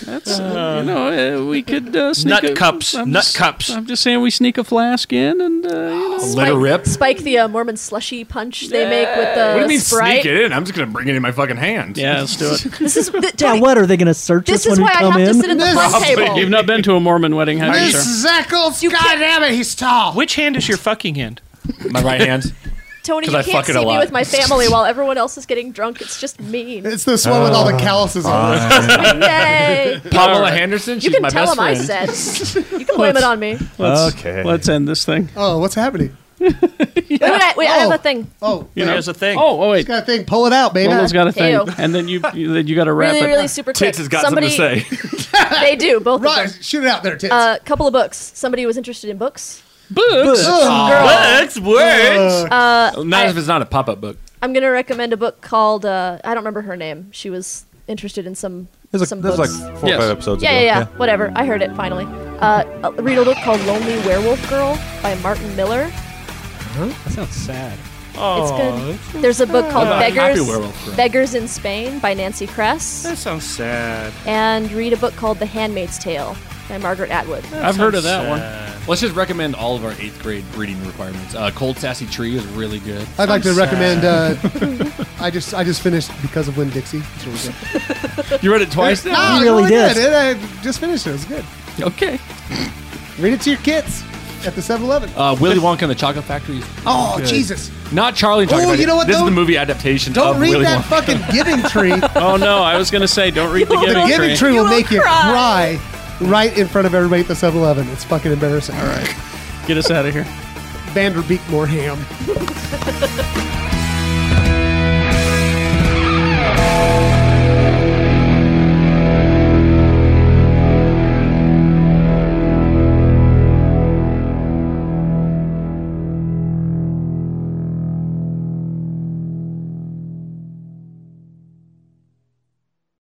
Speaker 2: that's uh, you know uh, we could uh, sneak
Speaker 8: Nut
Speaker 2: a-
Speaker 8: cups, nut
Speaker 2: just,
Speaker 8: cups.
Speaker 2: I'm just saying we sneak a flask in and uh, you know
Speaker 10: Spike, Spike the uh, Mormon slushy punch they make with the
Speaker 4: Uh,
Speaker 9: what do you mean
Speaker 10: Sprite.
Speaker 9: sneak it in? I'm just gonna bring it in my fucking hand.
Speaker 2: Yeah, let's do it.
Speaker 10: This
Speaker 11: [laughs]
Speaker 10: is th-
Speaker 11: Yeah, what are they going to search
Speaker 10: This
Speaker 11: us
Speaker 10: is
Speaker 11: when
Speaker 10: why I
Speaker 11: we come
Speaker 10: have to
Speaker 11: in?
Speaker 10: sit at the front table.
Speaker 2: You've not been to a Mormon wedding, have you, sir?
Speaker 4: Zeckles, goddamn it, he's tall.
Speaker 8: Which hand is your fucking hand?
Speaker 9: My right hand.
Speaker 10: Tony,
Speaker 9: 'Cause
Speaker 10: you
Speaker 9: I
Speaker 10: can't
Speaker 9: fuck it a
Speaker 10: see me
Speaker 9: lot.
Speaker 10: with my
Speaker 9: [laughs]
Speaker 10: family while everyone else is getting drunk. It's just mean.
Speaker 4: It's this one with all
Speaker 8: Oh,
Speaker 4: the calluses on it.
Speaker 16: Oh,
Speaker 10: [laughs] Yay!
Speaker 9: Pamela Henderson.
Speaker 10: You
Speaker 9: she's
Speaker 10: can
Speaker 9: my
Speaker 10: tell
Speaker 9: best
Speaker 10: him I
Speaker 9: friend. [laughs]
Speaker 10: said. You can blame it on me.
Speaker 2: Let's,
Speaker 9: Okay.
Speaker 2: Let's end this thing.
Speaker 4: Oh, what's happening?
Speaker 10: Wait, wait, I- wait I have
Speaker 4: Oh.
Speaker 10: a thing.
Speaker 4: Oh,
Speaker 2: You know,
Speaker 8: There's a thing.
Speaker 2: Oh, oh wait.
Speaker 4: got a thing.
Speaker 9: [laughs]
Speaker 4: Pull it out, baby.
Speaker 2: Roland's got a thing,
Speaker 10: Ew.
Speaker 2: and then you, you then you got to wrap
Speaker 10: really,
Speaker 2: it.
Speaker 10: really super quick. Somebody-
Speaker 2: say.
Speaker 10: they do both. Right,
Speaker 4: shoot it out there, tits.
Speaker 10: A uh, couple of books. Somebody was interested in books.
Speaker 2: Books.
Speaker 9: Books. Words.
Speaker 10: Uh,
Speaker 9: Not if it's not a pop-up book.
Speaker 10: I'm gonna recommend a book called uh, I don't remember her name. She was interested in some
Speaker 13: There's like,
Speaker 10: some
Speaker 13: there's like
Speaker 10: books.
Speaker 13: four or
Speaker 10: yeah,
Speaker 13: five episodes
Speaker 10: yeah,
Speaker 13: ago.
Speaker 10: yeah, Whatever. I heard it finally. Uh, uh, read a book called Lonely Werewolf Girl by Martin Miller.
Speaker 12: That sounds sad.
Speaker 13: Oh,
Speaker 10: it's good. There's a book called
Speaker 12: What about Happy Werewolf
Speaker 10: Beggars
Speaker 12: Girl?
Speaker 10: Beggars in Spain by Nancy Kress.
Speaker 8: That sounds sad.
Speaker 10: And read a book called The Handmaid's Tale by Margaret Atwood.
Speaker 9: I've heard of that one. Let's just recommend all of our eighth grade reading requirements. Uh, Cold Sassy Tree is really good.
Speaker 4: I'd like to recommend. Uh, I just I just finished because of Win Dixie. It's really good.
Speaker 9: [laughs] you read it twice
Speaker 4: No,
Speaker 9: now?
Speaker 4: I really did. I just finished it. It was good.
Speaker 2: Okay.
Speaker 4: Read it to your kids at the 7-Eleven.
Speaker 9: Uh, Willy Wonka and the Chocolate Factory. is
Speaker 4: Oh,
Speaker 9: good.
Speaker 4: Jesus.
Speaker 9: Not Charlie. and the
Speaker 4: Oh,
Speaker 9: Chocolate
Speaker 4: you know
Speaker 9: Factory.
Speaker 4: what,
Speaker 9: This is the
Speaker 4: though?
Speaker 9: movie adaptation.
Speaker 4: Don't
Speaker 9: of
Speaker 4: read
Speaker 9: Willy
Speaker 4: that
Speaker 9: Wonka.
Speaker 4: fucking giving tree.
Speaker 2: [laughs] oh no, I was gonna [laughs] say don't read the
Speaker 4: the
Speaker 2: giving
Speaker 4: giving tree,
Speaker 2: tree.
Speaker 4: will make you cry right in front of everybody at the 7-Eleven. It's fucking embarrassing. All right.
Speaker 2: Get us out of here.
Speaker 4: Vanderbeek more ham.